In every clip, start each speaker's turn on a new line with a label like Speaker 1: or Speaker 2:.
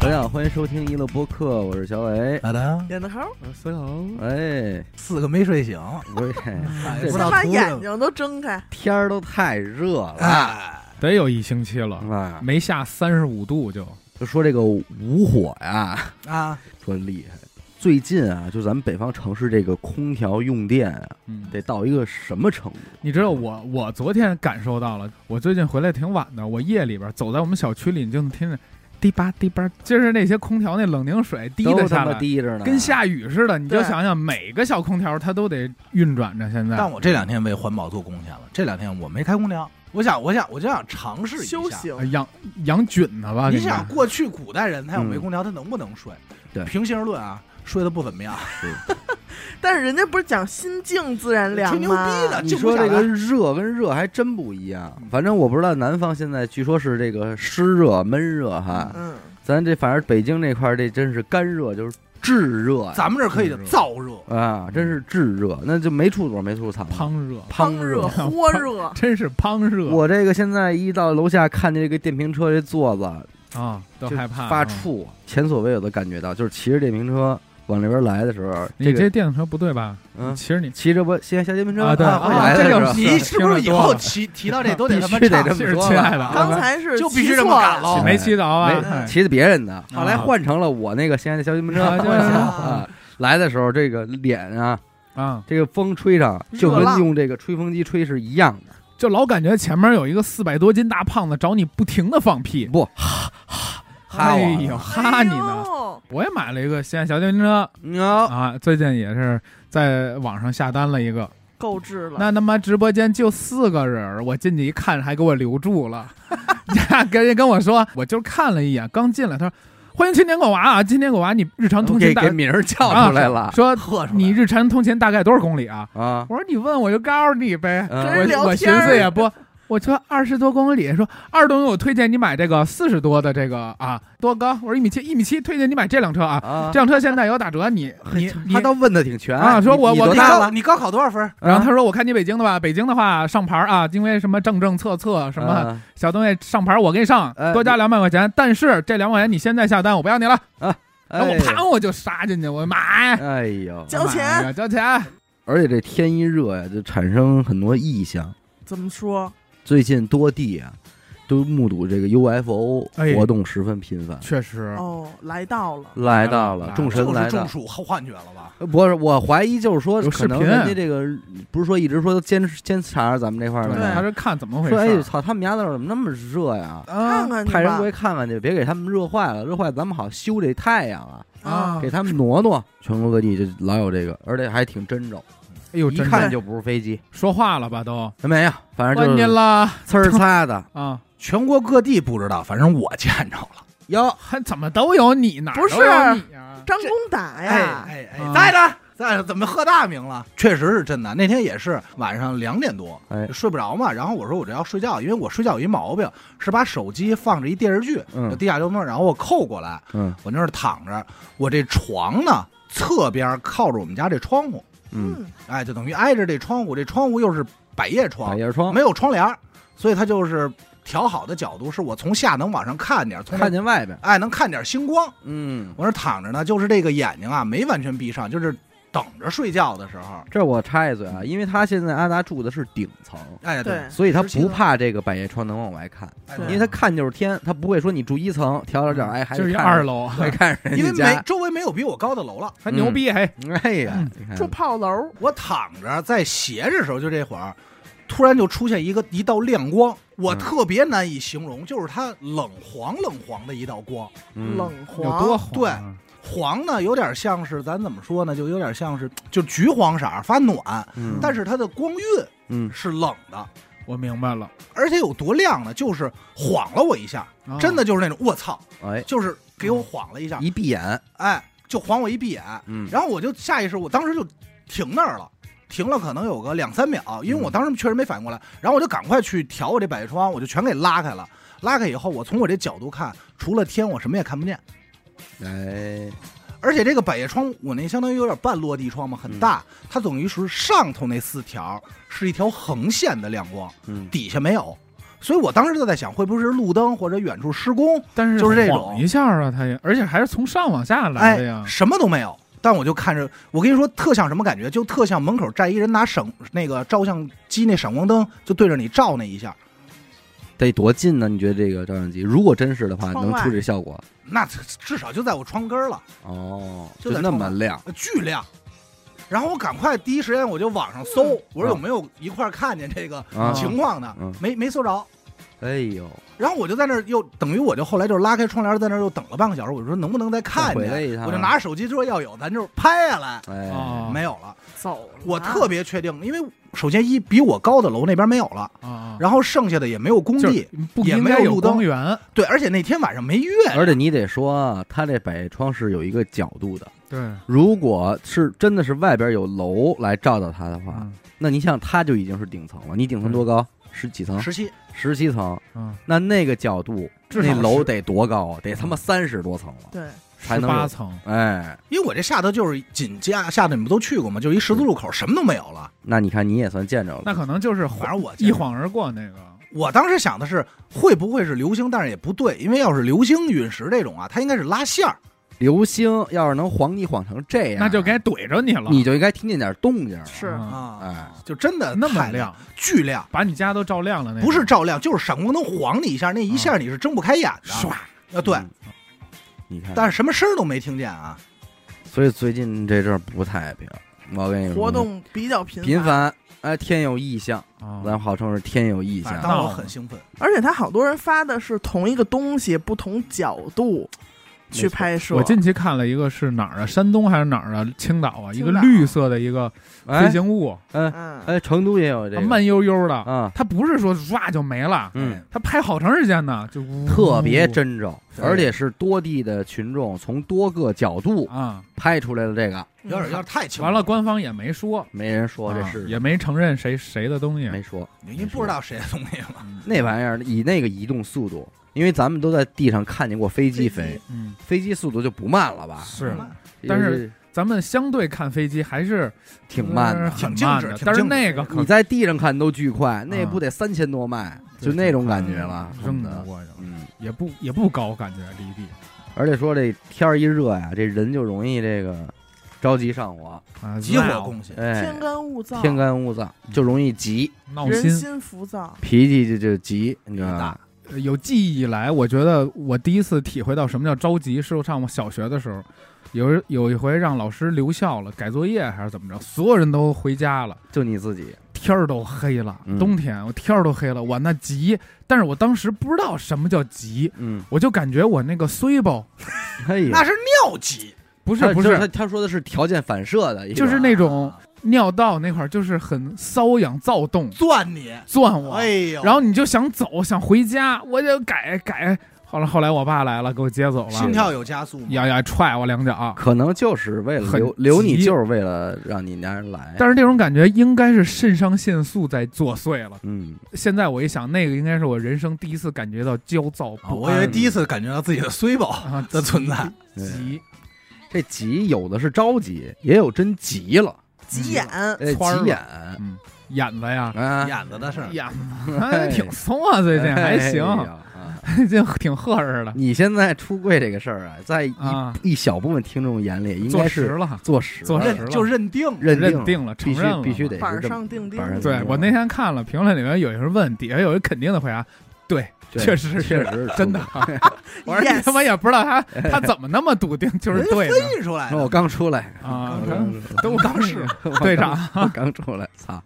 Speaker 1: 大家好，欢迎收听一乐播客，我是小伟。
Speaker 2: 咋的？
Speaker 3: 点头，
Speaker 4: 孙红，
Speaker 1: 哎，
Speaker 2: 四个没睡醒，
Speaker 1: 喂，
Speaker 2: 嗯哎
Speaker 1: 这
Speaker 2: 不知
Speaker 3: 先
Speaker 2: 道
Speaker 3: 把
Speaker 2: 图
Speaker 3: 眼
Speaker 2: 什
Speaker 3: 睛都睁开。
Speaker 1: 天儿都太热了，
Speaker 2: 哎，
Speaker 4: 得有一星期了，
Speaker 1: 啊，
Speaker 4: 没下三十五度就
Speaker 1: 就说这个无火呀，
Speaker 2: 啊，
Speaker 1: 说厉害。最近啊，就咱们北方城市这个空调用电啊，
Speaker 4: 嗯。
Speaker 1: 得到一个什么程度？
Speaker 4: 你知道我我昨天感受到了，我最近回来挺晚的，我夜里边走在我们小区里，你就能听着滴吧滴吧，就是那些空调那冷凝水滴
Speaker 1: 都
Speaker 4: 的
Speaker 1: 他
Speaker 4: 下
Speaker 1: 妈
Speaker 4: 来，
Speaker 1: 滴着呢，
Speaker 4: 跟下雨似的。你就
Speaker 3: 对
Speaker 4: 想想每个小空调它都得运转着，现在
Speaker 2: 但我这两天为环保做贡献了。这两天我没开空调，我想，我想，我就想尝试一下。哎
Speaker 3: 修行
Speaker 4: 呃养养菌呢吧？
Speaker 2: 你
Speaker 4: 应该
Speaker 2: 想，过去古代人他要
Speaker 1: 啊嗯
Speaker 2: 没空调，他能不能睡？
Speaker 1: 对
Speaker 2: 平心而论啊，睡得不怎么样，
Speaker 3: 但是人家不是讲心静自然凉
Speaker 2: 吹牛
Speaker 3: 吗？
Speaker 2: 逼呢。
Speaker 1: 你
Speaker 2: 静不
Speaker 1: 说
Speaker 2: 下
Speaker 1: 这
Speaker 2: 来
Speaker 1: 个热跟热还真不一样，反正我不知道南方现在据说是这个湿热闷热哈，
Speaker 3: 嗯，
Speaker 1: 咱这反正北京这块儿这真是干热就是炙热呀，
Speaker 2: 咱们这儿可以
Speaker 4: 嗯
Speaker 2: 燥热，
Speaker 1: 啊，真是炙热，那就没处躲没处藏，
Speaker 4: 胖热，
Speaker 1: 胖
Speaker 3: 热、
Speaker 1: 热。
Speaker 3: 豁热，
Speaker 4: 真是胖热
Speaker 1: 我这个现在一到楼下看见这个电瓶车这座子，
Speaker 4: 啊，都
Speaker 1: 就
Speaker 4: 害怕
Speaker 1: 发
Speaker 4: 啊。
Speaker 1: 怵，前所未有的感觉到，就是骑着电瓶车往那边来的时候，
Speaker 4: 你
Speaker 1: 这
Speaker 4: 这
Speaker 1: 个
Speaker 4: 电动车不对吧？
Speaker 1: 嗯
Speaker 4: 其实你
Speaker 1: 骑着我下下电瓶车
Speaker 4: 啊对
Speaker 1: 往
Speaker 4: 啊
Speaker 1: 来
Speaker 2: 这
Speaker 1: 的时
Speaker 4: 个
Speaker 1: 候
Speaker 4: 是
Speaker 2: 你是不是以
Speaker 4: 听着多
Speaker 2: 后
Speaker 4: 了
Speaker 2: 提提到这都得他妈
Speaker 1: 必须得
Speaker 2: 唱
Speaker 1: 这么
Speaker 4: 是
Speaker 1: 说
Speaker 4: 亲
Speaker 1: 了
Speaker 4: 爱的啊
Speaker 3: 刚才是
Speaker 2: 就必须
Speaker 3: 骑
Speaker 2: 这么
Speaker 3: 错
Speaker 2: 干喽
Speaker 3: 了
Speaker 4: 没骑着啊？
Speaker 1: 哦没骑着别人的，后来
Speaker 4: 啊
Speaker 1: 换成了我那个现在的小电瓶车
Speaker 4: 啊对
Speaker 2: 啊
Speaker 1: 啊。来的时候，这个脸啊，
Speaker 4: 啊，
Speaker 1: 这个风吹上就
Speaker 3: 热
Speaker 1: 跟
Speaker 3: 浪
Speaker 1: 用这个吹风机吹是一样的。
Speaker 4: 就老感觉前面有一个四百多斤大胖子找你不停的放屁，
Speaker 1: 不，哈
Speaker 4: 哎
Speaker 1: 我呢
Speaker 4: 呦哈你
Speaker 3: 哎
Speaker 4: 呢！
Speaker 3: 呢？
Speaker 4: 我也买了一个西安小电瓶车
Speaker 1: 嗯
Speaker 4: 啊，最近也是在网上下单了一个。
Speaker 3: 购置了，
Speaker 4: 那他妈直播间就四个人儿，我进去一看还给我留住 了， 跟人跟我说，我就看了一眼，刚进来，他说欢迎青年狗娃啊，青年狗娃你日常通勤
Speaker 1: 给
Speaker 4: 大啊
Speaker 1: 给名儿叫出来了
Speaker 4: 说
Speaker 2: 喝出来
Speaker 4: 你日常通勤大概多少公里啊？
Speaker 1: 啊！
Speaker 4: 我说你问我就告诉你呗，
Speaker 1: 嗯
Speaker 3: 真是
Speaker 4: 我
Speaker 3: 聊
Speaker 4: 我寻
Speaker 3: 天儿
Speaker 4: 思也不， 我说二十多公里，说二十多公里，我推荐你买这个四十多的这个啊，多高？我说一米七，一米七，推荐你买这辆车啊，
Speaker 1: 啊
Speaker 4: 这辆车现在有打折，你你你
Speaker 1: 他。倒问的挺全
Speaker 4: 啊说
Speaker 1: 你
Speaker 4: 我
Speaker 1: 你
Speaker 4: 我
Speaker 1: 多
Speaker 2: 你
Speaker 1: 大
Speaker 2: 高
Speaker 1: 了？啊
Speaker 2: 你高考多少分？
Speaker 4: 然后他说：“我看你北京的吧，北京的话上牌啊，因为什么正正侧侧什么
Speaker 1: 啊
Speaker 4: 小东西上牌，我给你上
Speaker 1: 哎，
Speaker 4: 多加两百块钱。但是这两百块钱你现在下单，我不要你了。然后我
Speaker 1: 哎
Speaker 4: 啪我就杀进去，我买
Speaker 1: 哎呦，
Speaker 3: 交钱
Speaker 4: 买交钱。
Speaker 1: 而且这天一热呀，就产生很多异象。
Speaker 3: 怎么说？
Speaker 1: 最近多地啊，都目睹这个 UFO
Speaker 4: 哎
Speaker 1: 活动十分频繁，
Speaker 4: 确实，
Speaker 3: 哦，来到了，
Speaker 1: 来到
Speaker 4: 来
Speaker 1: 了
Speaker 4: 了
Speaker 1: 众
Speaker 2: 这
Speaker 1: 神
Speaker 2: 不
Speaker 1: 来
Speaker 2: 是
Speaker 1: 到
Speaker 2: 中。暑后幻觉了吧？
Speaker 1: 呃不是，我怀疑就是说，
Speaker 4: 有
Speaker 1: 可能
Speaker 4: 视频
Speaker 1: 人家这个不是说一直说监视监察咱们这块儿
Speaker 3: 对
Speaker 4: 他
Speaker 1: 呢，
Speaker 4: 是看怎么回
Speaker 1: 说哎
Speaker 4: 事
Speaker 1: 操，他们家那儿怎么那么热呀？
Speaker 4: 啊
Speaker 3: 看看去
Speaker 1: 派人
Speaker 3: 吧
Speaker 1: 过去看看去，别给他们热坏了，热坏了咱们好修这太阳啊，
Speaker 4: 啊
Speaker 1: 给！他们挪挪。全国各地就老有这个，而且还挺真着，
Speaker 4: 哎呦，
Speaker 1: 一
Speaker 4: 真
Speaker 1: 看
Speaker 4: 的
Speaker 1: 就不是飞机。
Speaker 4: 说话了吧都，
Speaker 1: 没有，反正
Speaker 4: 关
Speaker 1: 就是
Speaker 4: 键了
Speaker 1: 呲儿擦的
Speaker 4: 啊！
Speaker 2: 全国各地不知道，反正我见着了。
Speaker 1: 哟，
Speaker 4: 还怎么都有你哪儿
Speaker 3: 不是
Speaker 4: 都有你啊？
Speaker 3: 张公打
Speaker 2: 哎
Speaker 3: 呀，
Speaker 2: 哎
Speaker 4: 啊
Speaker 2: 哎，在着在着，怎么喝大名了？确实是真的。那天也是晚上两点多，
Speaker 1: 哎
Speaker 2: 睡不着嘛。然后我说我这要睡觉，因为我睡觉有一毛病，是把手机放着一电视剧，
Speaker 1: 嗯
Speaker 2: 有地下流动，然后我扣过来，
Speaker 1: 嗯
Speaker 2: 我那儿躺着，我这床呢侧边靠着我们家这窗户，
Speaker 1: 嗯，
Speaker 3: 嗯，
Speaker 2: 哎，就等于挨着这窗户，这窗户又是百叶
Speaker 1: 百
Speaker 2: 窗，
Speaker 1: 叶窗
Speaker 2: 没有窗帘儿，所以它就是调好的角度，是我从下能往上看点儿，从那
Speaker 1: 看见外边，
Speaker 2: 哎能看点儿星光。
Speaker 1: 嗯，
Speaker 2: 我那儿躺着呢，就是这个眼睛啊没完全闭上，就是等着睡觉的时候。
Speaker 1: 这我插一嘴啊，因为他现在阿达住的是顶层，
Speaker 2: 哎，
Speaker 3: 对，
Speaker 1: 所以他不怕这个百叶窗能往外看，
Speaker 2: 哎
Speaker 3: 对
Speaker 1: 因为 他看就是天，他不会说你住一层调到这儿，哎，还
Speaker 4: 嗯就
Speaker 1: 得
Speaker 4: 是一
Speaker 1: 看
Speaker 4: 二，楼，
Speaker 1: 还嗯看人
Speaker 2: 因为
Speaker 1: 家
Speaker 2: 没
Speaker 1: 家，
Speaker 2: 周围没有比我高的楼了。
Speaker 4: 还牛逼嘿！
Speaker 1: 哎呀
Speaker 4: 嗯，
Speaker 1: 你看
Speaker 3: 住炮楼，
Speaker 2: 我躺着在斜着的时候，就这会儿，突然就出现一个一道亮光，我
Speaker 1: 嗯
Speaker 2: 特别难以形容，就是它冷黄冷黄的一道光，
Speaker 1: 嗯
Speaker 3: 冷啊
Speaker 4: 有
Speaker 3: 黄，
Speaker 4: 多红
Speaker 2: 对
Speaker 4: 啊？
Speaker 2: 黄呢有点像是咱怎么说呢，就有点像是就橘黄色儿发暖，
Speaker 1: 嗯
Speaker 2: 但是它的光晕
Speaker 1: 嗯
Speaker 2: 是冷的，
Speaker 4: 我明白了，
Speaker 2: 而且有多亮呢，就是晃了我一下，
Speaker 4: 啊
Speaker 2: 真的就是那种我操，
Speaker 1: 哎，
Speaker 2: 就是给我晃了一下，
Speaker 1: 一闭眼，
Speaker 2: 哎，就晃我一闭眼，
Speaker 1: 嗯
Speaker 2: 然后我就下意识，我当时就停那儿了，停了可能有个两三秒，因为我当时确实没反应过来，然后我就赶快去调我这百叶窗，我就全给拉开了。拉开以后，我从我这角度看，除了天，我什么也看不见。
Speaker 1: 哎，
Speaker 2: 而且这个百叶窗，我那相当于有点半落地窗嘛，很大，它等于是上头那四条是一条横线的亮光，
Speaker 1: 嗯
Speaker 2: 底下没有，所以我当时就在想，会不会是路灯或者远处施工？
Speaker 4: 但是
Speaker 2: 就是这
Speaker 4: 晃
Speaker 2: 种
Speaker 4: 一下啊，它也，而且还是从上往下来
Speaker 2: 哎
Speaker 4: 的呀，，
Speaker 2: 什么都没有。但我就看着，我跟你说，特像什么感觉？就特像门口站一人拿闪那个照相机那闪光灯，就对着你照那一下，
Speaker 1: 得多近呢？你觉得这个照相机如果真实的话，
Speaker 3: 窗
Speaker 1: 能
Speaker 3: 外
Speaker 1: 出这效果？
Speaker 2: 那至少就在我窗根儿了，
Speaker 1: 哦，
Speaker 2: 就
Speaker 1: 就
Speaker 2: 在
Speaker 1: 那
Speaker 2: 窗
Speaker 1: 么
Speaker 2: 外
Speaker 1: 亮，
Speaker 2: 巨亮。然后我赶快第一时间我就网上搜，我说有没有一块儿看见这个
Speaker 1: 啊
Speaker 2: 情况的，
Speaker 1: 嗯
Speaker 2: 没没搜着。
Speaker 1: 哎呦，
Speaker 2: 然后我就在那儿又等于我就后来就拉开窗帘，在那儿又等了半个小时。我说能不能再看
Speaker 1: 再回来
Speaker 2: 见？
Speaker 1: 一啊趟
Speaker 2: 我就拿手机说要有，咱就拍下来。
Speaker 1: 哎，
Speaker 4: 啊，
Speaker 2: 没有了，
Speaker 3: 走了。
Speaker 2: 我特别确定，因为首先一比我高的楼那边没有了，
Speaker 4: 啊啊，
Speaker 2: 然后剩下的也没有工
Speaker 4: 就是
Speaker 2: 地，
Speaker 4: 不
Speaker 2: 也
Speaker 4: 应
Speaker 2: 没
Speaker 4: 该
Speaker 2: 有
Speaker 4: 有
Speaker 2: 路灯
Speaker 4: 光源，
Speaker 2: 对，而且那天晚上没月亮，
Speaker 1: 而且你得说啊，它这百叶窗是有一个角度的。
Speaker 4: 对，
Speaker 1: 如果是真的是外边有楼来照到它的话，
Speaker 4: 嗯
Speaker 1: 那你想它就已经是顶层了。你顶层多高？十几层？
Speaker 2: 十七，
Speaker 1: 十七层？
Speaker 4: 嗯，
Speaker 1: 那那个角度，
Speaker 4: 至少
Speaker 1: 那楼
Speaker 4: 是
Speaker 1: 得多高啊？得他妈三十多层了，
Speaker 3: 对，
Speaker 1: 才
Speaker 4: 十
Speaker 1: 能有
Speaker 4: 八层，
Speaker 1: 哎，
Speaker 2: 因为我这下头就是紧接下头，你们都去过吗？就是一十字路口，什么都没有了。
Speaker 1: 那你看你也算见着了。
Speaker 4: 那可能就是晃
Speaker 2: 反正我见
Speaker 4: 一晃而过那个，
Speaker 1: 哎
Speaker 2: 我当时想的是，会不会是流星？但是也不对，因为要是流星陨石这种啊，它应该是拉线儿。
Speaker 1: 流星要是能晃你晃成这样，
Speaker 4: 那就该怼着你了，
Speaker 1: 你就应该听见点动 静了。
Speaker 3: 是
Speaker 4: 啊，
Speaker 1: 哎，
Speaker 2: 就真的
Speaker 4: 那么
Speaker 2: 太，
Speaker 4: 亮，
Speaker 2: 巨亮，
Speaker 4: 把你家都照亮了，那
Speaker 2: 不是
Speaker 4: 种
Speaker 2: 照亮就是闪光灯晃你一下，那一下你是睁不开眼的。
Speaker 4: 唰，
Speaker 2: 啊，对，
Speaker 1: 嗯，你看，
Speaker 2: 但是什么声儿都没听见啊。
Speaker 1: 所以最近这阵儿不太平，我跟你说，
Speaker 3: 活动比较频
Speaker 1: 嗯频繁，哎，天有异象，
Speaker 4: 啊
Speaker 1: 咱号称是天有异
Speaker 2: 反正
Speaker 1: 象，
Speaker 2: 当时我很兴奋，
Speaker 4: 嗯
Speaker 3: 而且他好多人发的是同一个东西，不同角度去拍摄。
Speaker 4: 我近期看了一个是哪儿啊？山东还是哪儿啊？青岛啊，一个
Speaker 3: 青岛
Speaker 4: 绿色的一个飞
Speaker 1: 哎
Speaker 4: 行物，
Speaker 3: 嗯，
Speaker 1: 哎，成都也有这
Speaker 4: 它
Speaker 1: 个，
Speaker 4: 慢悠悠的，
Speaker 1: 啊，
Speaker 4: 它不是说唰就没了，
Speaker 1: 嗯，
Speaker 4: 它拍好长时间呢，就呜
Speaker 1: 特别真着，
Speaker 2: 对
Speaker 1: 而且是多地的群众从多个角度
Speaker 4: 啊。
Speaker 1: 拍出来的这个，
Speaker 2: 有
Speaker 3: 嗯
Speaker 2: 点有点太清楚
Speaker 4: 完了，，官方也没说，
Speaker 1: 没人说哦这
Speaker 4: 啊
Speaker 1: 是
Speaker 4: 也没承认谁谁的东西，
Speaker 1: 没说
Speaker 2: 因为不知道谁的东西嘛。
Speaker 4: 嗯
Speaker 1: 那玩意儿以那个移动速度，因为咱们都在地上看见过飞机
Speaker 3: 飞
Speaker 1: 飞
Speaker 3: 机，
Speaker 4: 嗯
Speaker 1: 飞机速度就不慢了
Speaker 2: 啊
Speaker 1: 吧？
Speaker 4: 是，
Speaker 1: 就
Speaker 4: 但是咱们相对看飞机还是
Speaker 1: 挺慢的
Speaker 4: 呃。
Speaker 2: 挺
Speaker 4: 很
Speaker 2: 静
Speaker 4: 慢
Speaker 2: 止
Speaker 4: 的
Speaker 2: 挺
Speaker 4: 但是
Speaker 2: 静止
Speaker 4: 那个可
Speaker 1: 你在地上看都巨快，那
Speaker 4: 嗯
Speaker 1: 不得三千多迈，
Speaker 4: 对
Speaker 1: 就那种感觉了，
Speaker 4: 扔
Speaker 1: 恨不
Speaker 4: 不
Speaker 1: 得。
Speaker 4: 过去了，
Speaker 1: 嗯，
Speaker 4: 也不也不高，感觉离地
Speaker 1: 而且说这天儿一热呀，这人就容易这个着急上火，
Speaker 4: 啊，
Speaker 2: 急火
Speaker 4: 闹
Speaker 2: 攻心，
Speaker 1: 哎
Speaker 3: 天，干物燥，
Speaker 1: 天干物燥就容易急，
Speaker 4: 闹
Speaker 3: 人
Speaker 4: 心，
Speaker 3: 心浮躁，
Speaker 1: 脾气就就急，你知道吧？
Speaker 4: 呃有记忆以来，我觉得我第一次体会到什么叫着急，是上我小学的时候，有一有一回让老师留校了，改作业还是怎么着，所有人都回家了。
Speaker 1: 就你自己，
Speaker 4: 天儿都黑了，
Speaker 1: 嗯
Speaker 4: 冬天我天儿都黑了，我那急，但是我当时不知道什么叫急，
Speaker 1: 嗯，
Speaker 4: 我就感觉我那个衰包
Speaker 1: 哎
Speaker 2: 那
Speaker 1: 呀，
Speaker 2: 是尿急，
Speaker 4: 不
Speaker 1: 他
Speaker 4: 是不
Speaker 1: 就是他，他说的是条件反射的一个，
Speaker 4: 就是那种尿道那块儿就是很瘙痒躁动，
Speaker 2: 钻你，
Speaker 4: 钻我，
Speaker 2: 哎呦，
Speaker 4: 然后你就想走想回家，我就改改，后来后来我爸来了给我接走了
Speaker 2: 心，跳有加速吗？
Speaker 4: 呀呀踹我两脚，
Speaker 1: 可能就是为了
Speaker 4: 很
Speaker 1: 留留你，
Speaker 4: 急
Speaker 1: 就是为了让你家人来。
Speaker 4: 但是这种感觉应该是肾上腺素在作祟了。
Speaker 1: 嗯，
Speaker 4: 现在我一想，那个应该是我人生第一次感觉到焦躁
Speaker 2: 啊
Speaker 4: 不
Speaker 2: 我
Speaker 4: 安
Speaker 2: 以为第一次感觉到自己的衰
Speaker 1: 哦
Speaker 2: 宝
Speaker 4: 啊
Speaker 2: 的存在，
Speaker 1: 对
Speaker 4: 急，
Speaker 1: 这急有的是着急，也有真急了，
Speaker 3: 急眼，
Speaker 1: 哎，
Speaker 4: 窜儿
Speaker 1: 急眼
Speaker 4: 嗯，眼子呀，
Speaker 1: 啊，
Speaker 2: 眼子的事儿。
Speaker 4: 眼子还挺松啊，最近还行
Speaker 1: 哎，呀啊
Speaker 4: 最近挺合适的
Speaker 1: 你现在出柜这个事儿啊，在一
Speaker 4: 啊，
Speaker 1: 一小部分听众眼里应
Speaker 4: 坐
Speaker 1: 该
Speaker 4: 实
Speaker 1: 是
Speaker 4: 了。
Speaker 1: 坐实了，
Speaker 4: 坐实
Speaker 2: 认就认定了
Speaker 1: 认
Speaker 4: 认
Speaker 1: 定
Speaker 4: 定了
Speaker 1: 必
Speaker 4: 承认
Speaker 1: 须
Speaker 4: 了
Speaker 1: 必须得
Speaker 3: 板
Speaker 1: 是这么
Speaker 3: 上钉钉
Speaker 1: 板上钉钉
Speaker 4: 对我那天看了评论里面有人问，底下有人肯定的回答， 对，
Speaker 1: 对
Speaker 4: 确实
Speaker 1: 确
Speaker 4: 是
Speaker 1: 实是
Speaker 4: 真的。 我说你
Speaker 3: Yes
Speaker 4: 他妈也不知道他他怎么那么笃定就是
Speaker 2: 人家
Speaker 4: 对的
Speaker 2: 分析出来
Speaker 1: 那我
Speaker 2: 的。
Speaker 1: 刚出来，
Speaker 4: 啊
Speaker 1: 我，
Speaker 4: 咱
Speaker 1: 哎刚出来
Speaker 4: 都当时
Speaker 1: 我
Speaker 4: 队长
Speaker 1: 刚我 刚出来，操！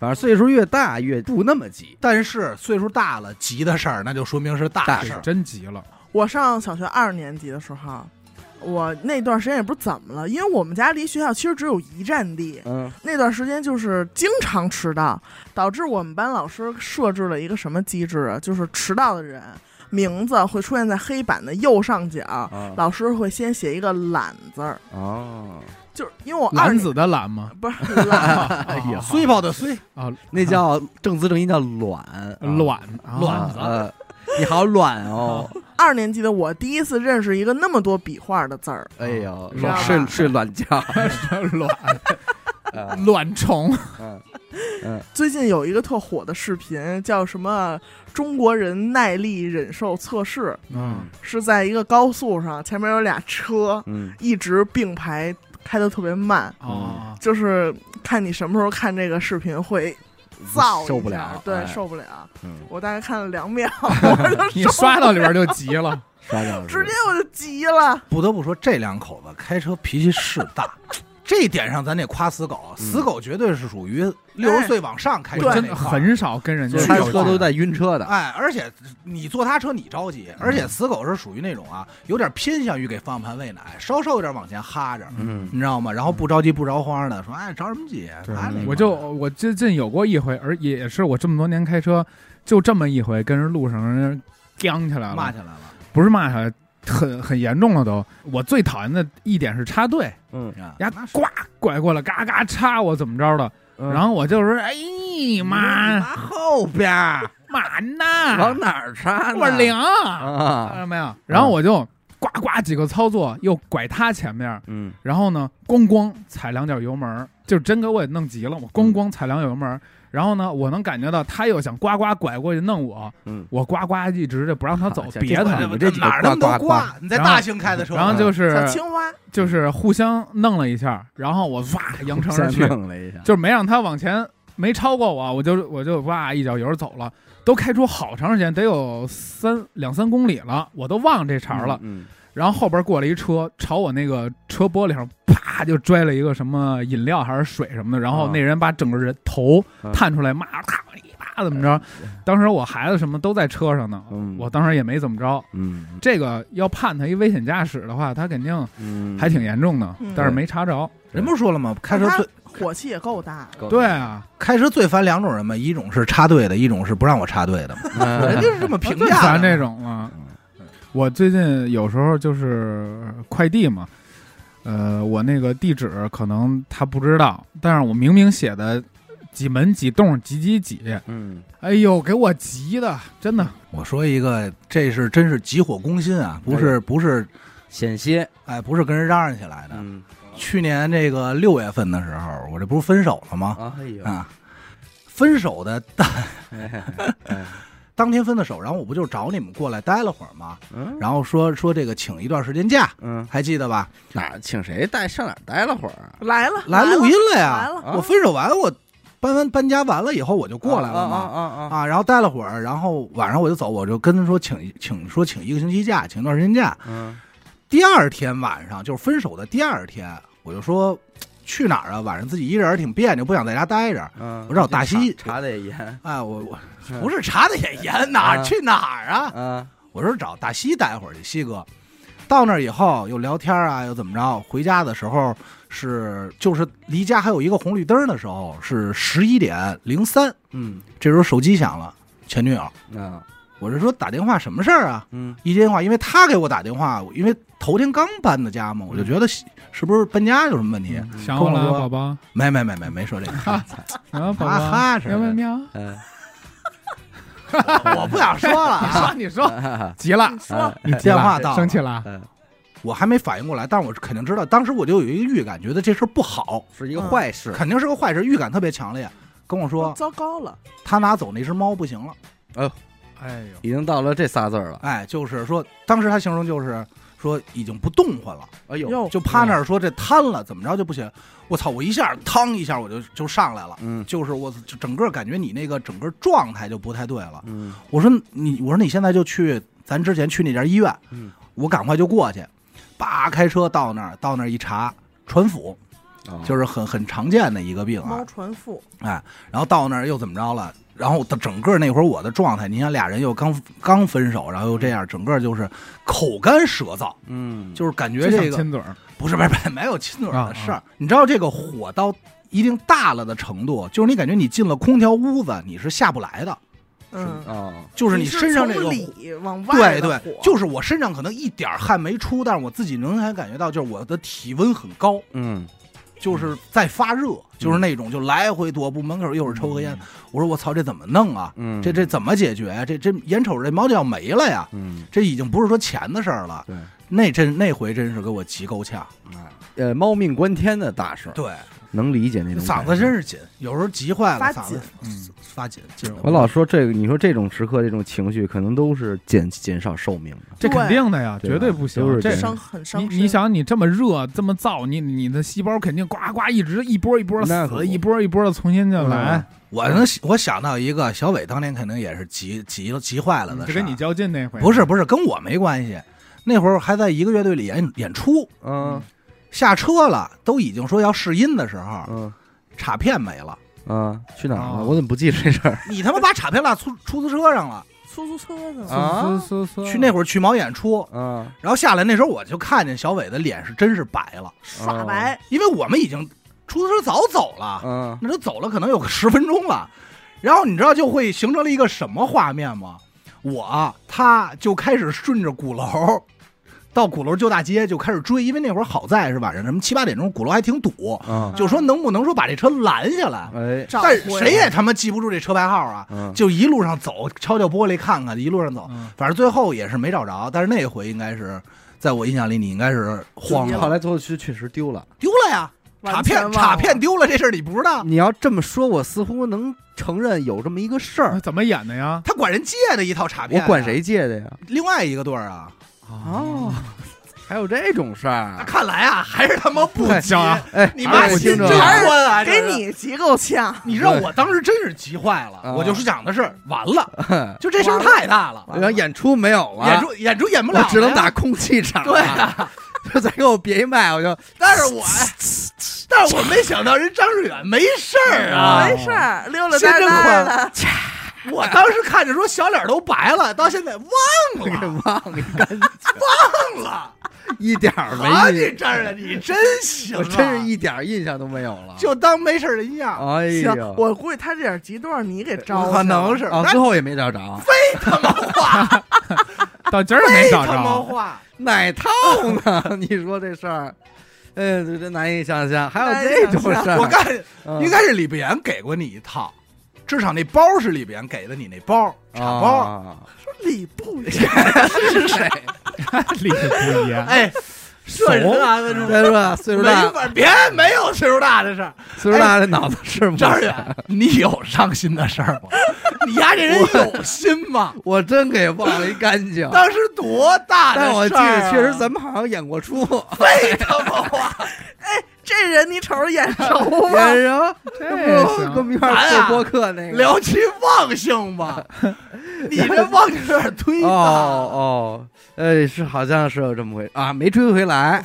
Speaker 1: 反正岁数越大越不那么急，
Speaker 2: 但是岁数大了，急的事儿那就说明是大
Speaker 1: 大
Speaker 2: 事
Speaker 1: 事
Speaker 2: 儿。
Speaker 4: 真急了，
Speaker 3: 我上小学二年级的时候，我那段时间也不知怎么了，因为我们家离学校其实只有一站地，
Speaker 1: 嗯，
Speaker 3: 那段时间就是经常迟到，导致我们班老师设置了一个什么机制啊？就是迟到的人名字会出现在黑板的右上角，
Speaker 1: 啊
Speaker 3: 老师会先写一个“懒”字儿，
Speaker 1: 哦，
Speaker 3: 就是因为我二
Speaker 4: 懒
Speaker 3: 年
Speaker 4: 子的 懒吗？
Speaker 3: 不是懒，
Speaker 4: 哎
Speaker 1: 呀
Speaker 2: 衰宝的衰，
Speaker 4: 啊，
Speaker 1: 那叫正字正音叫卵
Speaker 4: 卵
Speaker 2: 卵
Speaker 1: 子，呃你好卵哦，
Speaker 3: 二年级的我第一次认识一个那么多笔画的字儿，
Speaker 1: 哎呦，
Speaker 4: 卵
Speaker 1: 睡睡睡卵觉，
Speaker 4: 卵
Speaker 1: 呃
Speaker 4: 卵虫，
Speaker 1: 嗯嗯
Speaker 3: 最近有一个特火的视频，叫什么“中国人耐力忍受测试
Speaker 4: 嗯”，
Speaker 3: 是在一个高速上，前面有俩车
Speaker 1: 嗯
Speaker 3: 一直并排开的特别慢，
Speaker 4: 哦，
Speaker 3: 就是看你什么时候看这个视频会燥一下，
Speaker 1: 受不了
Speaker 3: 对，
Speaker 1: 哎
Speaker 3: 受不了。
Speaker 1: 嗯，
Speaker 3: 我大概看了两秒，我就
Speaker 4: 你
Speaker 3: 受
Speaker 4: 刷到里边就急了，
Speaker 1: 刷掉了是
Speaker 3: 直
Speaker 1: 吧
Speaker 3: 接我就急了。
Speaker 2: 不得不说，这两口子开车脾气是大， 这一点上咱得夸死狗，死
Speaker 1: 嗯
Speaker 2: 狗绝对是属于六十岁往上开
Speaker 1: 哎
Speaker 2: 车那
Speaker 4: 我真
Speaker 2: 一
Speaker 4: 的
Speaker 2: 块儿
Speaker 4: 很少跟人家
Speaker 1: 就是
Speaker 2: 去
Speaker 1: 开
Speaker 2: 有
Speaker 1: 车都带晕车的，嗯
Speaker 2: 哎，而且你坐他车你着急，而且死狗是属于那种啊，有点偏向于给方向盘喂奶，稍稍有点往前哈着，
Speaker 1: 嗯
Speaker 2: 你知道吗？然后不着急不着慌的说，哎，着什么急？
Speaker 4: 对
Speaker 2: 哎那
Speaker 4: 我
Speaker 2: 个
Speaker 4: 就我最近有过一回，而也是我这么多年开车，就这么一回跟人路上人僵起来
Speaker 2: 骂
Speaker 4: 了
Speaker 2: 起，来了。
Speaker 4: 不是骂起来，很很严重了都。我最讨厌的一点是插队，
Speaker 1: 嗯
Speaker 2: 啊
Speaker 4: 呀
Speaker 2: 那是
Speaker 4: 呱拐过来，嘎嘎插我怎么着的，
Speaker 1: 嗯，
Speaker 4: 然后我就说，哎
Speaker 2: 你
Speaker 4: 妈，
Speaker 2: 妈后边 儿
Speaker 4: 嘛呢
Speaker 1: 往？哪儿插呢？
Speaker 4: 我凉，看
Speaker 1: 啊，
Speaker 4: 到没有？然后我就呱呱几个操作，又拐他前面，
Speaker 1: 嗯
Speaker 4: 然后呢，咣咣踩两脚油门儿，就真给我弄急了，我咣咣踩两脚油门儿。然后呢，我能感觉到他又想呱呱拐过去弄我，
Speaker 1: 嗯，
Speaker 4: 我呱呱一直就不让他走
Speaker 1: 好，家
Speaker 4: 别
Speaker 1: 这
Speaker 4: 他
Speaker 1: 你。们这几个
Speaker 2: 哪儿那么
Speaker 1: 呱
Speaker 2: 多
Speaker 1: 呱
Speaker 2: 瓜？你在
Speaker 4: 然后
Speaker 2: 大兴开的车，
Speaker 4: 然后就
Speaker 3: 小
Speaker 4: 是
Speaker 3: 青蛙，
Speaker 4: 就是互相 弄了一下，然后我哇扬长而去
Speaker 1: 再，弄了一下，
Speaker 4: 就是没让他往前，没超过我，我就我就哇一脚油走了，都开出好长时间，得有三两三公里了，我都忘这茬儿了。
Speaker 1: 嗯，
Speaker 4: 然后后边过来一车，朝我那个车玻璃上啪就拽了一个什么饮料还是水什么的，然后
Speaker 1: 啊
Speaker 4: 那人把整个人头
Speaker 1: 嗯
Speaker 4: 探出来骂，咔一巴怎么着？当时我孩子什么都在车上呢，
Speaker 1: 嗯
Speaker 4: 我当时也没怎么着。
Speaker 1: 嗯
Speaker 4: 这个要判他一危险驾驶的话，他肯定
Speaker 1: 嗯，
Speaker 4: 还挺严重的
Speaker 3: 嗯，
Speaker 4: 但是没查着。
Speaker 2: 人不是说了吗？开车
Speaker 3: 但
Speaker 2: 最
Speaker 3: 他火气也够大，
Speaker 1: 够
Speaker 4: 对啊，
Speaker 2: 开车最烦两种人嘛，一种是插队的，一种是不让我插队的嘛。人
Speaker 1: 嗯
Speaker 2: 家是这么评价的。
Speaker 4: 咱这种啊
Speaker 1: 嗯，
Speaker 4: 我最近有时候就是快递嘛，呃，我那个地址可能他不知道，但是我明明写的几门几栋几几几，
Speaker 1: 嗯
Speaker 4: 哎呦，给我急的，真的，
Speaker 2: 我说一个，这是真是急火攻心啊，不是不是，
Speaker 1: 险些，
Speaker 2: 哎，不是跟人嚷嚷起来的。
Speaker 1: 嗯
Speaker 2: 去年这个六月份的时候，我这不是分手了吗？
Speaker 1: 啊，哎呦，
Speaker 2: 啊，分手的当
Speaker 1: 哎哎
Speaker 2: 当天分的手，然后我不就找你们过来待了会儿吗？
Speaker 1: 嗯
Speaker 2: 然后说说这个请一段时间假，
Speaker 1: 嗯，
Speaker 2: 还记得吧？
Speaker 1: 哪儿请谁带上哪儿待了会儿啊？
Speaker 3: 来了，
Speaker 2: 来录音了
Speaker 3: 来
Speaker 2: 呀！
Speaker 3: 了，
Speaker 1: 啊
Speaker 2: 我分手完，我搬完搬家完了以后，我就过来了嘛。
Speaker 1: 啊啊啊
Speaker 2: 啊，然后待了会儿，然后晚上我就走，我就跟他说请请说请一个星期假，请一段时间假。
Speaker 1: 啊，嗯
Speaker 2: 第二天晚上就是分手的第二天，我就说去哪儿啊？晚上自己一人儿挺别扭，不想在家待着。
Speaker 1: 嗯，
Speaker 2: 我找大西
Speaker 1: 查查的也严
Speaker 2: 哎，我我
Speaker 1: 嗯
Speaker 2: 不是查的也严，哪儿
Speaker 1: 啊
Speaker 2: 去哪儿啊？
Speaker 1: 啊，
Speaker 2: 我说找大西待会儿去，西哥。到那儿以后又聊天啊，又怎么着？回家的时候是就是离家还有一个红绿灯的时候是十一点零三，
Speaker 1: 嗯
Speaker 2: 这时候手机响了，前女友。
Speaker 1: 啊
Speaker 2: 我是说打电话什么事儿啊？
Speaker 1: 嗯
Speaker 2: 一接电话，因为他给我打电话，因为头天刚搬的家嘛，我就觉得是不是搬家有什么问题？
Speaker 1: 嗯
Speaker 4: 想我了啊，
Speaker 2: 跟我说
Speaker 4: 宝 宝，
Speaker 2: 没没没没没说这个，
Speaker 4: 啊，宝
Speaker 2: 哈哈
Speaker 4: 宝，
Speaker 2: 是
Speaker 4: 喵喵喵，
Speaker 1: 嗯，
Speaker 2: 我不想说了
Speaker 4: 你
Speaker 2: 啊。
Speaker 4: 说你 说，
Speaker 1: 啊
Speaker 4: 急了
Speaker 3: 你，说
Speaker 4: 你急
Speaker 2: 电
Speaker 4: 了，
Speaker 2: 话到了
Speaker 4: 生气了，
Speaker 1: 嗯，
Speaker 2: 我还没反应过来，但我肯定知道，当时我就有一个预感，觉得这事儿不好，
Speaker 1: 是一个坏事，
Speaker 2: 肯定是个坏事，预感特别强烈。跟我
Speaker 1: 哦
Speaker 2: 说，
Speaker 3: 糟糕了，
Speaker 2: 他拿走那只猫不行了，
Speaker 4: 哎呦，
Speaker 1: 已经到了这仨字儿了。
Speaker 2: 哎，就是说，当时他形容就是说已经不动弹了，
Speaker 1: 哎呦，
Speaker 3: 哟，
Speaker 2: 就趴那儿说这瘫了，怎么着就不行。我操！我一下嘡一下我就就上来了，
Speaker 1: 嗯
Speaker 2: 就是我就整个感觉你那个整个状态就不太对了。
Speaker 1: 嗯
Speaker 2: 我说你，我说你现在就去咱之前去那家医院，
Speaker 1: 嗯，
Speaker 2: 我赶快就过去，叭开车到那儿，到那儿一查，传腹
Speaker 3: 啊
Speaker 1: 哦
Speaker 2: 就是是很很常见的一个病啊
Speaker 3: 猫。传腹，
Speaker 2: 然后到那儿又怎么着了？然后整个那会儿我的状态，你想俩人又刚刚分手，然后又这样，整个就是口干舌燥，
Speaker 1: 嗯
Speaker 2: 就是感觉
Speaker 4: 就想
Speaker 2: 这个
Speaker 4: 亲嘴儿，
Speaker 2: 不是不是不是没有亲嘴儿的事儿。你知道这个火到一定大了的程度，就是你感觉你进了空调屋子，你是下不来的，
Speaker 3: 嗯，
Speaker 1: 哦，
Speaker 2: 就是你
Speaker 3: 是
Speaker 2: 身上这
Speaker 3: 从
Speaker 2: 个火
Speaker 3: 里往
Speaker 2: 对
Speaker 3: 外的
Speaker 2: 对
Speaker 3: 火，
Speaker 2: 就是我身上可能一点儿汗没出，但是我自己仍然感觉到，就是我的体温很高，
Speaker 1: 嗯
Speaker 2: 就是在发热，就是那种就来回踱步，门口一会儿抽个烟。我说我操，这怎么弄啊？
Speaker 1: 嗯，
Speaker 2: 这这怎么解决？这这眼瞅着这猫就要没了呀！
Speaker 1: 嗯，
Speaker 2: 这已经不是说钱的事儿了，
Speaker 1: 对，
Speaker 2: 那真那回真是给我急够呛。
Speaker 1: 呃，猫命关天的大事儿，
Speaker 2: 对，
Speaker 1: 能理解那种
Speaker 2: 嗓子
Speaker 1: 感受
Speaker 2: 真是紧，有时候急坏了，
Speaker 3: 发
Speaker 2: 嗓子
Speaker 4: 紧
Speaker 2: 嗯发紧紧得不
Speaker 1: 我
Speaker 2: 行。
Speaker 1: 老说这个，你说这种时刻，这种情绪，可能都是减减少寿命的。
Speaker 4: 这肯定的呀，
Speaker 1: 对
Speaker 4: 绝对不行
Speaker 1: 都。是
Speaker 4: 这
Speaker 1: 这样
Speaker 3: 伤很伤
Speaker 4: 你
Speaker 3: 身。
Speaker 4: 你想，你这么热，这么燥，你你的细胞肯定呱呱一直一波一波
Speaker 1: 那可不嗯
Speaker 4: 死，一波一波的重新就来，
Speaker 2: 我能我想到一个，小伟当年肯定也是急急了急坏了的
Speaker 1: 嗯
Speaker 4: 就
Speaker 2: 事儿。
Speaker 4: 跟你较劲那回。
Speaker 2: 不是不是，跟我没关系。那会儿还在一个乐队里演演出，
Speaker 1: 嗯
Speaker 2: 下车了，都已经说要试音的时候，
Speaker 1: 嗯
Speaker 2: 卡片没了。
Speaker 1: 嗯，去哪儿
Speaker 4: 啊
Speaker 1: 了？我怎么不记得这事儿？
Speaker 2: 你他妈把卡片落出出租车上了，
Speaker 3: 出租车呢？
Speaker 1: 啊
Speaker 4: 嗖嗖嗖
Speaker 2: 去那会儿去毛演出，
Speaker 1: 嗯
Speaker 2: 然后下来那时候我就看见小伟的脸是真是白了，
Speaker 3: 耍白，
Speaker 2: 因为我们已经出租车早走了，
Speaker 1: 嗯，
Speaker 2: 那都走了可能有个十分钟了，然后你知道就会形成了一个什么画面吗？我啊他就开始顺着鼓楼。到鼓楼旧大街就开始追，因为那会儿好在是晚上什么七八点钟，鼓楼还挺堵，
Speaker 1: 嗯，
Speaker 2: 就说能不能说把这车拦下来？
Speaker 1: 哎，
Speaker 3: 找
Speaker 2: 但
Speaker 3: 回
Speaker 2: 是谁也他妈记不住这车牌号啊，
Speaker 1: 嗯，
Speaker 2: 就一路上走，敲敲玻璃看看，一路上走，
Speaker 4: 嗯
Speaker 2: 反正最后也是没找着。但是那回应该是，在我印象里，你应该是慌
Speaker 1: 后
Speaker 2: 了，
Speaker 1: 来最后确确实丢了。
Speaker 2: 丢了呀，卡
Speaker 3: 完全
Speaker 2: 片
Speaker 3: 忘了
Speaker 2: 卡片丢了这事儿你不知道，
Speaker 1: 啊你要这么说，我似乎能承认有这么一个事
Speaker 4: 那
Speaker 1: 儿。
Speaker 4: 怎么演的呀？
Speaker 2: 他管人借的一套卡片，啊
Speaker 1: 我管？谁借的呀？
Speaker 2: 另外一个队儿啊，
Speaker 1: 哦，还有这种事
Speaker 2: 那
Speaker 1: 儿？
Speaker 2: 看来啊，还是他妈不
Speaker 4: 太
Speaker 2: 急
Speaker 4: 香，啊！
Speaker 1: 哎，
Speaker 2: 你妈
Speaker 1: 哎我
Speaker 2: 心
Speaker 1: 听
Speaker 2: 真
Speaker 1: 着
Speaker 3: 哎这还是
Speaker 2: 宽啊，
Speaker 3: 给
Speaker 2: 这是。
Speaker 3: 你急够呛，
Speaker 2: 你知道我当时真是急坏了，
Speaker 1: 啊
Speaker 2: 我就是想的是 完了，就这事儿太大了，
Speaker 1: 然后演出没有了，
Speaker 2: 演出演出演不
Speaker 1: 我
Speaker 2: 了，
Speaker 1: 只能打。空气场了。
Speaker 2: 对
Speaker 1: 啊， 就再给我别一麦，我就
Speaker 2: 但是我，哎但是我没想到人张志远没事 儿啊，
Speaker 3: 没事儿，溜溜
Speaker 2: 先
Speaker 3: 达
Speaker 2: 扔哎
Speaker 3: 达
Speaker 2: 宽
Speaker 3: 的。
Speaker 2: 我当时看着说小脸都白了，到现在忘
Speaker 1: 给
Speaker 2: 了
Speaker 1: 忘了，干脆
Speaker 2: 忘 了。
Speaker 1: 一点儿没
Speaker 2: 好
Speaker 1: 印
Speaker 2: 你这儿啊，你真行
Speaker 1: 我
Speaker 2: 啊！
Speaker 1: 真是一点儿印象都没有了。
Speaker 2: 就当没事人一样，
Speaker 1: 哎呀，
Speaker 3: 行，我估计他这点急都让你给招去了，
Speaker 2: 可能是
Speaker 1: 啊，
Speaker 2: 那
Speaker 1: 最后也没找着，
Speaker 2: 他妈话，
Speaker 4: 到今儿没找
Speaker 2: 他妈
Speaker 4: 着，
Speaker 2: 话，
Speaker 1: 哪套呢？ 你说这事儿，哎，这真难以想象，还有
Speaker 3: 难以
Speaker 1: 这
Speaker 3: 想
Speaker 1: 种事儿。
Speaker 2: 我告诉你，
Speaker 1: 嗯
Speaker 2: 应该是李碧岩给过你一套，至少那包是李碧岩给的你那包
Speaker 1: 啊
Speaker 2: 茶包。
Speaker 3: 理 不理？
Speaker 1: 是 谁？
Speaker 4: 理不一样。
Speaker 2: 哎，这人啊，这种
Speaker 1: 再说岁数
Speaker 2: 没
Speaker 1: 大，
Speaker 2: 法别没有岁数大的事儿。
Speaker 1: 岁数大这脑子是不
Speaker 2: 张志
Speaker 1: 是？
Speaker 2: 远， 你有伤心的事儿 吗？你丫这人有心吗？
Speaker 1: 我真给忘了一干净。
Speaker 2: 当时多大的事
Speaker 1: 但
Speaker 2: 儿、啊？
Speaker 1: 我记得确实咱们好像演过出，
Speaker 2: 非他妈话，
Speaker 3: 这人你瞅着眼 熟吗？
Speaker 1: 演什么？
Speaker 4: 这
Speaker 1: 哎这不
Speaker 4: 行
Speaker 1: 跟我们一块儿做播客那个？
Speaker 2: 聊其忘 性吧。你这忘性有点忒
Speaker 1: 哦
Speaker 2: 大了，
Speaker 1: 哦，呃，是好像是有这么回啊，没追回来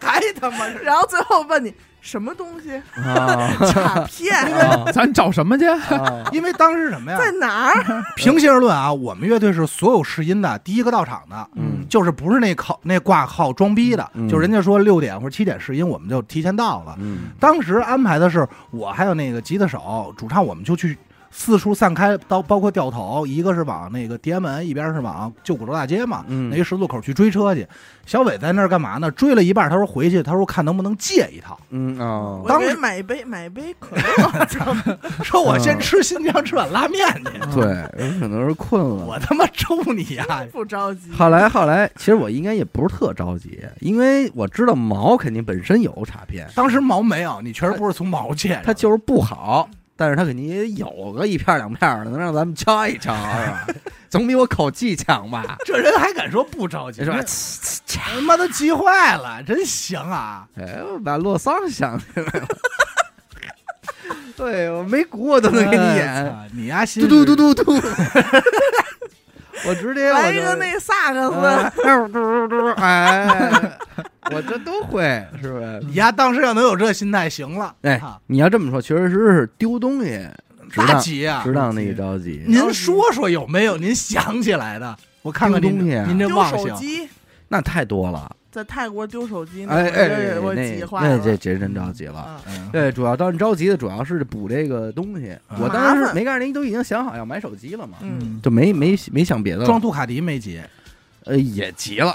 Speaker 2: 还他妈是
Speaker 3: 然后最后问你什么东 西？
Speaker 1: 啊。
Speaker 3: 卡
Speaker 2: 哎
Speaker 3: 片
Speaker 1: 啊
Speaker 4: 咱找什么去？
Speaker 1: 啊
Speaker 2: 因为当时什么呀？
Speaker 3: 在哪儿？
Speaker 2: 平心而论啊，我们乐队是所有试音的第一个到场的，
Speaker 1: 嗯
Speaker 2: 就是不是那靠那挂靠装逼的，
Speaker 1: 嗯
Speaker 2: 就是人家说六点或者七点试音，我们就提前到了。
Speaker 1: 嗯
Speaker 2: 当时安排的是我还有那个吉他手、主唱，我们就去四处散开，到包括掉头，一个是往那个叠门，一边是往旧鼓楼大街嘛，
Speaker 1: 嗯
Speaker 2: 那一十字路口去追车去。小伟在那儿干嘛呢？追了一半，他说回去，他说看能不能借一套，
Speaker 1: 嗯哦
Speaker 3: 我
Speaker 2: 当
Speaker 3: 以为
Speaker 2: 时
Speaker 3: 买一杯买一杯可乐，
Speaker 2: 说我
Speaker 1: 嗯
Speaker 2: 先吃新疆吃碗拉面去。
Speaker 1: 对，有可能是困了。
Speaker 2: 我他妈抽你哎呀、
Speaker 3: 不着急。
Speaker 1: 后来后来，其实我应该也不是特着急，因为我知道毛肯定本身有卡片，
Speaker 2: 当时毛没有，你确实不是从毛借的，
Speaker 1: 它就是不好，但是它肯定也有个一片儿两片儿的，能让咱们敲一敲，是 吧总比我口技强吧？
Speaker 2: 这人还敢说不着急，
Speaker 1: 你说，啊
Speaker 2: 这
Speaker 1: 呲呲呲
Speaker 2: 他妈都急坏了，真行啊！
Speaker 1: 哎，我把洛桑想起来了，对我没鼓 我都能给你演，
Speaker 2: 哎，操你丫心
Speaker 1: 嘟嘟嘟嘟嘟，我直接
Speaker 3: 来
Speaker 1: 我
Speaker 3: 一
Speaker 1: 就
Speaker 3: 个那萨克
Speaker 2: 哎
Speaker 3: 斯，
Speaker 1: 嗯，哎，我这都会，是不是？
Speaker 2: 你丫当时要能有这心态，行了。
Speaker 1: 哎
Speaker 2: 啊，
Speaker 1: 你要这么说，确实是丢东西，值
Speaker 2: 大
Speaker 1: 当
Speaker 2: 急啊！
Speaker 1: 值当那一着急。
Speaker 2: 您说说有没有您想起来的？我看看您
Speaker 1: 丢东西啊
Speaker 2: 您这
Speaker 3: 丢
Speaker 2: 忘
Speaker 3: 手
Speaker 2: 性。
Speaker 3: 机，
Speaker 1: 那太多了，
Speaker 3: 在泰国丢手机呢，
Speaker 1: 哎哎，
Speaker 3: 我
Speaker 1: 那
Speaker 3: 这我急坏
Speaker 1: 那
Speaker 3: 了
Speaker 1: 这。这真着急了。
Speaker 3: 啊
Speaker 2: 嗯
Speaker 1: 对，主要当时着急的主要是补这个东西。
Speaker 2: 啊
Speaker 1: 我当
Speaker 3: 麻
Speaker 1: 时
Speaker 3: 烦
Speaker 1: 没告诉您，都已经想好要买手机了嘛，
Speaker 3: 嗯，
Speaker 1: 就没没没想别的了，
Speaker 2: 装杜卡迪没急，
Speaker 1: 呃也急了，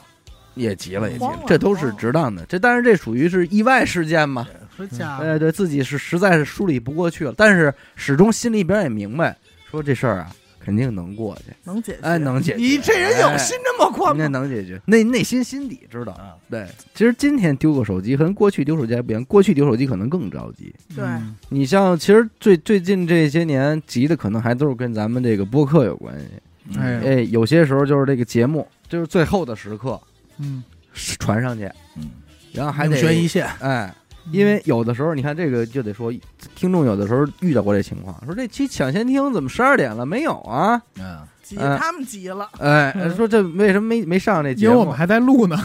Speaker 1: 也急了，也急
Speaker 3: 慌
Speaker 1: 了
Speaker 3: 了，
Speaker 1: 这都是
Speaker 3: 慌了
Speaker 1: 值当的。这但是这属于是意外事件嘛，
Speaker 2: 说
Speaker 3: 啊
Speaker 2: 家伙
Speaker 1: 哎，对自己是实在是梳理不过去了，但是始终心里边也明白，说这事儿啊肯定能过去，
Speaker 3: 能解决。
Speaker 1: 哎，能解决。
Speaker 2: 你这人
Speaker 1: 哎
Speaker 2: 有心这么宽
Speaker 1: 应该
Speaker 2: 吗？
Speaker 1: 能解决，内内心心底知道。
Speaker 2: 啊，
Speaker 1: 对，其实今天丢个手机跟过去丢手机还不一样，过去丢手机可能更着急。
Speaker 3: 对
Speaker 4: 嗯
Speaker 1: 你像其实最最近这些年急的，可能还都是跟咱们这个播客有关系。
Speaker 2: 嗯
Speaker 4: 哎
Speaker 1: 哎，有些时候就是这个节目，就是最后的时刻
Speaker 4: 嗯，
Speaker 1: 传上去，
Speaker 2: 嗯，
Speaker 1: 然后还
Speaker 2: 另悬一
Speaker 1: 得
Speaker 2: 线，
Speaker 1: 哎，因为有的时候，你看这个就得说，听众有的时候遇到过这情况，说这期抢先听怎么十二点了没有啊？
Speaker 2: 嗯，
Speaker 3: 急，
Speaker 1: 哎
Speaker 3: 他们急了，
Speaker 1: 哎
Speaker 4: 嗯，
Speaker 1: 说这为什么没没上这节
Speaker 4: 因为我
Speaker 1: 目
Speaker 4: 们？还在录呢，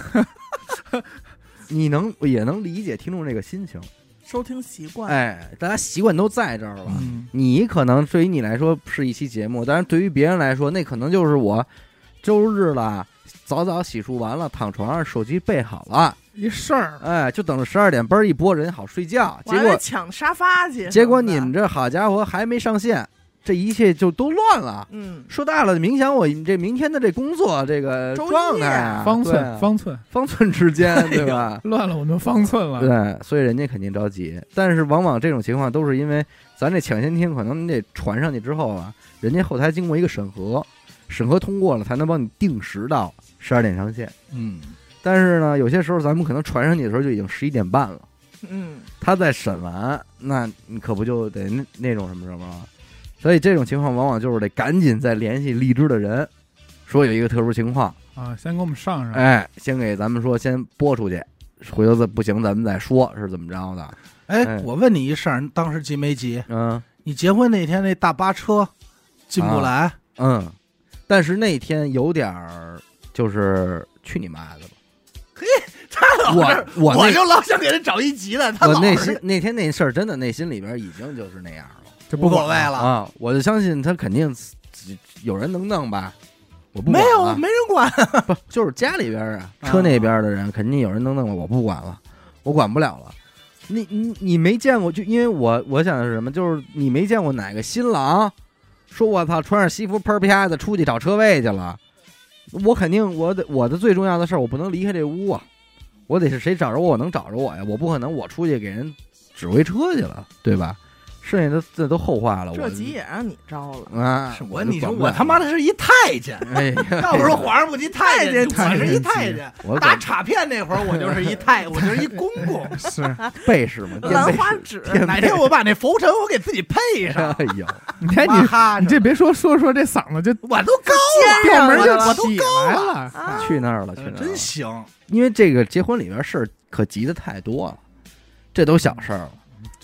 Speaker 1: 你能也能理解听众这个心情，
Speaker 3: 收听习惯。
Speaker 1: 哎，大家习惯都在这儿了。
Speaker 4: 嗯
Speaker 1: 你可能对于你来说是一期节目，但是对于别人来说，那可能就是我周日了，早早洗漱完了，躺床上，手机备好了，
Speaker 4: 一事儿，
Speaker 1: 哎，就等着十二点，嘣儿一拨人好睡觉。
Speaker 3: 我
Speaker 1: 结
Speaker 3: 还
Speaker 1: 果
Speaker 3: 得抢沙发去。
Speaker 1: 结果你们，这好家伙还没上线，这一切就都乱了。
Speaker 3: 嗯，
Speaker 1: 说大了，影响我这明天的这工作这个
Speaker 3: 周一
Speaker 1: 状态啊，
Speaker 4: 方
Speaker 1: 对啊
Speaker 4: 寸方寸
Speaker 1: 方寸之间，对吧？
Speaker 4: 乱了我们方寸 了，
Speaker 1: 对，所以人家肯定着急。但是往往这种情况都是因为咱这抢先听，可能你得传上去之后啊，人家后台经过一个审核，审核通过了才能帮你定时到十二点上线。
Speaker 2: 嗯，
Speaker 1: 但是呢，有些时候咱们可能传上去的时候就已经十一点半了。
Speaker 3: 嗯，
Speaker 1: 他在审完，那你可不就得那那种什么什么了？所以这种情况往往就是得赶紧再联系荔枝的人，说有一个特殊情况，
Speaker 4: 啊，先给我们上
Speaker 2: 嗯
Speaker 4: 上，
Speaker 1: 哎，先给咱们说先播出去，回头再不行咱们再说是怎么着的。
Speaker 2: 哎
Speaker 1: 哎，
Speaker 2: 我问你一事儿，你当时急没急？
Speaker 1: 嗯
Speaker 2: 你结婚那天那大巴车进不来，
Speaker 1: 嗯，但是那天有点儿就是去你妈的吧！
Speaker 2: 他
Speaker 3: 啊
Speaker 1: 我
Speaker 2: 老是
Speaker 1: 我那
Speaker 2: 就老想给他找一急的，他
Speaker 1: 我
Speaker 2: 老
Speaker 1: 内
Speaker 2: 是
Speaker 1: 心那天那事儿真的内心里边已经就是那样了
Speaker 4: 这
Speaker 2: 无
Speaker 4: 不
Speaker 2: 所
Speaker 4: 管
Speaker 2: 谓了。
Speaker 1: 啊！我就相信他肯定有人能弄吧，我不
Speaker 2: 没
Speaker 1: 管了
Speaker 2: 有，没啊人管。
Speaker 1: 不就是家里边儿啊，
Speaker 2: 啊
Speaker 1: 车那边儿的人肯定有人能弄了，我不管了，我管不了了。你你你没见过，就因为我我想的是什么，就是你没见过哪个新郎说我操穿上西服喷儿啪的出去找车位去了，我肯定我得我的最重要的事儿，我不能离开这屋啊，我得是谁找着我，我能找着我呀，我不可能我出去给人指挥车去了，对吧？剩下的这都后话了，
Speaker 3: 这
Speaker 1: 我
Speaker 3: 急也让你招了。
Speaker 1: 啊，
Speaker 2: 是我，
Speaker 1: 我
Speaker 2: 你
Speaker 1: 就管
Speaker 2: 说
Speaker 1: 不
Speaker 2: 我
Speaker 1: 了
Speaker 2: 他妈的是一太监，
Speaker 1: 哎呀，
Speaker 2: 要不说皇上不急太监急，
Speaker 4: 太
Speaker 2: 我
Speaker 4: 监
Speaker 2: 是一
Speaker 4: 急
Speaker 2: 太监。
Speaker 1: 我
Speaker 2: 打
Speaker 1: 管
Speaker 2: 卡片那会儿，我就是一太，我就是一公公。
Speaker 4: 是
Speaker 1: 背是吗？垫
Speaker 3: 兰
Speaker 1: 背
Speaker 3: 花
Speaker 1: 是
Speaker 3: 指，
Speaker 2: 哪天我把那浮尘我给自己配上，
Speaker 1: 哎呦，
Speaker 4: 你看
Speaker 2: 妈
Speaker 4: 你
Speaker 2: 哈
Speaker 4: 你
Speaker 2: 着，
Speaker 4: 这别说说说这嗓子就
Speaker 2: 我都高
Speaker 4: 调门
Speaker 3: 我
Speaker 4: 就
Speaker 3: 的我
Speaker 4: 起来了，
Speaker 3: 啊，
Speaker 1: 去那儿了，去
Speaker 2: 了，
Speaker 1: 那儿
Speaker 2: 呃真
Speaker 1: 了。
Speaker 2: 行。
Speaker 1: 因为这个结婚里边事儿可急的太多了，这都小事儿了。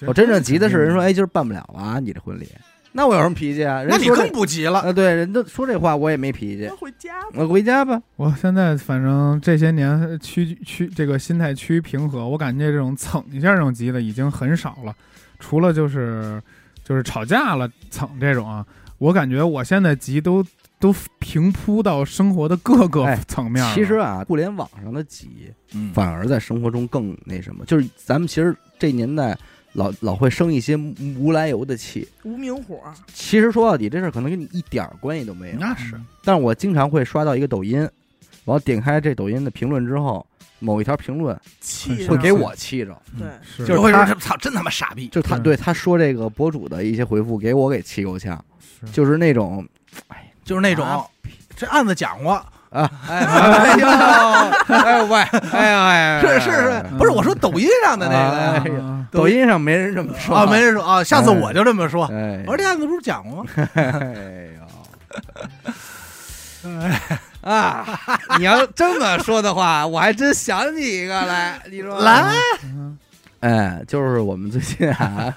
Speaker 1: 我真正急的是人说，哎，今儿办不了了啊，你这婚礼，那我有什么脾气啊？人
Speaker 2: 那
Speaker 1: 家
Speaker 2: 你
Speaker 1: 说这
Speaker 2: 更不急了，
Speaker 1: 啊，对，人都说这话我也没脾气
Speaker 3: 那，回家吧
Speaker 1: 我回家吧。
Speaker 4: 我现在反正这些年趋趋这个心态趋于平和，我感觉这种蹭一下这种急的已经很少了，除了就是就是吵架了蹭这种啊，我感觉我现在急都都平铺到生活的各个
Speaker 1: 哎
Speaker 4: 层面了。
Speaker 1: 其实啊，互联网上的急
Speaker 2: 嗯
Speaker 1: 反而在生活中更那什么，就是咱们其实这年代老老会生一些无来由的气。
Speaker 3: 无名火，
Speaker 1: 其实说到底，这事儿可能跟你一点儿关系都没有。
Speaker 2: 嗯那
Speaker 4: 是
Speaker 1: 但是我经常会刷到一个抖音，然后点开这抖音的评论之后，某一条评论
Speaker 3: 气
Speaker 1: 会
Speaker 3: 着
Speaker 1: 给我气着。
Speaker 3: 对，
Speaker 4: 是
Speaker 1: 就是
Speaker 2: 就会
Speaker 1: 他
Speaker 2: 说操，真他妈傻逼。
Speaker 1: 就他对
Speaker 4: 对
Speaker 1: 他说这个博主的一些回复，给我给气够呛，
Speaker 4: 是
Speaker 1: 就是那种
Speaker 2: 就是那种
Speaker 1: 啊，
Speaker 2: 这案子讲过，
Speaker 1: 啊，哎哎呦，哎呦喂，哎呀哎呀，
Speaker 2: 是是是，不是我说抖音上的
Speaker 4: 啊
Speaker 2: 那
Speaker 1: 哎
Speaker 2: 个
Speaker 1: 呀，抖音上没人这么说
Speaker 2: 啊，没，人说啊，下次我就这么说。
Speaker 1: 哎，
Speaker 2: 我说这案子不是讲过吗？
Speaker 1: 哎
Speaker 4: 哎
Speaker 1: 呦，啊，你要这么说的话，我还真想起一个来，你说
Speaker 2: 来，
Speaker 4: 嗯
Speaker 1: 哎，就是我们最近啊，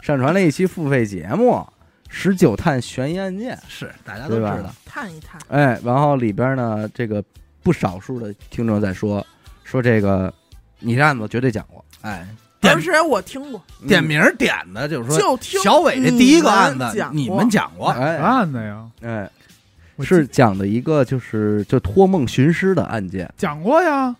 Speaker 1: 上传了一期付费节目《十九探悬疑案件》。
Speaker 2: 是大家都知
Speaker 1: 对吧
Speaker 2: 道，
Speaker 3: 探一探，
Speaker 1: 哎，然后里边呢，这个不少数的听众在说，说这个你这案子绝对讲过，
Speaker 2: 哎，点
Speaker 3: 而且我听过，
Speaker 2: 点名儿点的就是说，
Speaker 3: 就听
Speaker 2: 小伟这第一个案
Speaker 3: 你
Speaker 2: 子
Speaker 3: 讲
Speaker 2: 你
Speaker 3: 过
Speaker 2: 们讲过，
Speaker 1: 哎
Speaker 4: 案子呀，
Speaker 1: 哎，
Speaker 4: 啊我
Speaker 1: 是
Speaker 4: 记
Speaker 1: 讲的一个就是就托梦寻尸的案件，
Speaker 4: 讲过呀，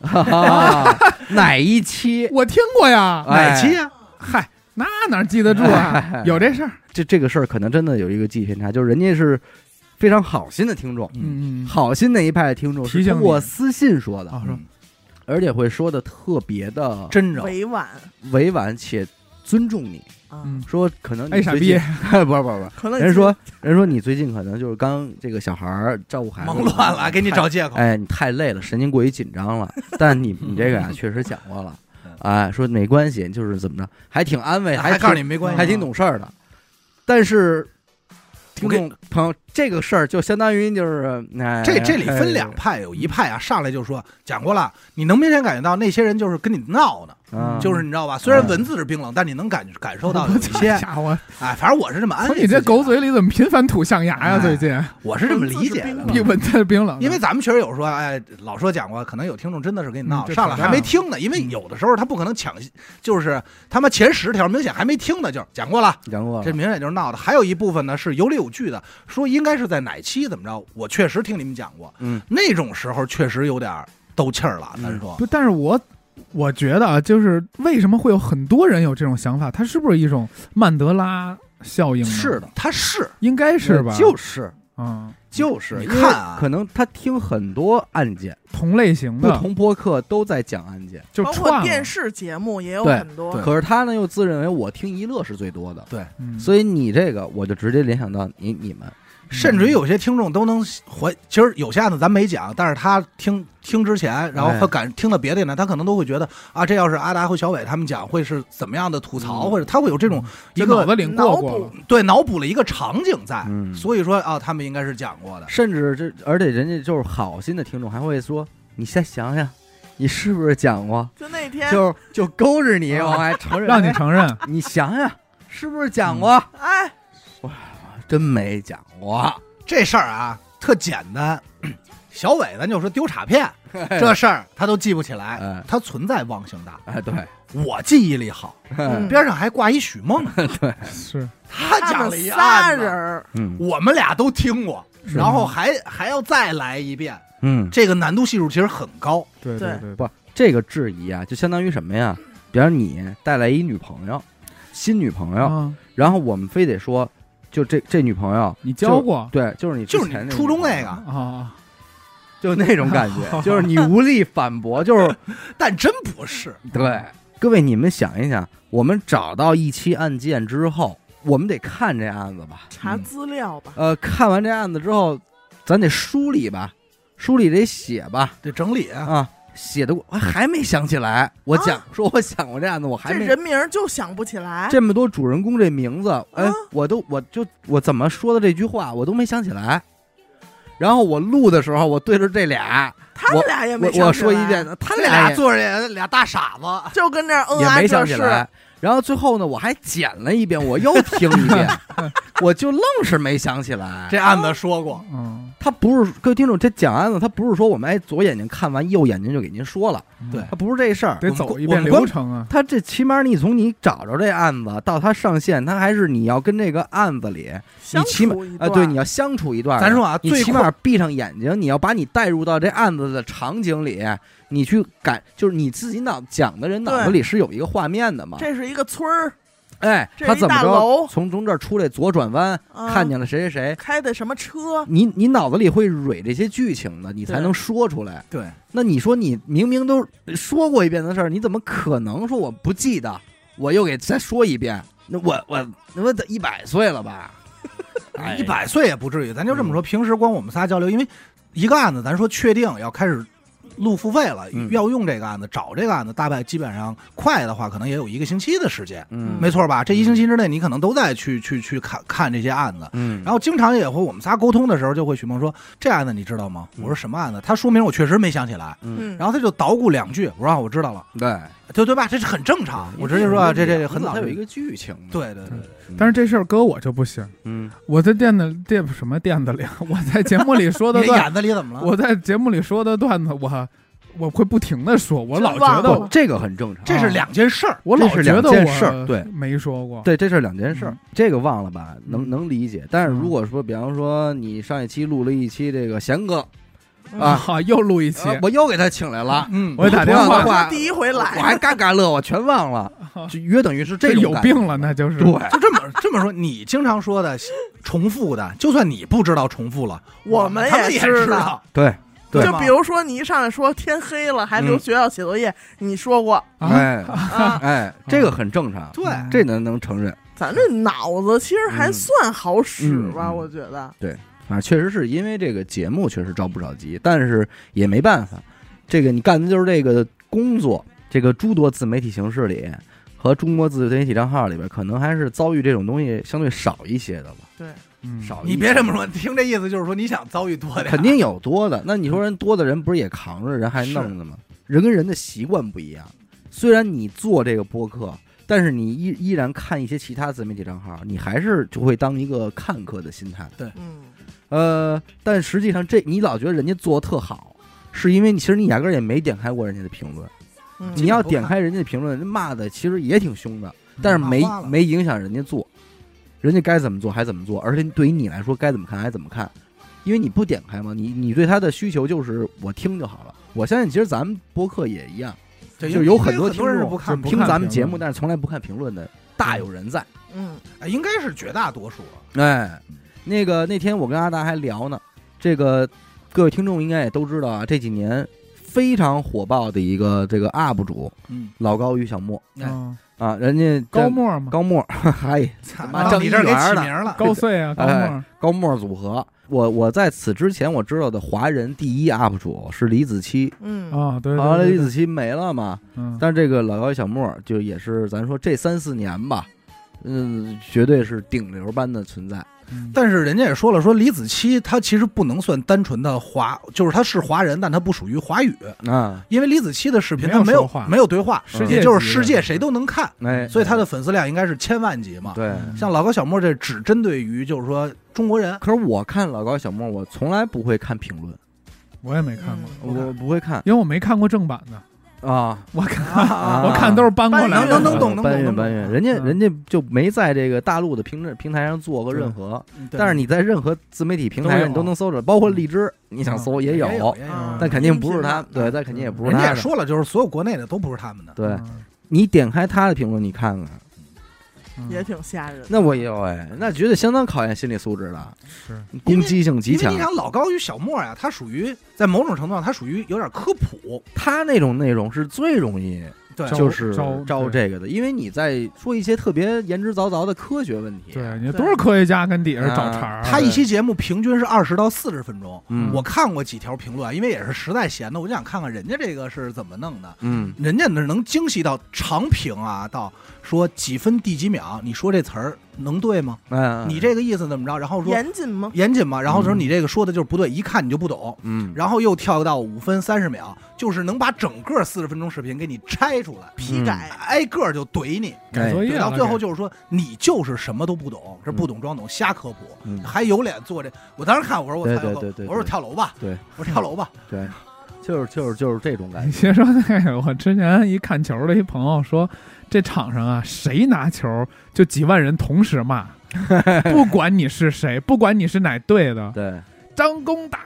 Speaker 1: 啊、哪一期？
Speaker 4: 我听过呀。
Speaker 1: 哎
Speaker 2: 哪期呀？
Speaker 4: 嗨，那哪记得住啊？有这事儿，
Speaker 1: 这这个事儿可能真的有一个记忆偏差，就是人家是非常好心的听众，
Speaker 2: 嗯
Speaker 4: 嗯，嗯
Speaker 1: 好心那一派的听众
Speaker 4: 提
Speaker 1: 是
Speaker 4: 醒
Speaker 1: 通过
Speaker 4: 你
Speaker 1: 私信说的，
Speaker 4: 啊，说
Speaker 1: 而且会说的特别的
Speaker 2: 真着，
Speaker 3: 委婉
Speaker 1: 委婉且尊重你，
Speaker 3: 啊，
Speaker 4: 嗯
Speaker 1: 说可能
Speaker 4: 哎
Speaker 1: 你
Speaker 4: 傻
Speaker 1: 最
Speaker 4: 逼
Speaker 1: 近，哎 不是不是不是，
Speaker 3: 可能
Speaker 1: 人说人说你最近可能就是刚这个小孩儿照顾孩子
Speaker 2: 忙乱了，给你找借口。
Speaker 1: 哎，你太累了，神经过于紧张 了。但你你这个呀、确实讲过了，哎，说没关系，就是怎么着，还挺安慰，还
Speaker 2: 嗯还告诉
Speaker 1: 挺
Speaker 2: 你没关系，
Speaker 1: 还挺懂事儿的。但是，听
Speaker 2: 我给
Speaker 1: 众朋友，这个事儿就相当于就是，哎、
Speaker 2: 这这里分两
Speaker 1: 哎
Speaker 2: 派，有一派啊上来就说讲过了，你能明显感觉到那些人就是跟你闹呢，
Speaker 1: 啊、
Speaker 2: 就是你知道吧？虽然文字是冰冷，但你能感感受到有一些，
Speaker 4: 家伙，
Speaker 2: 哎，反正我是这么安
Speaker 4: 从
Speaker 2: 慰。
Speaker 4: 你这狗，嘴里怎么频繁吐象牙呀？
Speaker 2: 哎
Speaker 4: 最近啊
Speaker 2: 我是这么理解的
Speaker 3: 嗯。
Speaker 4: 比文字冰冷的，
Speaker 2: 因为咱们确实有说，哎，老说讲过，可能有听众真的是跟你闹
Speaker 4: 嗯，这
Speaker 2: 上来
Speaker 4: 挺大
Speaker 2: 还
Speaker 4: 的嗯
Speaker 2: 没听呢，因为有的时候他不可能抢，就是他妈前十条明显还没听呢，就是讲过了，
Speaker 1: 杨
Speaker 4: 嗯
Speaker 1: 过
Speaker 2: 这明显就是闹的。还有一部分呢是有理有据的，说应该是在哪期怎么着，我确实听你们讲过，
Speaker 1: 嗯，
Speaker 2: 那种时候确实有点儿斗气儿了，咱说。
Speaker 4: 不，但是我我觉得啊，就是为什么会有很多人有这种想法？它是不是一种曼德拉效应呢？
Speaker 2: 是，的，他是
Speaker 4: 应该是吧？
Speaker 1: 就是
Speaker 4: 嗯，
Speaker 1: 就是，
Speaker 2: 你
Speaker 1: 因为
Speaker 2: 看啊
Speaker 1: 可能他听很多案件，
Speaker 4: 同类型
Speaker 1: 不
Speaker 4: 的，
Speaker 1: 同播客都在讲案件，
Speaker 4: 就
Speaker 3: 包
Speaker 4: 串
Speaker 3: 括
Speaker 4: 了
Speaker 3: 电，视节目也有
Speaker 1: 对
Speaker 3: 很多
Speaker 2: 对
Speaker 1: 可是他呢又自认为我听一乐是最多的，
Speaker 4: 嗯、
Speaker 1: 所以你这个我就直接联想到你你们
Speaker 2: 甚至于有些听众都能怀，其实有些案子咱没讲，但是他听听之前，然后
Speaker 1: 哎
Speaker 2: 会感听到别的呢，他可能都会觉得啊，这要是阿达和小伟他们讲，会是怎么样的吐槽，
Speaker 1: 嗯
Speaker 2: 或者他会有这种一
Speaker 4: 就脑
Speaker 2: 个
Speaker 4: 子里过过
Speaker 3: 脑
Speaker 4: 了
Speaker 3: 补，
Speaker 2: 对脑补了一个场景在，
Speaker 1: 嗯
Speaker 2: 所以说啊，他们应该是讲过的。
Speaker 1: 甚至这，而且人家就是好心的听众还会说：“你再想想，你是不是讲过
Speaker 3: 就那？”天，
Speaker 1: 就就勾着你
Speaker 2: 嗯
Speaker 4: 啊
Speaker 1: 往外承认，
Speaker 4: 让你
Speaker 1: 哎
Speaker 4: 承认。
Speaker 1: 你想想，是不是讲过？
Speaker 2: 嗯
Speaker 3: 哎，
Speaker 1: 真没讲过，
Speaker 2: 这事儿啊，特简单。 小伟，咱就说丢卡片这事儿，他都记不起来，
Speaker 1: 哎
Speaker 2: 他存在忘性大。
Speaker 1: 哎，对，
Speaker 2: 我记忆力好，
Speaker 3: 嗯
Speaker 2: 边上还挂一许梦，
Speaker 4: 是，
Speaker 2: 他
Speaker 3: 他
Speaker 2: 讲了
Speaker 3: 们
Speaker 2: 一
Speaker 3: 仨
Speaker 2: 案子
Speaker 3: 人儿
Speaker 1: 嗯
Speaker 2: 我们俩都听过，
Speaker 4: 是
Speaker 2: 然后还还要再来一遍，
Speaker 1: 嗯，
Speaker 2: 这个难度系数其实很高。
Speaker 4: 对
Speaker 3: 对
Speaker 4: 对，
Speaker 1: 不，这个质疑啊，就相当于什么呀？比方你带来一女朋友，新女朋友，
Speaker 2: 嗯
Speaker 4: 啊，
Speaker 1: 然后我们非得说，就这这女朋友，
Speaker 4: 你教过
Speaker 1: 对，就是你之
Speaker 2: 就是
Speaker 1: 前
Speaker 2: 你
Speaker 1: 那
Speaker 2: 初中
Speaker 1: 女朋
Speaker 2: 那
Speaker 1: 友
Speaker 2: 个，
Speaker 4: 啊？
Speaker 1: 就那种感 觉，就是你无力反驳，就是
Speaker 2: 但真不是，
Speaker 1: 对，各位你们想一想，我们找到一期案件之后，我们得看这案子吧。
Speaker 3: 查资料吧，
Speaker 1: 呃，看完这案子之后，咱得梳理吧，梳理得写吧，
Speaker 2: 得整理啊。
Speaker 1: 啊，写的我还没想起来，我
Speaker 3: 啊
Speaker 1: 讲、说我想过这案子，我还
Speaker 3: 这
Speaker 1: 没。
Speaker 3: 人名儿就想不起来，
Speaker 1: 这么多主人公这名字，哎，
Speaker 3: 啊
Speaker 1: 我都我就我怎么说的这句话我都没想起来，然后我录的时候我对着这俩，
Speaker 3: 他们俩也
Speaker 1: 我
Speaker 3: 没
Speaker 1: 我
Speaker 3: 想起
Speaker 1: 说一
Speaker 3: 来
Speaker 1: 遍，哎他
Speaker 2: 这
Speaker 1: 俩
Speaker 2: 俩
Speaker 1: 也
Speaker 2: 坐着俩大傻子，
Speaker 3: 就跟这儿嗯
Speaker 1: 也
Speaker 3: 啊，
Speaker 1: 没
Speaker 3: 这
Speaker 1: 想起
Speaker 3: 是
Speaker 1: 来。然后最后呢，我还剪了一遍，我又听一 遍，我就愣是没想起来。
Speaker 2: 这案子说过，
Speaker 4: 嗯，
Speaker 1: 他不是各位听众，这讲案子他不是说我们哎左眼睛看完右眼睛就给您说了，
Speaker 2: 对
Speaker 1: 他不是这事儿。
Speaker 4: 嗯得走一遍流程啊。
Speaker 1: 他这起码你从你找着这案子到他上线，他还是你要跟这个案子里，你
Speaker 3: 相
Speaker 1: 起码
Speaker 3: 处一
Speaker 1: 啊
Speaker 3: 段，
Speaker 1: 对你要相处一段。
Speaker 2: 咱说啊，
Speaker 1: 哎你
Speaker 2: 最
Speaker 1: 起
Speaker 2: 快
Speaker 1: 码闭上眼睛，你要把你带入到这案子的场景里，你去感，就是你自己脑讲的人脑子
Speaker 3: 对
Speaker 1: 里是有一个画面的嘛。
Speaker 3: 这是一个村儿，
Speaker 1: 哎，
Speaker 3: 这
Speaker 1: 他
Speaker 3: 是一
Speaker 1: 怎么
Speaker 3: 大
Speaker 1: 着
Speaker 3: 楼
Speaker 1: 从中这儿出来左转弯，
Speaker 3: 啊
Speaker 1: 看见了谁谁谁，
Speaker 3: 开的什么车，
Speaker 1: 你你脑子里会蕊这些剧情的，你才
Speaker 3: 对
Speaker 1: 能说出来。
Speaker 2: 对，
Speaker 1: 那你说你明明都说过一遍的事儿，你怎么可能说我不记得？我又给再说一遍，那我我那我得一百岁了吧？哎嗯
Speaker 2: 一百岁也不至于。咱就这么说，平时光我们仨交流，因为一个案子，咱说确定要开始录付费了
Speaker 1: 嗯，
Speaker 2: 要用这个案子，找这个案子，大概基本上快的话，可能也有一个星期的时间。
Speaker 1: 嗯
Speaker 2: 没错吧？这一星期之内，你可能都在去去去看看这些案子，
Speaker 1: 嗯，
Speaker 2: 然后经常也会我们仨沟通的时候，就会许梦说这案子你知道吗？
Speaker 1: 嗯
Speaker 2: 我说什么案子？他说明我确实没想起来，
Speaker 1: 嗯
Speaker 3: 嗯，
Speaker 2: 然后他就捣鼓两句，我说啊我知道了，
Speaker 1: 对，
Speaker 2: 对对吧？这是很正常。
Speaker 1: 嗯
Speaker 2: 我直接说啊这这这很早
Speaker 1: 它
Speaker 2: 就
Speaker 1: 有一个剧情嘛。
Speaker 2: 对对对，
Speaker 1: 嗯，
Speaker 4: 但是这事儿搁我就不行，
Speaker 1: 嗯
Speaker 4: 我在垫子垫什么垫子里， 我在节目里说的
Speaker 2: 你这
Speaker 4: 段
Speaker 2: 眼子里怎么了？
Speaker 4: 我在节目里说的段子，我我会不停的说，我老
Speaker 3: 真忘了
Speaker 4: 觉得
Speaker 1: 不，哦这个很正常。
Speaker 2: 这是两件事儿，
Speaker 4: 我老
Speaker 1: 这是
Speaker 4: 觉
Speaker 1: 两
Speaker 4: 得
Speaker 1: 件事儿
Speaker 4: 我
Speaker 1: 对
Speaker 4: 没说过，
Speaker 1: 对，这是两件事儿
Speaker 4: 嗯，
Speaker 1: 这个忘了吧，能
Speaker 4: 嗯
Speaker 1: 能理解。但是如
Speaker 4: 嗯
Speaker 1: 果说，比方说你上一期录了一期这个贤哥
Speaker 3: 嗯
Speaker 1: 啊，
Speaker 4: 哈， 又录一期
Speaker 1: 呃，我又给他请来了，
Speaker 2: 嗯，
Speaker 4: 我 打
Speaker 1: 同
Speaker 4: 电
Speaker 1: 样
Speaker 4: 话
Speaker 1: 的话
Speaker 3: 他第一回
Speaker 1: 我
Speaker 3: 来，
Speaker 1: 还嘎嘎乐，我全忘了，就约等于是这种
Speaker 4: 有
Speaker 1: 感觉
Speaker 4: 病了，那就是
Speaker 1: 对，
Speaker 2: 就这么这么说，你经常说的重复的，就算你不知道重复了，
Speaker 3: 我
Speaker 2: 们
Speaker 3: 们
Speaker 2: 他们
Speaker 3: 也
Speaker 2: 也
Speaker 3: 知道
Speaker 2: 道。
Speaker 1: 对， 对
Speaker 3: 就比如说你一上来说天黑了还留
Speaker 1: 嗯
Speaker 3: 学校写作业，你 说过
Speaker 4: 啊，
Speaker 1: 哎，
Speaker 3: 啊
Speaker 1: 哎，这个很正 常，
Speaker 2: 对，
Speaker 4: 嗯
Speaker 1: 这能能承认。
Speaker 3: 咱这脑子其实还
Speaker 1: 嗯
Speaker 3: 算好使吧，
Speaker 1: 嗯嗯
Speaker 3: 我觉得。
Speaker 1: 反正啊确实是因为这个节目确实着不着急，但是也没办法，这个你干的就是这个工作，这个诸多自媒体形式里和中国自媒体账号里边，可能还是遭遇这种东西相对少一些的吧，
Speaker 4: 嗯
Speaker 1: 少一些
Speaker 2: 你别这么说，听这意思就是说你想遭遇多点儿，啊
Speaker 1: 肯定有多的。那你说人多的人不是也扛着人还弄的吗？人跟人的习惯不一样，虽然你做这个播客。但是你依依然看一些其他自媒体账号，你还是就会当一个看客的心态。
Speaker 3: 嗯，
Speaker 1: 呃，但实际上这你老觉得人家做的特好，是因为你其实你压根儿也没点开过人家的评论。
Speaker 3: 嗯
Speaker 1: 你要点开人家的评论，人骂的其实也挺凶的，但是没
Speaker 2: 骂花了
Speaker 1: 没影响人家做，人家该怎么做还怎么做，而且对于你来说该怎么看还怎么看，因为你不点开嘛，你你对他的需求就是我听就好了。我相信其实咱们播客也一样，
Speaker 2: 对
Speaker 1: 就
Speaker 2: 因为
Speaker 1: 有
Speaker 2: 嗯因为
Speaker 1: 很多
Speaker 2: 很多人
Speaker 1: 听
Speaker 2: 是
Speaker 1: 众
Speaker 2: 不看
Speaker 4: 不
Speaker 1: 听咱们节
Speaker 4: 评
Speaker 1: 目
Speaker 4: 论
Speaker 1: 但是从来不看评论的大有人在。
Speaker 3: 嗯，
Speaker 2: 哎应该是绝大多数啊。
Speaker 1: 哎，那个那天我跟阿达还聊呢，这个各位听众应该也都知道啊，这几年非常火爆的一个这个 UP 主
Speaker 2: 嗯，
Speaker 1: 老高与小莫
Speaker 2: 哎
Speaker 4: 嗯
Speaker 1: 啊，人家
Speaker 4: 高沫嘛，
Speaker 1: 高莫， 嗨，
Speaker 2: 惨
Speaker 1: 妈
Speaker 2: 到
Speaker 1: 正
Speaker 2: 你这儿给
Speaker 1: 一元儿
Speaker 2: 起
Speaker 1: 的
Speaker 2: 名儿了，
Speaker 4: 高穗
Speaker 1: 哎
Speaker 4: 啊，高沫，
Speaker 1: 高莫组合。我我在此之前我知道的华人第一 UP 主是李子柒，
Speaker 3: 嗯，
Speaker 4: 啊，对，
Speaker 1: 后来
Speaker 4: 对
Speaker 1: 李
Speaker 4: 对
Speaker 1: 子柒没了嘛，
Speaker 4: 嗯，
Speaker 1: 但这个老高与小莫就也是咱说这三四年吧，嗯，绝对是顶流般的存在。
Speaker 4: 嗯
Speaker 2: 但是人家也说了，说李子柒她其实不能算单纯的华，就是她是华人，但她不属于华语，
Speaker 1: 啊，
Speaker 2: 因为李子柒的视频她
Speaker 4: 没
Speaker 2: 没
Speaker 4: 有
Speaker 2: 有
Speaker 4: 说话
Speaker 2: 没有对话，
Speaker 1: 世
Speaker 2: 也
Speaker 4: 界
Speaker 2: 就是
Speaker 4: 级
Speaker 2: 世
Speaker 4: 的
Speaker 2: 界谁都能看，
Speaker 1: 哎，
Speaker 2: 所以她的粉丝量应该是千万级嘛。
Speaker 1: 对。
Speaker 4: 嗯
Speaker 2: 像老高小莫这只针对于就是说中国人，
Speaker 1: 可是我看老高与小莫，我从来不会看评论，
Speaker 4: 我也没看过，
Speaker 3: 嗯
Speaker 2: 不看
Speaker 1: 我不会看
Speaker 4: 因为我没看过正版的，
Speaker 1: 啊。
Speaker 4: 我看
Speaker 1: 啊
Speaker 4: 我看都是搬过
Speaker 3: 搬
Speaker 4: 来
Speaker 2: 能
Speaker 4: 的，
Speaker 2: 能能懂能懂
Speaker 1: 搬运
Speaker 2: 能懂
Speaker 1: 搬运，人家
Speaker 4: 嗯
Speaker 1: 人家就没在这个大陆的平平台上做过任何，
Speaker 2: 嗯
Speaker 1: 但是你在任何自媒体平台
Speaker 4: 都
Speaker 1: 上
Speaker 4: 有
Speaker 1: 你都能搜着，包括荔枝，你想搜也
Speaker 2: 也有
Speaker 1: 有，，啊
Speaker 3: 嗯
Speaker 1: 但肯定不是他，
Speaker 3: 音频
Speaker 1: 对，但肯定也不是
Speaker 2: 人家
Speaker 1: 他
Speaker 2: 也
Speaker 1: 的。
Speaker 2: 说了，就是所有国内的都不是他们的。
Speaker 1: 对
Speaker 4: 嗯，
Speaker 1: 你点开他的评论，你看看，
Speaker 4: 嗯
Speaker 3: 也挺吓人的。
Speaker 1: 那我也有哎，那绝对相当考验心理素质的，
Speaker 4: 是，
Speaker 1: 攻击性极
Speaker 2: 因为
Speaker 1: 强
Speaker 2: 你。想老高与小莫呀，他属于在某种程度上，他属于有点科普，
Speaker 1: 他那种内容是最容易
Speaker 2: 对
Speaker 4: 招
Speaker 1: 就是
Speaker 4: 招
Speaker 1: 招
Speaker 4: 对
Speaker 1: 这个的，因为你在说一些特别言之凿凿的科学问题。
Speaker 4: 对，你多少科学家跟底下找茬儿啊，
Speaker 2: 他一期节目平均是二十到四十分钟。
Speaker 1: 嗯，
Speaker 2: 我看过几条评论，因为也是实在闲的，我就想看看人家这个是怎么弄的。
Speaker 1: 嗯
Speaker 2: 人家那能精细到长评啊，到说几分第几秒，你说这词儿能对吗？
Speaker 1: 嗯，
Speaker 2: 你这个意思怎么着？然后说
Speaker 3: 严谨吗？
Speaker 2: 严谨吗？然后说
Speaker 1: 嗯
Speaker 2: 你这个说的就是不对，一看你就不懂。
Speaker 1: 嗯，
Speaker 2: 然后又跳到五分三十秒，就是能把整个四十分钟视频给你拆出来，
Speaker 1: 嗯
Speaker 3: 批改，
Speaker 2: 挨个儿就怼你，
Speaker 4: 改作
Speaker 1: 哎
Speaker 4: 业
Speaker 2: 怼
Speaker 4: 了，
Speaker 2: 到最后就是说你就是什么都不懂，这不懂装懂，瞎科普，
Speaker 1: 嗯
Speaker 2: 还有脸做这？我当时看我说我
Speaker 1: 对
Speaker 2: 操
Speaker 1: 对
Speaker 2: 我
Speaker 1: 对对
Speaker 2: 我说
Speaker 1: 对
Speaker 2: 跳楼吧，
Speaker 1: 对，
Speaker 2: 我说跳楼 吧，
Speaker 1: 对，就是就是就是这 种感
Speaker 4: 你
Speaker 1: 觉。
Speaker 4: 先说那个，我之前一看球的一朋友说，这场上啊，谁拿球就几万人同时骂，不管你是谁，不管你是哪队的，
Speaker 1: 对，
Speaker 4: 张公打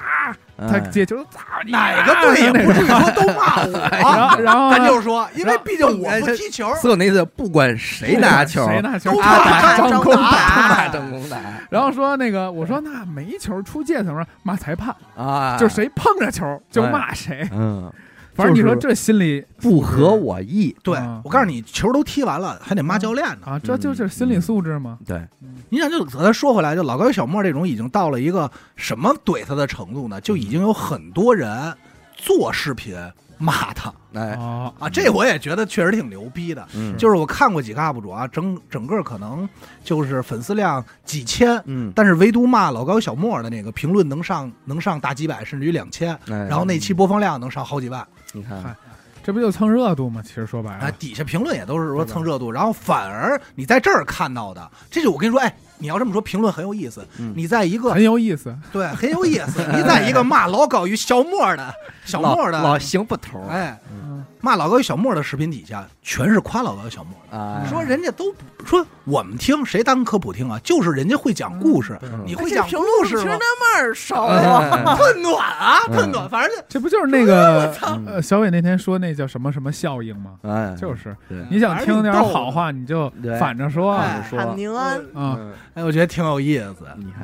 Speaker 4: 他
Speaker 1: 哎
Speaker 4: 接球，操你妈
Speaker 2: 哪个队也
Speaker 4: 那
Speaker 2: 不
Speaker 4: 种
Speaker 2: 至于说都骂
Speaker 4: 然
Speaker 2: 我，
Speaker 4: 后然后
Speaker 2: 咱就说，因为毕竟
Speaker 1: 然
Speaker 2: 我
Speaker 1: 后嗯
Speaker 2: 不踢球，
Speaker 1: 所有那次不管谁拿球，
Speaker 4: 谁拿球
Speaker 2: 都
Speaker 4: 阿
Speaker 2: 骂
Speaker 4: 达
Speaker 2: 张
Speaker 4: 张
Speaker 2: 公
Speaker 4: 公
Speaker 2: 打
Speaker 4: 打。
Speaker 1: 打正攻打
Speaker 4: 然后说那个，我说那没球出界怎么着？骂裁判，
Speaker 1: 啊，
Speaker 4: 就谁碰着球就骂谁。
Speaker 1: 嗯
Speaker 4: 反正你说
Speaker 1: 就
Speaker 4: 这心理
Speaker 1: 不合我意。
Speaker 2: 对
Speaker 4: 嗯
Speaker 2: 我告诉你，球都踢完了，还得骂
Speaker 4: 嗯
Speaker 2: 教练呢。
Speaker 4: 啊，这就是心理素质嘛。
Speaker 1: 对，
Speaker 2: 你想，就咱说回来，就老高与小莫这种已经到了一个什么怼他的程度呢？就已经有很多人做视频骂他
Speaker 1: 哎，
Speaker 4: 哦，
Speaker 2: 啊，这我也觉得确实挺牛逼的。
Speaker 1: 嗯，
Speaker 2: 就是我看过几个 UP 主啊，整整个可能就是粉丝量几千，
Speaker 1: 嗯，
Speaker 2: 但是唯独骂老高与小莫的那个评论能上能上大几百，甚至于两千，
Speaker 1: 哎
Speaker 2: 然后那期播放量能上好几万
Speaker 1: 你看
Speaker 4: 嗨，这不就蹭热度吗？其实
Speaker 1: 哎
Speaker 4: 说白
Speaker 2: 啊，
Speaker 4: 了，
Speaker 2: 底下评论也都是说蹭热度，然后反而你在这儿看到的，这就我跟你说，哎，你要这么说，评论很有意思，
Speaker 1: 嗯
Speaker 2: 你在一个
Speaker 4: 很有意思。
Speaker 2: 对，很有意 思。你在一个骂老高与小莫的小莫
Speaker 1: 老老
Speaker 2: 的，
Speaker 1: 行不头儿
Speaker 2: 哎，
Speaker 4: 嗯
Speaker 2: 骂老高与小莫的视频底下，全是夸老高与小莫的，
Speaker 1: 啊，
Speaker 2: 说人家都不说我们听谁当科普听啊，就是人家会讲故事，
Speaker 4: 嗯
Speaker 2: 你
Speaker 3: 这
Speaker 2: 会讲
Speaker 3: 评
Speaker 2: 故
Speaker 3: 论
Speaker 2: 事
Speaker 3: 其实
Speaker 2: 吗？
Speaker 3: 那么耳熟 啊，
Speaker 1: 哎
Speaker 2: 特暖啊，特暖，反正就
Speaker 4: 这不就是那个
Speaker 1: 嗯
Speaker 4: 呃小伟那天说那叫什么什么效应吗？
Speaker 1: 哎，
Speaker 4: 就是
Speaker 1: 对
Speaker 4: 你想听点好
Speaker 2: 反
Speaker 4: 话，你就
Speaker 1: 对
Speaker 4: 反着说
Speaker 1: 哎嗯
Speaker 4: 啊
Speaker 1: 说
Speaker 3: 喊宁安，
Speaker 4: 啊。
Speaker 2: 哎，我觉得挺有意思。嗯
Speaker 1: 你看，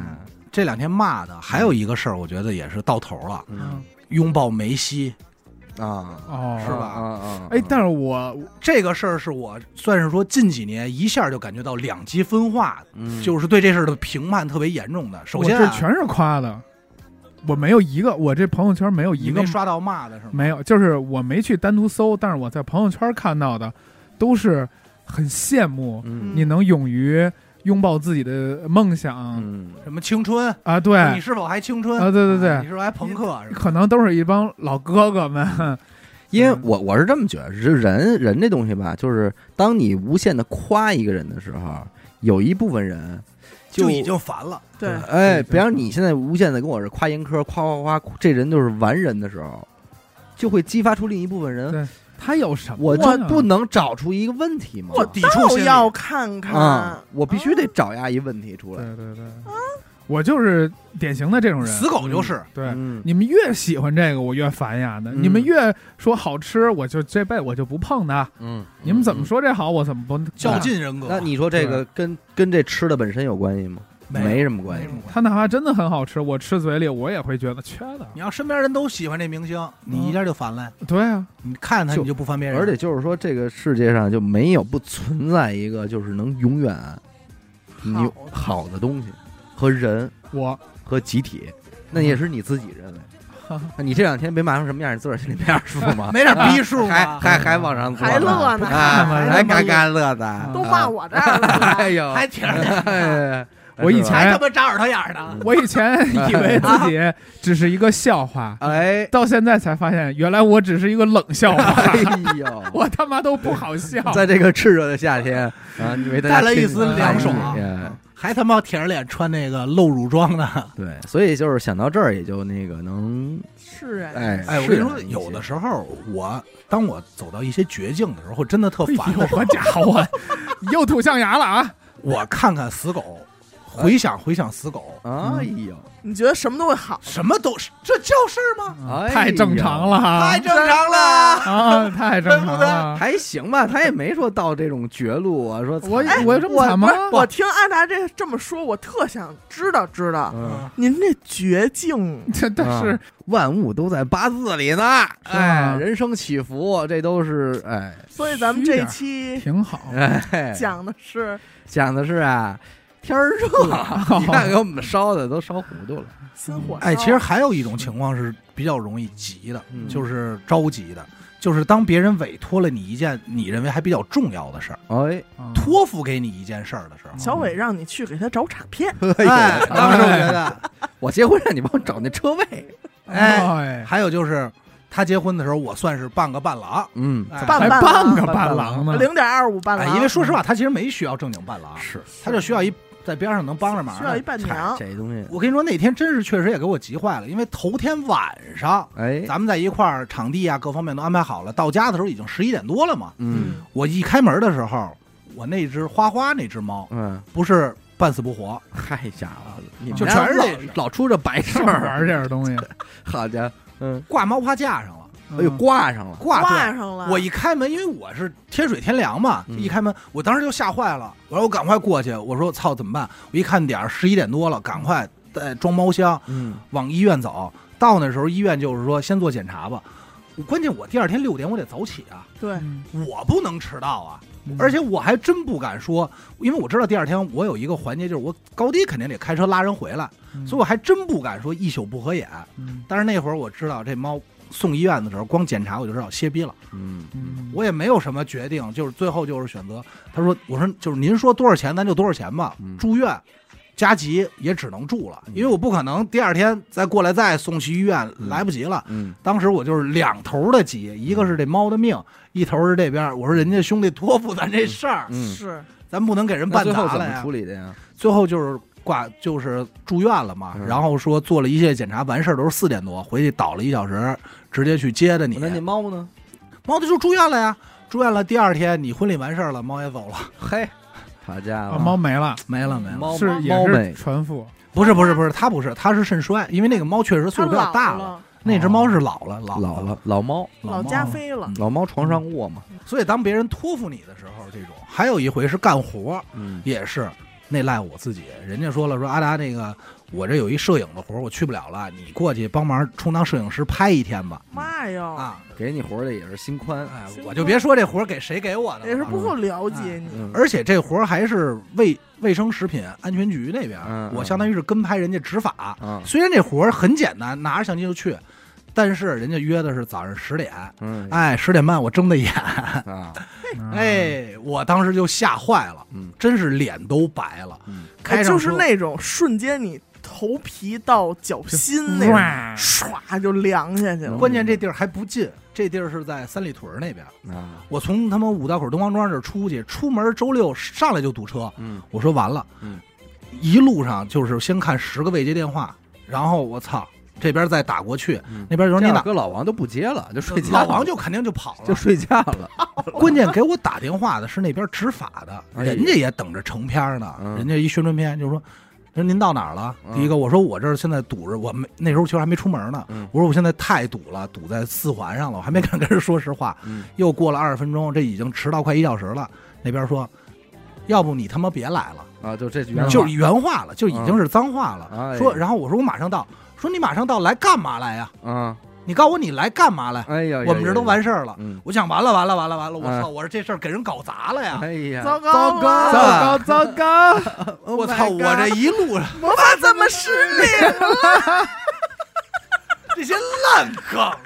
Speaker 2: 这两天骂的还有一个事儿，我觉得也是到头了。
Speaker 1: 嗯，
Speaker 2: 拥抱梅西，
Speaker 1: 啊，
Speaker 4: 哦，
Speaker 2: 是吧
Speaker 1: 啊啊！
Speaker 4: 哎，但是我
Speaker 2: 这个事儿是我算是说近几年一下就感觉到两极分化，
Speaker 1: 是
Speaker 2: 就是对这事儿的评判特别严重的。首
Speaker 4: 我
Speaker 2: 先、
Speaker 4: 这
Speaker 2: 啊，
Speaker 4: 全是夸的，我没有一个，我这朋友圈没有
Speaker 2: 你
Speaker 4: 一个
Speaker 2: 没刷到骂的是吗？
Speaker 4: 没有，就是我没去单独搜，但是我在朋友圈看到的都是很羡慕
Speaker 1: 嗯
Speaker 4: 你能勇于拥抱自己的梦想
Speaker 1: 嗯
Speaker 2: 什么青春？
Speaker 4: 啊，对
Speaker 2: 你
Speaker 4: 啊，
Speaker 2: 是否还青春？
Speaker 4: 对对
Speaker 2: 啊
Speaker 4: 对
Speaker 2: 你，是否还朋克？是吧
Speaker 4: 可能都是一帮老哥哥们，
Speaker 1: 因为
Speaker 4: 嗯
Speaker 1: 我我是这么觉得，人人人这东西吧，就是当你无限的夸一个人的时候，有一部分人
Speaker 2: 就已经烦了。
Speaker 3: 对，
Speaker 1: 哎，
Speaker 4: 对
Speaker 1: 比方你现在无限的跟我是夸严苛，夸夸夸，这人就是完人的时候，就会激发出另一部分人，
Speaker 4: 对他有什么
Speaker 1: 我
Speaker 4: 呀？
Speaker 1: 就不能找出一个问题吗？
Speaker 2: 我抵触
Speaker 3: 倒
Speaker 2: 心理
Speaker 3: 要看看
Speaker 1: 啊，我必须得
Speaker 3: 啊
Speaker 1: 找呀一问题出来。
Speaker 4: 对对对，我就是典型的这种人，
Speaker 2: 死狗就是。
Speaker 4: 对。
Speaker 1: 嗯
Speaker 4: 你们越喜欢这个，我越烦呀的。
Speaker 1: 嗯
Speaker 4: 你们越说好吃，我就这辈子我就不碰它。
Speaker 1: 嗯，
Speaker 4: 你们怎么？说这啊好，我怎么不
Speaker 2: 较？劲人格，
Speaker 1: 那你说这个跟跟这吃的本身有关系吗？
Speaker 2: 没
Speaker 1: 没
Speaker 2: 有
Speaker 1: 什么关系
Speaker 2: 没什么关系
Speaker 4: 它哪怕真的很好吃，我吃嘴里我也会觉得缺的。
Speaker 2: 你要身边人都喜欢这明星，你一下就烦了。
Speaker 4: 对啊，
Speaker 2: 你看他
Speaker 1: 就
Speaker 2: 你就不烦别人，
Speaker 1: 而且就是说，这个世界上就没有不存在一个就是能永远你好的东西和人
Speaker 4: 我
Speaker 1: 和集体，那也是你自己认为。
Speaker 4: 哈哈
Speaker 1: 那你这两天被骂成什么样，你自个儿心里没点数 吗？
Speaker 2: 没点逼数
Speaker 1: 还
Speaker 2: 吗？
Speaker 1: 还还往上
Speaker 3: 还乐呢，
Speaker 1: 啊，还
Speaker 3: 还
Speaker 1: 嘎嘎乐的，啊
Speaker 3: 都骂我这儿
Speaker 1: 哎
Speaker 3: 了，
Speaker 1: 呦，
Speaker 2: 还挺
Speaker 1: 哎，
Speaker 4: 我以前
Speaker 2: 还嗯他妈扎耳朵眼儿呢。
Speaker 4: 我以前以为自己只是一个笑 话，
Speaker 1: 哎，
Speaker 4: 到现在才发现，原来我只是一个冷笑话，
Speaker 1: 哎呦，
Speaker 4: 我他妈都不好笑。
Speaker 1: 在这个炽热的夏天啊，你为大家
Speaker 2: 带来一
Speaker 1: 添
Speaker 2: 丝
Speaker 1: 加
Speaker 2: 凉爽啊
Speaker 1: 哎哎
Speaker 2: 还他妈舔着脸穿那个露乳装呢。
Speaker 1: 对，所以就是想到这儿，也就那个能
Speaker 3: 是啊，
Speaker 1: 哎
Speaker 2: 哎，我跟你
Speaker 1: 释
Speaker 2: 说，
Speaker 1: 然一些
Speaker 2: 有的时候我当我走到一些绝境的时候，我真的特
Speaker 4: 哎
Speaker 2: 烦
Speaker 4: 呦，
Speaker 2: 的时候
Speaker 4: 好，家伙，又吐象牙了啊！
Speaker 2: 我看看死狗，回想回想死狗，
Speaker 1: 哎呦，
Speaker 3: 你觉得什么都会好，
Speaker 2: 什么都是这叫事儿
Speaker 1: 哎
Speaker 2: 吗？
Speaker 1: 呀
Speaker 4: 太正常了啊
Speaker 2: 太正常了。
Speaker 4: 啊，太正常啊 了。
Speaker 1: 还行吧，他也没说到这种绝路啊，说
Speaker 4: 我
Speaker 1: 惨
Speaker 4: 我有这么惨吗
Speaker 3: 不？是我听安达这这么说，我特想知道知道
Speaker 1: 嗯，
Speaker 3: 您这绝境，
Speaker 4: 这但是
Speaker 1: 啊万物都在八字里呢，哎，人生起伏，这都是哎
Speaker 3: 所以咱们这一期
Speaker 4: 挺好，
Speaker 1: 哎，
Speaker 3: 讲的是
Speaker 1: 讲的是啊，天儿热，你看给我们烧的都烧糊涂了，
Speaker 3: 心火烧，啊
Speaker 2: 哎，其实还有一种情况是比较容易急的，
Speaker 1: 嗯
Speaker 2: 就是着急的，就是当别人委托了你一件你认为还比较重要的事儿，
Speaker 1: 哎，
Speaker 4: 啊
Speaker 2: 托付给你一件事儿的时候，
Speaker 3: 小伟让你去给他找卡片，
Speaker 1: 啊
Speaker 2: 哎，当时我觉得，
Speaker 1: 我结婚让你帮我找那车位，
Speaker 2: 哎，
Speaker 4: 哎，
Speaker 2: 还有就是他结婚的时候，我算是半个伴郎，
Speaker 1: 嗯，
Speaker 2: 哎
Speaker 3: 伴
Speaker 4: 还
Speaker 3: 郎啊
Speaker 4: 半个伴郎呢，
Speaker 3: 零点二五伴
Speaker 2: 哎
Speaker 3: 郎，
Speaker 2: 因为说实话，他其实没需要正经伴郎，
Speaker 1: 嗯是，
Speaker 2: 他就需要一在边上能帮着忙
Speaker 3: 需要一
Speaker 2: 的。
Speaker 3: 伴
Speaker 1: 嗨
Speaker 3: 娘，
Speaker 1: 这东西，
Speaker 2: 我跟你说，那天真是确实也给我急坏了，因为头天晚上
Speaker 1: 哎，
Speaker 2: 咱们在一块儿，场地啊各方面都安排好了，到家的时候已经十一点多了嘛。
Speaker 1: 嗯
Speaker 2: 我一开门的时候，我那只花花那只猫
Speaker 1: 嗯，
Speaker 2: 不是半死不活，
Speaker 1: 嗨家伙，你们
Speaker 2: 就
Speaker 1: 家
Speaker 2: 全是
Speaker 1: 老
Speaker 2: 这事
Speaker 1: 老出这白事
Speaker 4: 上哪儿玩
Speaker 1: 儿，
Speaker 4: 儿这种东西，
Speaker 1: 好家伙，嗯，
Speaker 2: 挂猫花架上了，
Speaker 1: 哎呦，
Speaker 4: 嗯
Speaker 1: 挂上了，
Speaker 2: 挂
Speaker 3: 挂
Speaker 2: 对。
Speaker 3: 上了，
Speaker 2: 我一开门，因为我是天水天凉嘛，
Speaker 1: 嗯
Speaker 2: 一开门，我当时就吓坏了。我说我赶快过去，我说我操怎么办？我一看点儿，十一点多了，赶快带装猫箱
Speaker 1: 嗯，
Speaker 2: 往医院走。到那时候医院就是说先做检查吧。我关键我第二天六点我得早起啊，
Speaker 3: 对，
Speaker 4: 嗯
Speaker 2: 我不能迟到啊。
Speaker 4: 嗯
Speaker 2: 而且我还真不敢说，因为我知道第二天我有一个环节，就是我高低肯定得开车拉人回来，
Speaker 4: 嗯
Speaker 2: 所以我还真不敢说一宿不合眼。
Speaker 4: 嗯
Speaker 2: 但是那会儿我知道这猫送医院的时候，光检查我就知道歇逼了，
Speaker 1: 嗯嗯，
Speaker 4: 嗯
Speaker 2: 我也没有什么决定，就是最后就是选择。他说：“我说就是您说多少钱，咱就多少钱吧。
Speaker 1: 嗯
Speaker 2: 住院，加急也只能住了，
Speaker 1: 嗯
Speaker 2: 因为我不可能第二天再过来再送去医院，
Speaker 1: 嗯
Speaker 2: 来不及了。”
Speaker 1: 嗯，
Speaker 2: 当时我就是两头的急，一个是这猫的命，一头是这边。我说人家兄弟托付咱这事儿，
Speaker 1: 嗯
Speaker 3: 是
Speaker 2: 咱不能给人
Speaker 1: 那
Speaker 2: 办
Speaker 1: 最后
Speaker 2: 砸
Speaker 1: 怎
Speaker 2: 了
Speaker 1: 么
Speaker 2: 呀
Speaker 1: 处。理的呀？
Speaker 2: 最后就是挂，就是住院了嘛。
Speaker 1: 嗯
Speaker 2: 然后说做了一切检查，完事儿都是四点多，回去倒了一小时，直接去接的你。啊
Speaker 1: 那那猫呢？
Speaker 2: 猫的就住院了呀，住院了。第二天你婚礼完事儿了，猫也走了，
Speaker 1: 嘿，好家
Speaker 4: 啊
Speaker 1: 伙，
Speaker 4: 猫没了，
Speaker 2: 没了没了。
Speaker 1: 哦猫
Speaker 4: 是
Speaker 1: 猫
Speaker 4: 也
Speaker 1: 美
Speaker 4: 是船夫，
Speaker 2: 不是不是不是，它不是，它是肾衰，因为那个猫确实岁
Speaker 3: 他
Speaker 2: 数比较
Speaker 3: 老
Speaker 2: 大了。
Speaker 3: 了，
Speaker 2: 那只猫是老了，老
Speaker 1: 老
Speaker 2: 了，
Speaker 1: 了，老猫，
Speaker 2: 猫
Speaker 3: 老加菲了
Speaker 2: 嗯，
Speaker 1: 老猫床上卧嘛，
Speaker 2: 所以当别人托付你的时候，这种还有一回是干活，
Speaker 1: 嗯
Speaker 2: 也是那赖我自己。人家说了，说阿达那个我这有一摄影的活儿，我去不了了，你过去帮忙充当摄影师拍一天吧。
Speaker 3: 妈呀，
Speaker 2: 啊，
Speaker 1: 给你活儿的也是心宽，
Speaker 2: 哎，我就别说这活儿给谁给我的了，
Speaker 3: 也是不够了解你。哎
Speaker 1: 嗯，
Speaker 2: 而且这活儿还是卫卫生食品安全局那边儿，
Speaker 1: 嗯
Speaker 2: 我
Speaker 1: 嗯
Speaker 2: 相当于是跟拍人家执法。
Speaker 1: 啊，
Speaker 2: 虽然这活儿很简单，拿着相机就去，但是人家约的是早上十点，
Speaker 1: 嗯
Speaker 2: 哎，十点半我睁的眼，
Speaker 1: 啊，
Speaker 4: 嗯，
Speaker 2: 哎，我当时就吓坏了，
Speaker 1: 嗯
Speaker 2: 真是脸都白了。
Speaker 1: 嗯
Speaker 2: 开上
Speaker 3: 就是
Speaker 2: 车
Speaker 3: 那种瞬间你头皮到脚
Speaker 2: 嗯
Speaker 3: 心那种，
Speaker 4: 哇，
Speaker 3: 唰就凉下
Speaker 1: 嗯
Speaker 3: 去了。
Speaker 2: 关键这地儿还不近，这地儿是在三里屯儿那边儿。
Speaker 1: 啊，
Speaker 2: 我从他妈五道口东方庄这儿出去，出门周六上来就堵车，
Speaker 1: 嗯
Speaker 2: 我说完了，
Speaker 1: 嗯，
Speaker 2: 一路上就是先看十个未接电话，然后我操，这边再打过去，
Speaker 1: 嗯，
Speaker 2: 那边就
Speaker 1: 这
Speaker 2: 说你
Speaker 1: 样
Speaker 2: 哪？
Speaker 1: 哥老王都不接了，就睡觉了，
Speaker 2: 老王就肯定就跑了，
Speaker 1: 就睡觉了，
Speaker 2: 关键给我打电话的是那边执法的，
Speaker 1: 哎
Speaker 2: 人家也等着成片儿呢。
Speaker 1: 嗯
Speaker 2: 人家一宣传片就说：“说您到哪儿了？”
Speaker 1: 嗯
Speaker 2: 第一个我说我这儿现在堵着，我没那时候其实还没出门呢。
Speaker 1: 嗯
Speaker 2: 我说我现在太堵了，堵在四环上了，我还没敢跟人说实话。
Speaker 1: 嗯
Speaker 2: 又过了二十分钟，这已经迟到快一小时了。那边说：“要不你他妈别来了。”
Speaker 1: 啊，就这原话
Speaker 2: 嗯就是原话了，就已经是脏话了。
Speaker 1: 嗯哎
Speaker 2: 说，然后我说我马上到，说你马上到来干嘛来呀？
Speaker 1: 啊，
Speaker 2: 你告诉我你来干嘛来？
Speaker 1: 哎呀，
Speaker 2: 我们这都完事儿了。
Speaker 1: 嗯，
Speaker 2: 我想完了完了完了完了，我
Speaker 1: 哎
Speaker 2: 操！我说这事儿给人搞砸了呀！
Speaker 1: 哎呀，
Speaker 3: 糟糕
Speaker 1: 糟
Speaker 3: 了
Speaker 1: 糕，
Speaker 4: 糟糕糟糕，
Speaker 1: ，Oh
Speaker 2: 我操！我这一路上
Speaker 3: 魔法怎么失灵？
Speaker 2: 这些烂梗啊！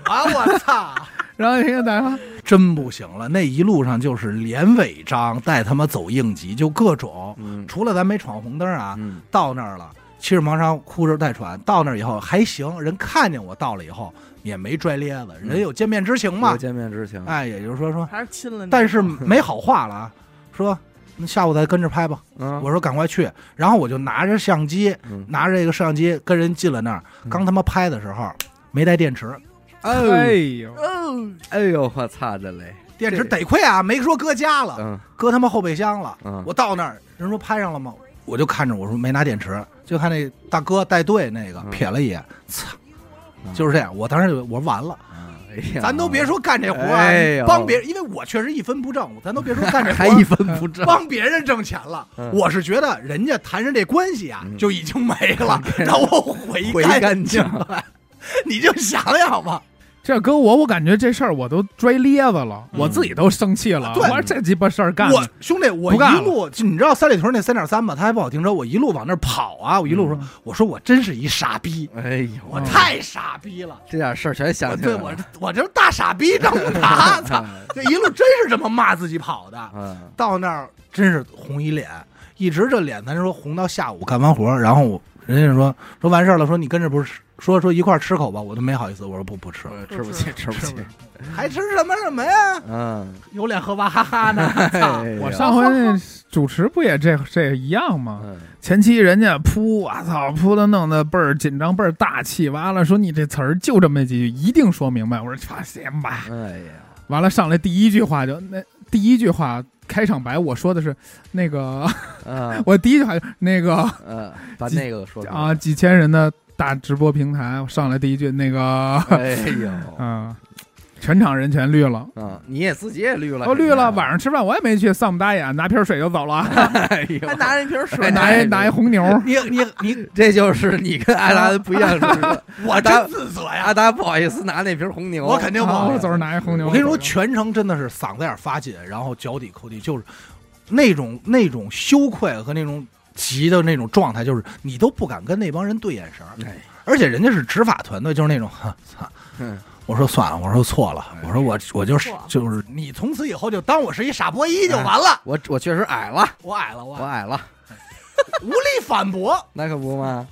Speaker 2: 我操，
Speaker 4: 然后一个打电话，
Speaker 2: 真不行了。那一路上就是连违章带他妈走应急，就各种，
Speaker 1: 嗯
Speaker 2: 除了咱没闯红灯啊，
Speaker 1: 嗯
Speaker 2: 到那儿了。七尺盲肠，哭着带喘。到那儿以后还行，人看见我到了以后也没拽咧子，人有见面之情
Speaker 1: 嗯
Speaker 2: 嘛
Speaker 1: 有。见嗯面之情，
Speaker 2: 哎，也就是说说，
Speaker 3: 还是亲了你？
Speaker 2: 但是没好话了啊，说那下午再跟着拍吧。
Speaker 1: 嗯，
Speaker 2: 我说赶快去，然后我就拿着相机，
Speaker 1: 嗯
Speaker 2: 拿着这个摄像机跟人进了那儿。刚他妈拍的时候没带电池，
Speaker 4: 哎呦，
Speaker 3: 哦，
Speaker 1: 哎呦，我操的嘞，
Speaker 2: 电池得亏啊，没说搁家了，
Speaker 1: 嗯
Speaker 2: 搁他妈后备箱了。
Speaker 1: 嗯，
Speaker 2: 我到那儿，人说拍上了吗？我就看着我说没拿电池，就看那大哥带队那个
Speaker 1: 嗯
Speaker 2: 瞥了一眼，操
Speaker 1: 嗯，
Speaker 2: 就是这样。我当时就我说完了，
Speaker 1: 哎呀，
Speaker 2: 咱都别说干这活儿
Speaker 1: 哎
Speaker 2: 啊
Speaker 1: 呦，
Speaker 2: 帮别人，因为我确实一分不挣，咱都别说干这活
Speaker 1: 还一
Speaker 2: 儿。
Speaker 1: 分不挣，
Speaker 2: 帮别人挣钱了
Speaker 1: 嗯，
Speaker 2: 我是觉得人家谈上这关系啊
Speaker 1: 嗯，
Speaker 2: 就已经没了， 让我回
Speaker 1: 回干
Speaker 2: 干
Speaker 1: 净
Speaker 2: 了。你就想想吧，
Speaker 4: 这搁我，我感觉这事儿我都拽咧子了，我自己都生气了。
Speaker 2: 对
Speaker 4: 我说这鸡巴事儿干的，
Speaker 2: 我兄弟，我
Speaker 4: 不干了
Speaker 2: 一路就你知道三里屯那三点三吧，他还不好停车，我一路往那儿跑啊，我一路说，我说我真是一傻逼，
Speaker 1: 哎呦，
Speaker 2: 我
Speaker 4: 嗯
Speaker 2: 太傻逼了，
Speaker 1: 这点事儿全
Speaker 2: 我
Speaker 1: 想起
Speaker 2: 对
Speaker 1: 来
Speaker 2: 我
Speaker 1: 了，
Speaker 2: 我这大傻逼挣不达，操，这一路真是这么骂自己跑的，
Speaker 1: 嗯
Speaker 2: 到那儿真是红一脸，一直这脸咱说红到下午干完活儿，然后我人家就说说完事儿了，说你跟着不是说说一块儿吃口吧，我都没好意思，我说不不吃，
Speaker 1: 吃不起，吃不
Speaker 4: 是
Speaker 1: 起
Speaker 4: 不是，
Speaker 2: 还吃什么什么呀？
Speaker 1: 嗯，
Speaker 2: 有脸和娃哈哈呢， 操！
Speaker 1: 哎
Speaker 4: 我
Speaker 1: 呀
Speaker 4: 上回那主持不也这这一样吗？
Speaker 1: 嗯
Speaker 4: 前期人家扑，我操，扑的弄得倍儿紧张，倍儿大气。完了说你这词儿就这么几句，一定说明白。我说操，行吧。
Speaker 1: 哎呀，
Speaker 4: 完了上来第一句话就那第一句话开场白，我说的是那个，
Speaker 1: 嗯
Speaker 4: 我第一句话就那个
Speaker 1: 嗯，把那个说出来
Speaker 4: 啊，，几千人的大直播平台上来第一句那个，
Speaker 1: 哎 呦，
Speaker 4: 嗯，全场人全绿了。
Speaker 1: 嗯，你也自己也绿了，
Speaker 4: 哦
Speaker 1: 啊
Speaker 4: 都绿了，晚上吃饭我也没去，丧不打眼，拿瓶水就 走了，
Speaker 1: 哎呦
Speaker 3: 还，拿着一瓶水，
Speaker 4: 拿一拿一红牛，
Speaker 2: 你你你，
Speaker 1: 这就是你跟阿达的不一样之处。
Speaker 2: 我真自责呀！
Speaker 1: 阿达不好意思拿那瓶红牛，
Speaker 2: 我肯定不
Speaker 4: 啊
Speaker 2: 好
Speaker 4: 我
Speaker 2: 意
Speaker 4: 走
Speaker 2: 思。
Speaker 4: 着拿一红牛。
Speaker 2: 我跟你说，全程真的是嗓子眼儿发紧，然后脚底抠地，就是那种那种羞愧和那种急的那种状态，就是你都不敢跟那帮人对眼神儿。
Speaker 1: 哎
Speaker 2: 而且人家是执法团队，就是那种，哼操！
Speaker 1: 嗯
Speaker 2: 我说算了，我说错了，
Speaker 1: 哎
Speaker 2: 我说我我就是
Speaker 3: 错了
Speaker 2: 就是你从此以后就当我是一傻波一就完了，
Speaker 1: 我我确实矮了，
Speaker 2: 我矮了，我
Speaker 1: 哎我矮
Speaker 2: 矮了
Speaker 1: 了，
Speaker 2: 无力反驳。
Speaker 1: 那可不嘛。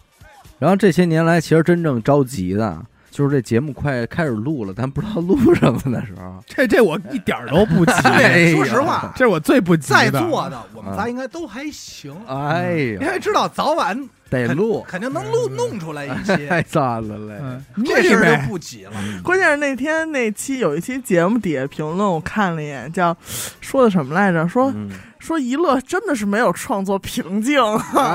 Speaker 1: 然后这些年来，其实真正着急的就是这节目快开始录了，但不知道录什么的时 候，
Speaker 4: 这这我一点儿都不 急，
Speaker 1: 哎呀
Speaker 2: 说实话，
Speaker 4: 这我最不急
Speaker 2: 在
Speaker 4: 的。
Speaker 2: 座的我们仨应该都还行，
Speaker 1: 嗯哎
Speaker 2: 因
Speaker 1: 呀，嗯
Speaker 2: 为知道早晚
Speaker 1: 得 录，
Speaker 2: 肯定能录弄出来一
Speaker 1: 太
Speaker 2: 些，
Speaker 1: 赞了嘞！
Speaker 4: 嗯，腻
Speaker 2: 这事儿
Speaker 4: 呗
Speaker 2: 就不急了。
Speaker 3: 关键是那天那期有一期节目底下评论，我看了一眼，叫说的什么来着？说
Speaker 1: 嗯
Speaker 3: 说娱乐真的是没有创作瓶颈。啊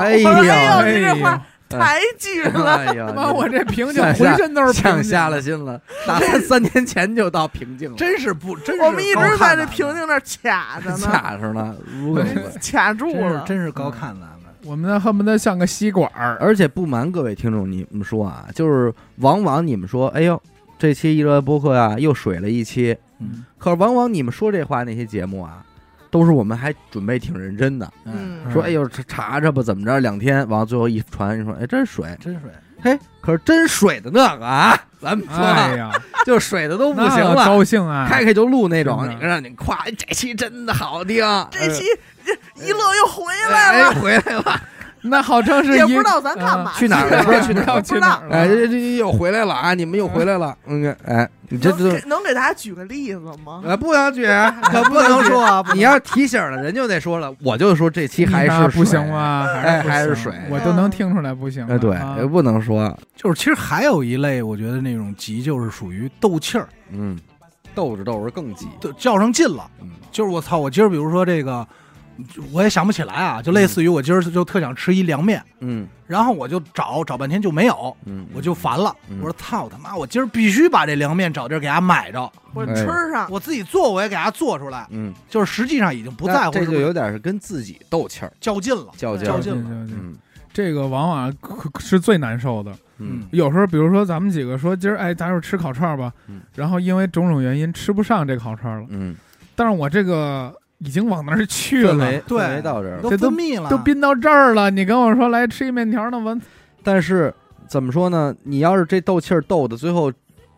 Speaker 1: 哎
Speaker 3: 我说
Speaker 1: 呀，
Speaker 3: 哎呦，你这话抬举了。
Speaker 1: 哎
Speaker 4: 他
Speaker 1: 呀，
Speaker 4: 妈我这瓶颈
Speaker 1: 向下
Speaker 4: 浑身都是瓶
Speaker 1: 向
Speaker 4: 颈，
Speaker 1: 下了心了，打算三年前就到瓶颈了，
Speaker 2: 真是不，真是
Speaker 3: 我们一直在这
Speaker 2: 平
Speaker 3: 瓶颈那儿卡着呢，
Speaker 1: 卡着呢，如果
Speaker 4: 对
Speaker 3: 卡住
Speaker 4: 真
Speaker 3: 了。
Speaker 2: 真是高看咱们。
Speaker 4: 我们那恨不得像个吸管儿。
Speaker 1: 而且不瞒各位听众，你们说啊，就是往往你们说，哎呦，这期娱乐播客啊又水了一期，
Speaker 2: 嗯
Speaker 1: 可是往往你们说这话那些节目啊，都是我们还准备挺认真的，
Speaker 2: 嗯，
Speaker 3: 嗯
Speaker 1: 说哎呦查查查吧，怎么着两天，完了最后一传，你说哎真水，
Speaker 2: 真水，
Speaker 1: 嘿，可是真水的那个啊，咱们说、啊
Speaker 4: 哎呀，
Speaker 1: 就水的都不
Speaker 4: 那
Speaker 1: 行了，
Speaker 4: 高兴啊！
Speaker 1: 开开就录那种，
Speaker 4: 真的
Speaker 1: 你让你夸哎这期真的好听，
Speaker 3: 啊这期一乐又回来
Speaker 1: 哎
Speaker 3: 了，
Speaker 1: 回来 了，
Speaker 4: 那好像是
Speaker 3: 也
Speaker 4: 一
Speaker 3: 不知道咱干嘛
Speaker 4: 啊
Speaker 1: 去哪儿了不知道去
Speaker 4: 不
Speaker 1: 哪儿
Speaker 4: 知道
Speaker 1: 了，
Speaker 4: 去哪
Speaker 3: 嗯
Speaker 4: 儿了。
Speaker 1: 哎这这又回来了啊，你们又回来了，嗯哎，你这
Speaker 3: 能
Speaker 1: 这
Speaker 3: 给。能给大家举个例子吗？
Speaker 1: 呃，不想举， 可
Speaker 2: 啊不能说啊，不
Speaker 1: 你要提醒了，人就得说了，我就说这期还
Speaker 4: 那
Speaker 1: 是
Speaker 4: 不行
Speaker 1: 啊？
Speaker 4: 吗？
Speaker 1: 哎还是
Speaker 4: 是不行
Speaker 1: 水
Speaker 4: 我都能听出来不行了。
Speaker 1: 哎，对，
Speaker 4: 啊
Speaker 1: 哎不能说，
Speaker 2: 就是其实还有一类，我觉得那种急就是属于斗气儿，
Speaker 1: 嗯，斗着斗着更急，
Speaker 2: 就较上劲了。
Speaker 1: 嗯
Speaker 2: 就是我操，我今儿比如说这个，我也想不起来啊，就类似于我今儿就特想吃一凉面，
Speaker 1: 嗯
Speaker 2: 然后我就找找半天就没有，
Speaker 1: 嗯，
Speaker 2: 我就烦了。
Speaker 1: 嗯
Speaker 2: 我说操他妈，我今儿必须把这凉面找地儿给它买着，
Speaker 3: 我吃上，
Speaker 2: 我自己做我也给它做出来。
Speaker 1: 啊嗯
Speaker 2: 就是实际上已经不
Speaker 1: 那
Speaker 2: 在乎
Speaker 1: 这
Speaker 2: 是不
Speaker 1: 就是有点是跟自己斗气儿
Speaker 2: 较劲了，
Speaker 1: 较劲
Speaker 2: 较
Speaker 1: 儿，
Speaker 2: 劲
Speaker 4: 对
Speaker 2: 了。
Speaker 4: 对对
Speaker 1: 嗯
Speaker 4: 这个往往可是最难受的。
Speaker 1: 嗯
Speaker 4: 有时候，比如说咱们几个说今儿哎，咱就吃烤串儿吧
Speaker 1: 嗯，
Speaker 4: 然后因为种种原因吃不上这烤串儿了，
Speaker 1: 嗯，
Speaker 4: 但是我这个已经往那儿去
Speaker 1: 氛
Speaker 4: 了
Speaker 1: 围，
Speaker 2: 对
Speaker 1: 氛围到这儿了
Speaker 2: 嗯都
Speaker 4: 这都
Speaker 2: 分泌了，
Speaker 4: 都憋到这儿了，你跟我说来吃一面条，那我
Speaker 1: 但是怎么说呢？你要是这斗气儿斗的最后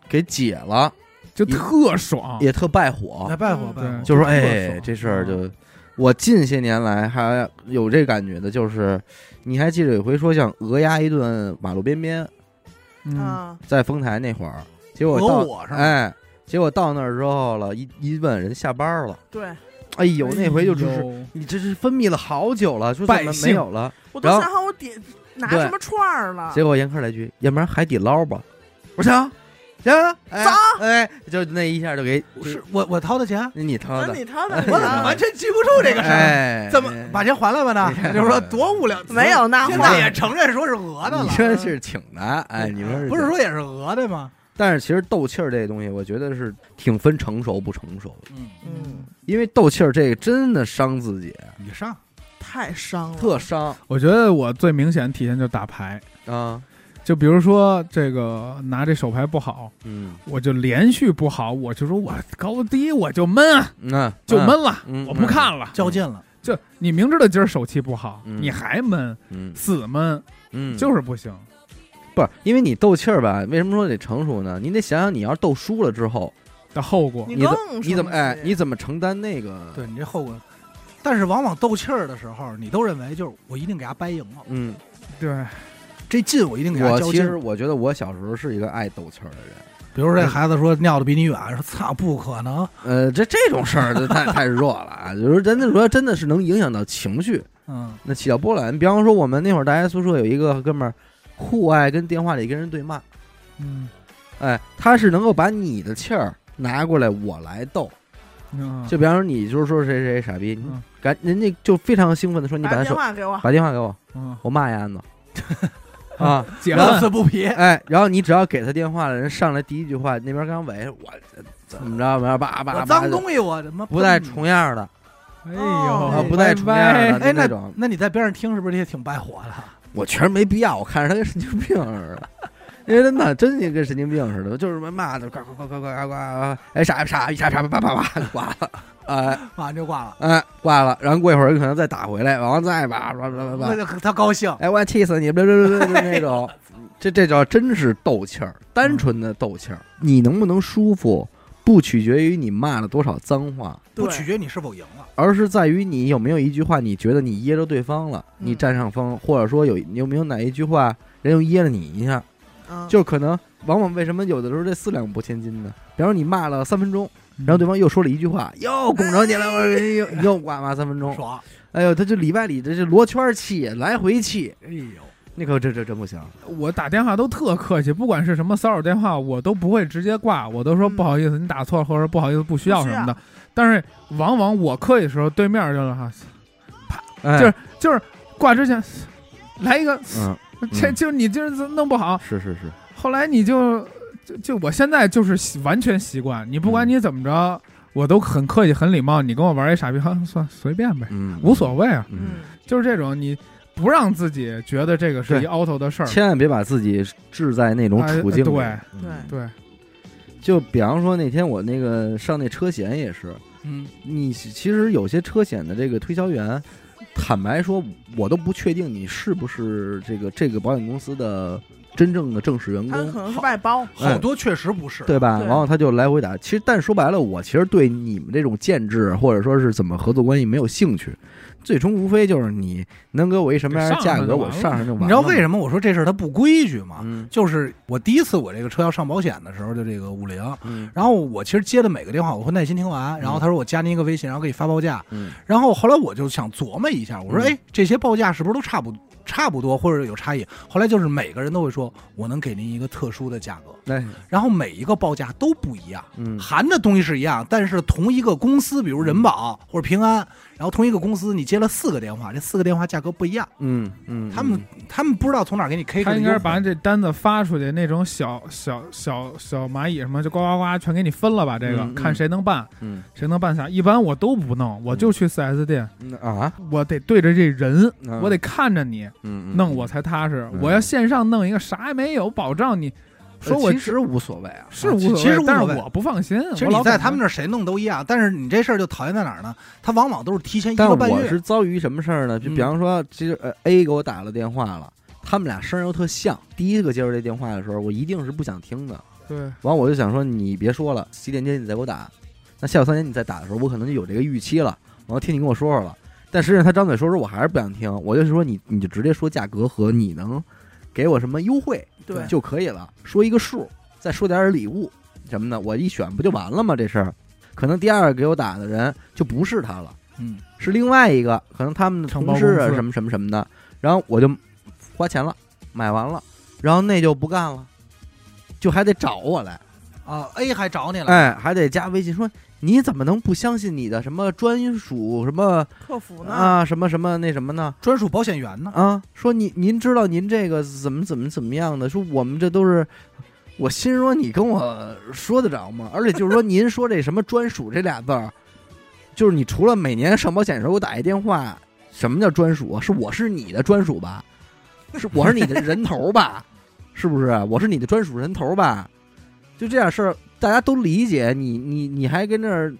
Speaker 1: 给解了，
Speaker 4: 就特爽。
Speaker 1: 也特败火
Speaker 2: 哎，败火败火
Speaker 4: 对。
Speaker 1: 就说
Speaker 4: 特
Speaker 1: 哎，
Speaker 4: 爽
Speaker 1: 这事儿就。我近些年来还有这感觉的，就是你还记得有回说想讹压一顿马路边边，
Speaker 4: 嗯，
Speaker 3: 啊，
Speaker 1: 在丰台那会儿，结果
Speaker 2: 讹
Speaker 1: 到
Speaker 2: 我是吧？
Speaker 1: 哎，结果到那儿之后了，一一问人下班了，
Speaker 3: 对
Speaker 1: 哎呦，那回就就是、
Speaker 4: 哎呦
Speaker 1: 你这是分泌了好久了，说怎
Speaker 4: 败
Speaker 1: 么没
Speaker 4: 兴
Speaker 1: 有了？
Speaker 3: 我都
Speaker 1: 然后
Speaker 3: 想好我点拿
Speaker 1: 对
Speaker 3: 什么串儿了
Speaker 1: 结，果严科来句，要不然海底捞吧？我说行行，哎
Speaker 3: 走
Speaker 1: 哎，就那一下就给
Speaker 2: 是我我掏的钱，啊
Speaker 1: 你掏
Speaker 3: 那
Speaker 1: 的，
Speaker 3: 你啊他的
Speaker 1: 哎
Speaker 2: 我怎么完全记不住这个事儿？
Speaker 1: 哎，
Speaker 2: 怎么把钱还来吧呢
Speaker 1: 你看？
Speaker 2: 就是说多无聊，
Speaker 3: 没有那
Speaker 2: 现
Speaker 3: 话
Speaker 2: 在也承认说是讹的
Speaker 1: 你
Speaker 2: 了，
Speaker 1: 说是请的，哎，你说
Speaker 2: 不是说也是讹的吗？
Speaker 1: 但是其实斗气儿这东西，我觉得是挺分成熟不成熟的，
Speaker 2: 嗯，
Speaker 3: 嗯，
Speaker 1: 因为斗气儿这个真的伤自己，
Speaker 2: 你上
Speaker 3: 太伤了，
Speaker 1: 特伤
Speaker 4: 我觉得我最明显体现就是打牌，
Speaker 1: 啊，
Speaker 4: 就比如说这个拿这手牌不好，
Speaker 1: 嗯，
Speaker 4: 我就连续不好，我就说我高低我就闷啊，
Speaker 1: 那
Speaker 4: 就闷了，
Speaker 1: 嗯
Speaker 4: 我不看了。
Speaker 2: 较劲了，
Speaker 4: 就你明知道今儿手气不好，
Speaker 1: 嗯
Speaker 4: 你还闷，
Speaker 1: 嗯
Speaker 4: 死闷，
Speaker 1: 嗯，是。
Speaker 4: 就是不行。
Speaker 1: 不是，因为你斗气儿吧？为什么说得成熟呢？你得想想，你要是斗输了之后，
Speaker 4: 的后果
Speaker 3: 你
Speaker 1: 你怎你
Speaker 3: 更
Speaker 1: 怎么
Speaker 3: 生气
Speaker 1: 哎，你怎么承担那个？
Speaker 2: 对你这后果。但是往往斗气儿的时候，你都认为就是我一定给他掰赢了，
Speaker 1: 嗯，
Speaker 4: 对，
Speaker 2: 这劲我一定给他
Speaker 1: 我
Speaker 2: 较
Speaker 1: 其
Speaker 2: 劲。
Speaker 1: 实嗯我觉得我小时候是一个爱斗气儿的人。
Speaker 2: 比如说这孩子说尿的比你远，说操不可能，
Speaker 1: 呃，这这种事儿就太太弱了啊！就是真的说，真的是能影响到情绪，
Speaker 2: 嗯
Speaker 1: 那起到波澜。比方说，我们那会儿大学宿舍有一个哥们儿，酷爱跟电话里跟人对骂，
Speaker 4: 嗯，
Speaker 1: 哎，他是能够把你的气儿拿过来，我来斗。
Speaker 4: 嗯
Speaker 1: 就比方说，你就是说谁谁谁傻逼，你
Speaker 4: 嗯
Speaker 1: 赶人家就非常兴奋的说，你把
Speaker 3: 打
Speaker 1: 他
Speaker 3: 电
Speaker 1: 手
Speaker 3: 话给我，
Speaker 1: 把电话给我，
Speaker 4: 嗯，
Speaker 1: 我骂一案子。 啊，
Speaker 4: 解
Speaker 1: 然后
Speaker 2: 乐
Speaker 4: 闷
Speaker 2: 此不疲。
Speaker 1: 哎，然后你只要给他电话了，人上来第一句话，那边刚尾，我怎么着，我要叭叭
Speaker 2: 我
Speaker 1: 叭
Speaker 2: 脏
Speaker 1: 的，
Speaker 2: 东西我他妈
Speaker 1: 不带重样的
Speaker 4: 哎
Speaker 3: 哦
Speaker 1: 啊，
Speaker 4: 呦，
Speaker 1: 不带重样的
Speaker 2: 哎，
Speaker 1: 那
Speaker 2: 那
Speaker 1: 种，
Speaker 2: 那你在边上听是不是也挺败火的？
Speaker 1: 我全是没必要，我看着他跟神经病似的。因为真的，真就跟神经病似的，就是骂的，呱呱呱呱呱呱呱，哎傻傻逼傻傻叭叭叭叭挂了，哎
Speaker 2: 马上就挂了，
Speaker 1: 哎挂了，然后过一会儿可能再打回来，完了再叭叭叭叭叭
Speaker 2: 那，就他高兴。
Speaker 1: 哎，我气死你！别别别别别那种，这这叫真是斗气儿，单纯的斗气儿。你能不能舒服，不取决于你骂了多少脏话，
Speaker 2: 不
Speaker 3: 对
Speaker 2: 取决你是否赢了，
Speaker 1: 而是在于你有没有一句话，你觉得你噎着对方了，
Speaker 3: 嗯
Speaker 1: 你占上风，或者说有你有没有哪一句话，人又噎了你一下，
Speaker 3: 嗯
Speaker 1: 就可能往往为什么有的时候这四两拨千斤呢？比方说你骂了三分钟，然后对方又说了一句话，又拱着你了，我又又挂骂三分钟，
Speaker 2: 爽。
Speaker 1: 哎呦，他就里外里这是罗圈气，来回气，
Speaker 2: 哎呦，
Speaker 1: 那可这这真不行。
Speaker 4: 我打电话都特客气，不管是什么骚扰电话，我都不会直接挂，我都说
Speaker 3: 嗯
Speaker 4: 不好意思，你打错了，或者不好意思，不需要
Speaker 3: 不
Speaker 4: 什
Speaker 3: 需要
Speaker 4: 么的。但是往往我客气的时候，对面就是哈，
Speaker 1: 哎
Speaker 4: 就是就是挂之前来一个，
Speaker 1: 嗯，
Speaker 4: 这
Speaker 1: 嗯
Speaker 4: 就是你今儿怎么弄不好，
Speaker 1: 是是是，
Speaker 4: 后来你就就就我现在就是习完全习惯，你不管你怎么着，我都很客气很礼貌，你跟我玩一傻逼，哈，算随便呗，
Speaker 1: 嗯
Speaker 4: 无所谓啊，
Speaker 1: 嗯
Speaker 3: 嗯
Speaker 4: 就是这种你。不让自己觉得这个是一
Speaker 1: 对
Speaker 4: out 的事儿。
Speaker 1: 千万别把自己置在那种
Speaker 4: 哎
Speaker 1: 处境里。
Speaker 4: 对
Speaker 3: 对
Speaker 1: 嗯
Speaker 4: 对，
Speaker 1: 就比方说那天我那个上那车险也是，
Speaker 2: 嗯，
Speaker 1: 你其实有些车险的这个推销员，坦白说，我都不确定你是不是这个这个保险公司的真正的正式员
Speaker 3: 嗯他可
Speaker 1: 工，
Speaker 3: 能是外包，
Speaker 2: 好多确实不
Speaker 1: 嗯
Speaker 2: 是，
Speaker 1: 对吧？
Speaker 3: 对
Speaker 1: 然后他就来回打。其实，但说白了，我其实对你们这种建制或者说是怎么合作关系没有兴趣，最终无非就是你能给我一什么样的
Speaker 4: 上上
Speaker 1: 价
Speaker 4: 就
Speaker 1: 格，
Speaker 4: 完
Speaker 1: 我
Speaker 4: 了
Speaker 1: 上上就完了。
Speaker 2: 你知道为什么我说这事儿它不规矩吗？
Speaker 1: 嗯
Speaker 2: 就是我第一次我这个车要上保险的时候，就这个五菱，
Speaker 1: 嗯
Speaker 2: 然后我其实接的每个电话我会耐心听完，然后他说我加您一个微信，然后给你发报价，
Speaker 1: 嗯
Speaker 2: 然后后来我就想琢磨一下，我说
Speaker 1: 嗯
Speaker 2: 哎，这些报价是不是都差不差不多，或者有差异？后来就是每个人都会说，我能给您一个特殊的价格，
Speaker 1: 那
Speaker 2: 然后每一个报价都不一样。
Speaker 1: 哎嗯
Speaker 2: 含的东西是一样，但是同一个公司，比如人保或者平安，然后同一个公司你接了四个电话，这四个电话价格不一样，
Speaker 1: 嗯嗯，
Speaker 2: 他们他们不知道从哪儿给你 K 出
Speaker 4: 他
Speaker 2: 来
Speaker 4: 应
Speaker 2: 优惠。
Speaker 4: 该是把这单子发出去，那种小小小小蚂蚁什么就呱呱呱全给你分了吧，这个
Speaker 1: 嗯嗯
Speaker 4: 看谁能办，
Speaker 1: 嗯
Speaker 4: 谁能办下。一般我都不弄，我就去四 S 店，
Speaker 1: 嗯啊，
Speaker 4: 我得对着这人，
Speaker 1: 嗯
Speaker 4: 我得看着你
Speaker 1: 嗯嗯
Speaker 4: 弄我才踏实。
Speaker 1: 嗯
Speaker 4: 我要线上弄一个啥也没有，保障你
Speaker 2: 呃
Speaker 4: 说我
Speaker 1: 呃其实无所谓啊，
Speaker 4: 是无所谓，
Speaker 2: 其实无所谓
Speaker 4: 但是我不放心。
Speaker 2: 其实
Speaker 4: 我老
Speaker 2: 你在
Speaker 4: 感觉
Speaker 2: 他们那儿谁弄都一样，但是你这事儿就讨厌在哪儿呢？他往往都是提前一
Speaker 1: 但
Speaker 2: 个半
Speaker 1: 我
Speaker 2: 月。
Speaker 1: 是遭遇什么事儿呢？就比
Speaker 2: 嗯
Speaker 1: 方说，其实呃 A 给我打了电话了，他们俩声儿又特像。第一个接受这电话的时候，我一定是不想听的。
Speaker 4: 对
Speaker 1: 完，我就想说，你别说了，几点接你再给我打。那下午三点你再打的时候，我可能就有这个预期了，我要听你跟我说说了。但实际上他张嘴说说，我还是不想听。我就是说你，你就直接说价格和你能给我什么优惠
Speaker 3: 对，
Speaker 1: 就可以了，说一个数，再说点儿礼物什么的，我一选不就完了吗？这事儿，可能第二个给我打的人就不是他了。
Speaker 2: 嗯，
Speaker 1: 是另外一个，可能他们的
Speaker 4: 承
Speaker 1: 同
Speaker 4: 包
Speaker 1: 事
Speaker 4: 公
Speaker 1: 啊
Speaker 4: 司
Speaker 1: 什么什么什么的，然后我就花钱了，买完了，然后那就不干了，就还得找我来，
Speaker 2: 啊，A 还找你了，
Speaker 1: 哎，还得加微信说你怎么能不相信你的什么专属什么
Speaker 3: 客服呢？
Speaker 1: 啊什么什么那什么呢？
Speaker 2: 专属保险员呢？
Speaker 1: 啊，说您您知道您这个怎么怎么怎么样的？说我们这都是，我心说你跟我说得着吗？而且就是说您说这什么专属这俩字儿，就是你除了每年上保险的时候给我打一电话，什么叫专属啊？是我是你的专属吧？是我是你的人头吧？是不是？我是你的专属人头吧？就这点事儿，大家都理解你，你你还跟那儿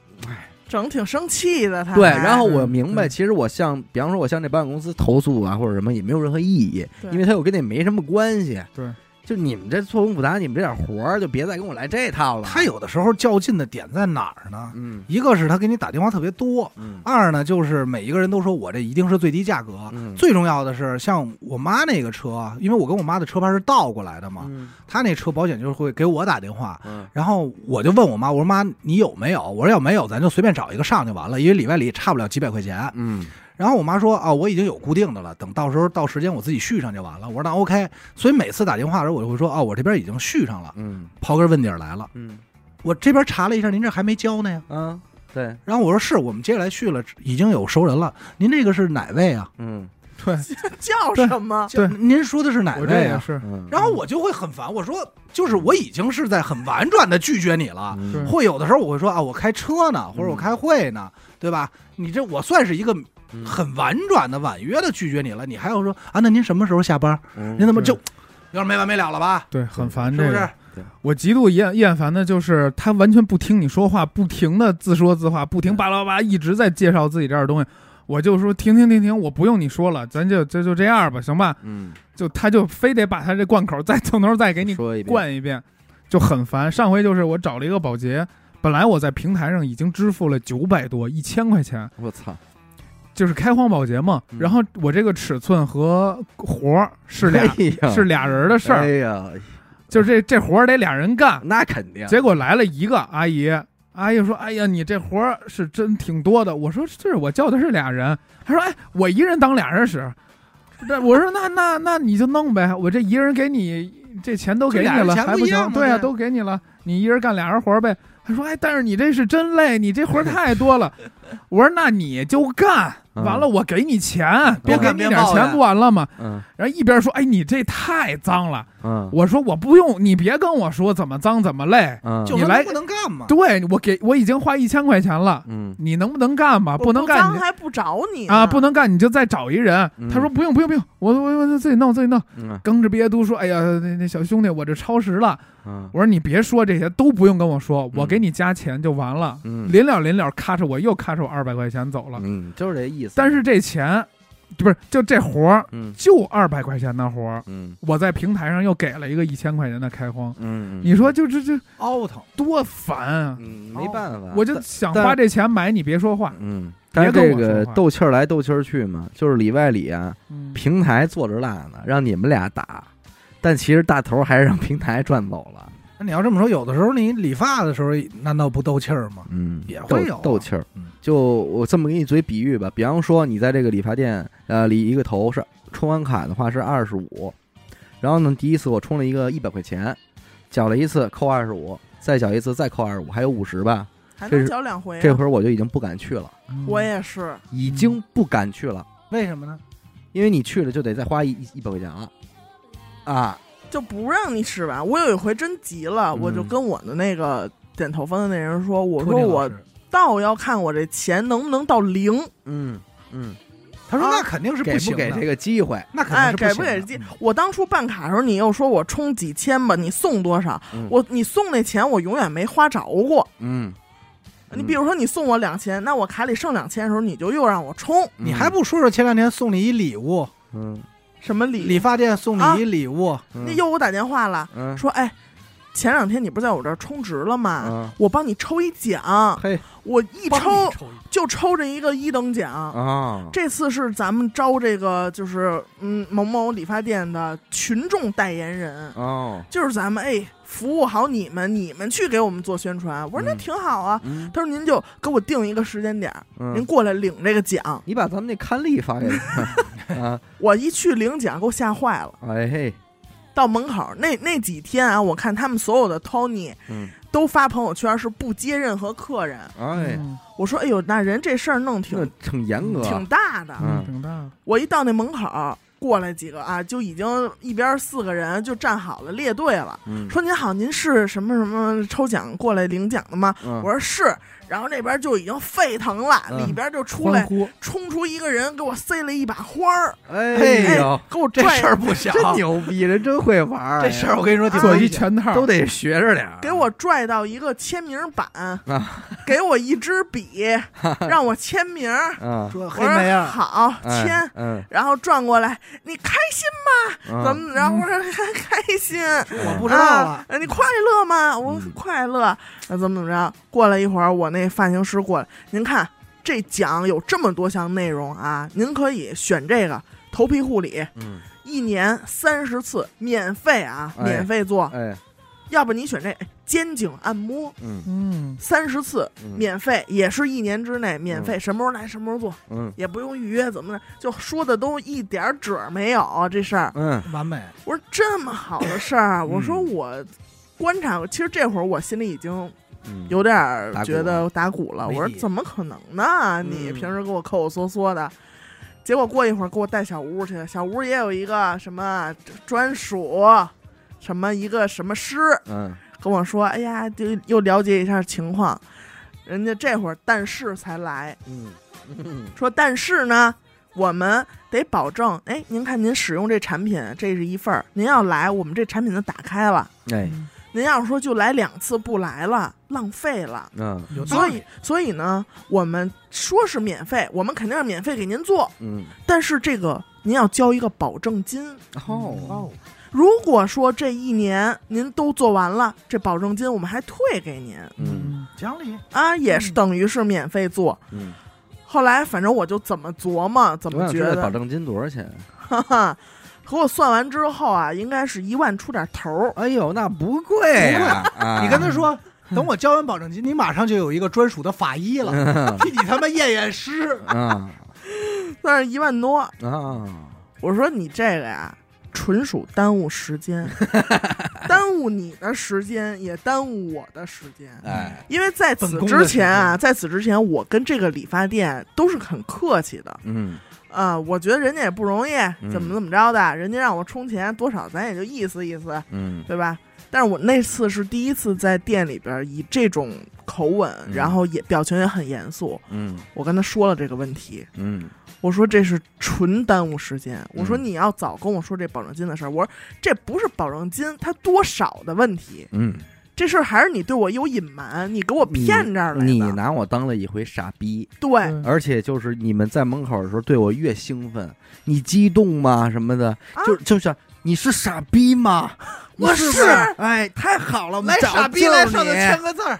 Speaker 3: 整挺生气的他还。
Speaker 1: 对，然后我
Speaker 4: 嗯
Speaker 1: 明白，
Speaker 4: 嗯
Speaker 1: 其实我向，比方说，我向这保险公司投诉啊，或者什么，也没有任何意义，
Speaker 3: 对
Speaker 1: 因为他又跟那没什么关系。
Speaker 4: 对，
Speaker 1: 就你们这错综复杂，你们这点活儿，就别再跟我来这套了。
Speaker 2: 他，有的时候较劲的点在哪儿呢？
Speaker 1: 嗯
Speaker 2: 一个是他给你打电话特别多，
Speaker 1: 嗯
Speaker 2: 二呢就是每一个人都说我这一定是最低价格。
Speaker 1: 嗯，
Speaker 2: 最重要的是，像我妈那个车，啊因为我跟我妈的车牌是倒过来的
Speaker 4: 啊
Speaker 2: 嘛，
Speaker 1: 嗯
Speaker 2: 她那车保险就是会给我打电话，
Speaker 1: 嗯
Speaker 2: 然后我就问我妈，我说妈，你有没有？我说要没有，咱就随便找一个上就完了，因为里外里也差不了几百块钱。
Speaker 1: 嗯
Speaker 2: 然后我妈说啊，我已经有固定的了，等到时候到时间我自己续上就完了。我说那 OK，所以每次打电话的时候我就会说啊，我这边已经续上了。
Speaker 1: 嗯
Speaker 2: 刨根问底儿来了，
Speaker 1: 嗯
Speaker 2: 我这边查了一下，您这还没交呢呀。
Speaker 1: 啊，对，
Speaker 2: 然后我说是我们接下来续了，已经有熟人了。您这个是哪位啊？
Speaker 1: 嗯
Speaker 4: 对，
Speaker 3: 叫
Speaker 4: 对
Speaker 3: 什么？
Speaker 4: 对
Speaker 2: 您说的是哪
Speaker 4: 我这
Speaker 2: 位
Speaker 4: 也
Speaker 2: 啊？
Speaker 4: 是。
Speaker 1: 嗯，
Speaker 2: 然后我就会很烦，我说就是我已经是在很婉转的拒绝你了。
Speaker 1: 嗯
Speaker 4: 对
Speaker 2: 会有的时候我会说啊，我开车呢，或者我开会呢，对吧？你这我算是一个
Speaker 1: 嗯
Speaker 2: 很婉转的、婉约的拒绝你了。你还要说啊，那您什么时候下班？
Speaker 1: 嗯
Speaker 2: 您怎么就
Speaker 4: 对
Speaker 2: 有点没完没了了吧？
Speaker 4: 嗯对，很烦
Speaker 2: 嗯是
Speaker 4: 这
Speaker 2: 不
Speaker 4: 个
Speaker 2: 是。？
Speaker 4: 我极度厌厌烦的就是他完全不听你说话，不停的自说自话，不停巴拉巴拉一直在介绍自己这点东西。我就说停停停停，我不用你说了，咱就这就这样吧，行吧？
Speaker 1: 嗯，
Speaker 4: 就他就非得把他这贯口再从头再给你
Speaker 1: 说一遍，
Speaker 4: 灌一遍，就很烦。上回就是我找了一个保洁，本来我在平台上已经支付了九百多一千块钱，
Speaker 1: 我操，
Speaker 4: 就是开荒保洁嘛。
Speaker 1: 嗯
Speaker 4: 然后我这个尺寸和活儿是俩、
Speaker 1: 哎呀
Speaker 4: 是俩人的事儿，
Speaker 1: 哎呀，
Speaker 4: 就是这这活儿得俩人干。
Speaker 1: 那肯定，
Speaker 4: 结果来了一个阿姨，阿姨说：“哎呀，你这活儿是真挺多的。”我说：“是我叫的是俩人。”她说：“哎，我一人当俩人使。”那我说：“那那那你就弄呗，我这一人给你这钱都给你
Speaker 2: 这俩
Speaker 4: 了，
Speaker 2: 人钱
Speaker 4: 还
Speaker 2: 不一样吗
Speaker 4: 行？对
Speaker 2: 这
Speaker 4: 啊，
Speaker 2: 样
Speaker 4: 都给你了，你一人干俩人活儿呗。”她说：“哎，但是你这是真累，你这活儿太多了。”我说：“那你就干，
Speaker 1: 嗯
Speaker 4: 完了，，我给你钱，多
Speaker 1: 边
Speaker 4: 给
Speaker 1: 看
Speaker 4: 你
Speaker 2: 边
Speaker 4: 点
Speaker 2: 抱
Speaker 4: 钱
Speaker 2: 怨
Speaker 4: 不完了吗？
Speaker 1: 嗯
Speaker 4: 然后一边说，哎，你这太脏了。
Speaker 1: 嗯
Speaker 4: 我说我不用，你别跟我说怎么脏怎么累。
Speaker 1: 嗯，
Speaker 2: 就
Speaker 4: 你
Speaker 2: 是
Speaker 4: 来
Speaker 2: 不能干嘛。
Speaker 4: 对我给我已经花一千块钱了，
Speaker 1: 嗯
Speaker 4: 你能不能干吧？
Speaker 3: 我
Speaker 4: 能干
Speaker 3: 脏
Speaker 4: 你
Speaker 3: 还不找你
Speaker 4: 啊，
Speaker 3: 呢
Speaker 4: 不能干你就再找一人。
Speaker 1: 嗯
Speaker 4: 他说不用不用不用，我我我自己弄自己弄。
Speaker 1: 嗯
Speaker 4: 哽着鼻嘟说，哎呀，那那小兄弟，我这超时了。
Speaker 1: 嗯
Speaker 4: 我说你别说这些，都不用跟我说，我
Speaker 1: 嗯
Speaker 4: 给你加钱就完了。
Speaker 1: 嗯，
Speaker 4: 临了临了，咔嚓我又咔嚓我二百块钱走了。
Speaker 1: 嗯，就是这意思。
Speaker 4: 但是这钱，不是就这活儿，
Speaker 1: 嗯
Speaker 4: 就二百块钱的活儿，
Speaker 1: 嗯
Speaker 4: 我在平台上又给了一个一千块钱的开荒，
Speaker 1: 嗯，
Speaker 4: 你说就这这
Speaker 2: 凹腾，
Speaker 4: 多烦啊！
Speaker 1: 嗯没办法，
Speaker 4: 我就想
Speaker 1: 但
Speaker 4: 花这钱买你，别说话。
Speaker 1: 嗯，但
Speaker 4: 别
Speaker 1: 是
Speaker 4: 跟我
Speaker 1: 这
Speaker 4: 说话
Speaker 1: 个斗气儿来斗气儿去嘛，就是里外里啊，
Speaker 4: 嗯
Speaker 1: 平台坐着辣呢，让你们俩打，但其实大头还是让平台赚走了。
Speaker 2: 那你要这么说，有的时候你理发的时候，难道不斗气儿吗？
Speaker 1: 嗯，
Speaker 2: 也
Speaker 1: 斗
Speaker 2: 会有啊
Speaker 1: 斗气儿
Speaker 2: 嗯。
Speaker 1: 就我这么给你嘴比喻吧，比方说你在这个理发店，呃，理一个头是充完卡的话是二十五，然后呢，第一次我充了一个一百块钱，缴了一次扣二十五，再缴一次再扣二十五，还有五十吧。
Speaker 3: 还
Speaker 1: 这
Speaker 3: 能
Speaker 1: 是
Speaker 3: 交两回啊。
Speaker 1: 这会儿我就已经不敢去了，
Speaker 3: 我也是，
Speaker 1: 已经不敢去了，
Speaker 2: 为什么呢？
Speaker 1: 因为你去了就得再花一一百块钱了，啊，
Speaker 3: 就不让你使完。我有一回真急了，
Speaker 1: 嗯
Speaker 3: 我就跟我的那个剪头发的那人说，我
Speaker 2: 托
Speaker 3: 说
Speaker 2: 尼老
Speaker 3: 我
Speaker 2: 师
Speaker 3: 倒要看我这钱能不能到零，
Speaker 1: 嗯嗯，
Speaker 2: 他说
Speaker 3: 啊
Speaker 2: 那肯定是
Speaker 1: 给
Speaker 2: 行啊
Speaker 1: 不
Speaker 2: 的，
Speaker 1: 给这个机会？
Speaker 2: 那肯定
Speaker 3: 哎，
Speaker 2: 是
Speaker 3: 给
Speaker 2: 不
Speaker 3: 给
Speaker 2: 行的
Speaker 3: 这
Speaker 2: 嗯？
Speaker 3: 我当初办卡的时候，你又说我充几千吧，你送多少？
Speaker 1: 嗯
Speaker 3: 我你送那钱我永远没花着过。
Speaker 1: 嗯，
Speaker 3: 啊你比如说你送我两千，那我卡里剩两千的时候，你就又让我充
Speaker 1: 嗯
Speaker 2: 你还不说说前两天送你一礼物，
Speaker 1: 嗯
Speaker 3: 什么礼？
Speaker 2: 理发店送你一礼物，
Speaker 1: 嗯
Speaker 3: 那又给我打电话了，
Speaker 1: 嗯
Speaker 3: 说哎，前两天你不是在我这儿充值了吗？
Speaker 1: 嗯
Speaker 3: 我帮你抽一奖，
Speaker 1: 嘿
Speaker 3: 我一
Speaker 2: 帮你
Speaker 3: 抽
Speaker 2: 抽一
Speaker 3: 就抽这一个一等奖。
Speaker 1: 啊
Speaker 3: 这次是咱们招这个，就是嗯某某理发店的群众代言人，
Speaker 1: 哦
Speaker 3: 就是咱们哎服务好你们，你们去给我们做宣传。我说那
Speaker 1: 嗯
Speaker 3: 挺好啊。
Speaker 1: 嗯
Speaker 3: 他说您就给我定一个时间点儿，您
Speaker 1: 嗯，
Speaker 3: 过来领这个奖。
Speaker 1: 你把咱们那刊例发给他啊，
Speaker 3: 我一去领奖，给我吓坏了。
Speaker 1: 哎嘿，
Speaker 3: 到门口那那几天啊，我看他们所有的 Tony
Speaker 1: 嗯
Speaker 3: 都发朋友圈是不接任何客人。
Speaker 1: 哎，
Speaker 4: 嗯
Speaker 3: 我说哎呦，那人这事儿弄挺
Speaker 1: 那挺严格，
Speaker 3: 挺大的。
Speaker 1: 嗯
Speaker 4: 嗯挺大的，
Speaker 3: 我一到那门口，过来几个啊，就已经一边四个人就站好了列队了，
Speaker 1: 嗯，
Speaker 3: 说您好，您是什么什么抽奖过来领奖的吗？
Speaker 1: 嗯
Speaker 3: 我说是，然后那边就已经沸腾了，
Speaker 1: 嗯
Speaker 3: 里边就出
Speaker 4: 欢
Speaker 3: 来
Speaker 4: 呼，
Speaker 3: 冲出一个人，给我塞了一把花儿，
Speaker 1: 哎呦
Speaker 3: 哎，给我
Speaker 2: 这
Speaker 3: 拽
Speaker 2: 事，儿不小，
Speaker 1: 真牛逼，人真会玩儿，
Speaker 2: 这事儿我跟你说挺
Speaker 4: 做
Speaker 2: 危
Speaker 4: 一
Speaker 2: 险。
Speaker 4: 全套
Speaker 1: 哎呀，都得学着点儿，
Speaker 3: 给我拽到一个签名板，给我一支 笔，让我签名儿。
Speaker 1: 啊，
Speaker 2: 说
Speaker 3: 我
Speaker 2: 黑妹
Speaker 3: 说
Speaker 2: 啊，
Speaker 3: 好，
Speaker 1: 哎
Speaker 3: 签。
Speaker 1: 嗯，
Speaker 3: 然后转过来，你开心
Speaker 1: 嗯
Speaker 3: 怎么？然后我说 开心，
Speaker 2: 我不知道了
Speaker 3: 啊。呃你快乐吗？我
Speaker 1: 嗯
Speaker 3: 快乐。那怎么怎么着？过了一会儿，我那发型师过来，您看这奖有这么多项内容啊，您可以选这个头皮护理，
Speaker 1: 嗯，
Speaker 3: 一年三十次，免费啊，
Speaker 1: 哎
Speaker 3: 免费做。
Speaker 1: 哎，
Speaker 3: 要不你选这哎肩颈按摩，
Speaker 1: 嗯
Speaker 4: 嗯，
Speaker 3: 三十次
Speaker 1: 嗯
Speaker 3: 免费，也是一年之内免费，什么时候来什么时候做，
Speaker 1: 嗯
Speaker 3: 也不用预约，怎么的，就说的都一点儿褶儿没有这事儿。
Speaker 1: 嗯
Speaker 2: 完美，
Speaker 3: 我说这么好的事儿，啊我说我观察过，其实这会儿我心里已经
Speaker 1: 嗯，
Speaker 3: 有点儿
Speaker 1: 打鼓
Speaker 3: 觉得打鼓了。
Speaker 2: 没
Speaker 3: 我说
Speaker 2: 底
Speaker 3: 怎么可能呢？你
Speaker 1: 嗯
Speaker 3: 平时给我抠抠缩缩的，结果过一会儿给我带小屋去，小屋也有一个什么专属。什么一个什么师
Speaker 1: 嗯
Speaker 3: 跟我说，哎呀，就又了解一下情况，人家这会儿但是才来，
Speaker 1: 嗯嗯
Speaker 3: 说但是呢，我们得保证，哎，您看您使用这产品，这是一份儿，您要来，我们这产品就打开了。
Speaker 1: 哎，
Speaker 3: 您要是说就来两次不来了，浪费了。
Speaker 1: 嗯
Speaker 2: 有道
Speaker 3: 所
Speaker 2: 理
Speaker 3: 以，所以呢，我们说是免费，我们肯定是免费给您做，
Speaker 1: 嗯，
Speaker 3: 但是这个您要交一个保证金。
Speaker 1: 哦，
Speaker 2: 哦。
Speaker 3: 如果说这一年您都做完了，这保证金我们还退给您
Speaker 1: 嗯
Speaker 4: 嗯，
Speaker 2: 讲理，
Speaker 3: 啊，也是
Speaker 4: 嗯
Speaker 3: 等于是免费做。
Speaker 1: 嗯，
Speaker 3: 后来反正我就怎么琢磨怎
Speaker 1: 我
Speaker 3: 么
Speaker 1: 想
Speaker 3: 觉
Speaker 1: 知道
Speaker 3: 得
Speaker 1: 保，证金多少钱？啊
Speaker 3: 哈哈，给我算完之后啊，应该是一万出点头儿。
Speaker 1: 哎呦，那不贵呀，啊
Speaker 2: 你跟他说，等我交完保证金，你马上就有一个专属的法医了， 替你他妈验验尸。
Speaker 1: 啊
Speaker 3: 那是一万多。
Speaker 1: 啊，
Speaker 3: 我说你这个呀，纯属耽误时间，耽耽误你的时间，也耽误我的时间。
Speaker 1: 哎，
Speaker 3: 因为在此
Speaker 2: 本宫的
Speaker 3: 之
Speaker 2: 时间
Speaker 3: 前啊，在此之前，我跟这个理发店都是很客气的
Speaker 1: 嗯，
Speaker 3: 啊、我觉得人家也不容易，怎么
Speaker 1: 嗯
Speaker 3: 怎么着的，人家让我充钱多少，咱也就意思意思，
Speaker 1: 嗯，
Speaker 3: 对吧？但是我那次是第一次在店里边以这种口吻，
Speaker 1: 嗯
Speaker 3: 然后也表情也很严肃，
Speaker 1: 嗯，
Speaker 3: 我跟他说了这个问题，
Speaker 1: 嗯，
Speaker 3: 我说这是纯耽误时间。我说
Speaker 1: 嗯
Speaker 3: 你要早跟我说这保证金的事儿，我说这不是保证金它多少的问题，
Speaker 1: 嗯，
Speaker 3: 这事儿还是你对我有隐瞒，你给我骗这儿来的。
Speaker 1: 你拿我当了一回傻逼，
Speaker 3: 对，
Speaker 4: 嗯
Speaker 1: 而且就是你们在门口的时候对我越兴奋，你激动吗？什么的，
Speaker 3: 啊
Speaker 1: 就就像你是傻逼吗？
Speaker 2: 我
Speaker 1: 你是不
Speaker 2: 是
Speaker 1: 哎，太好了，我们
Speaker 2: 来
Speaker 1: 找
Speaker 2: 傻逼
Speaker 1: 就
Speaker 2: 来上头
Speaker 1: 你
Speaker 2: 签个字儿，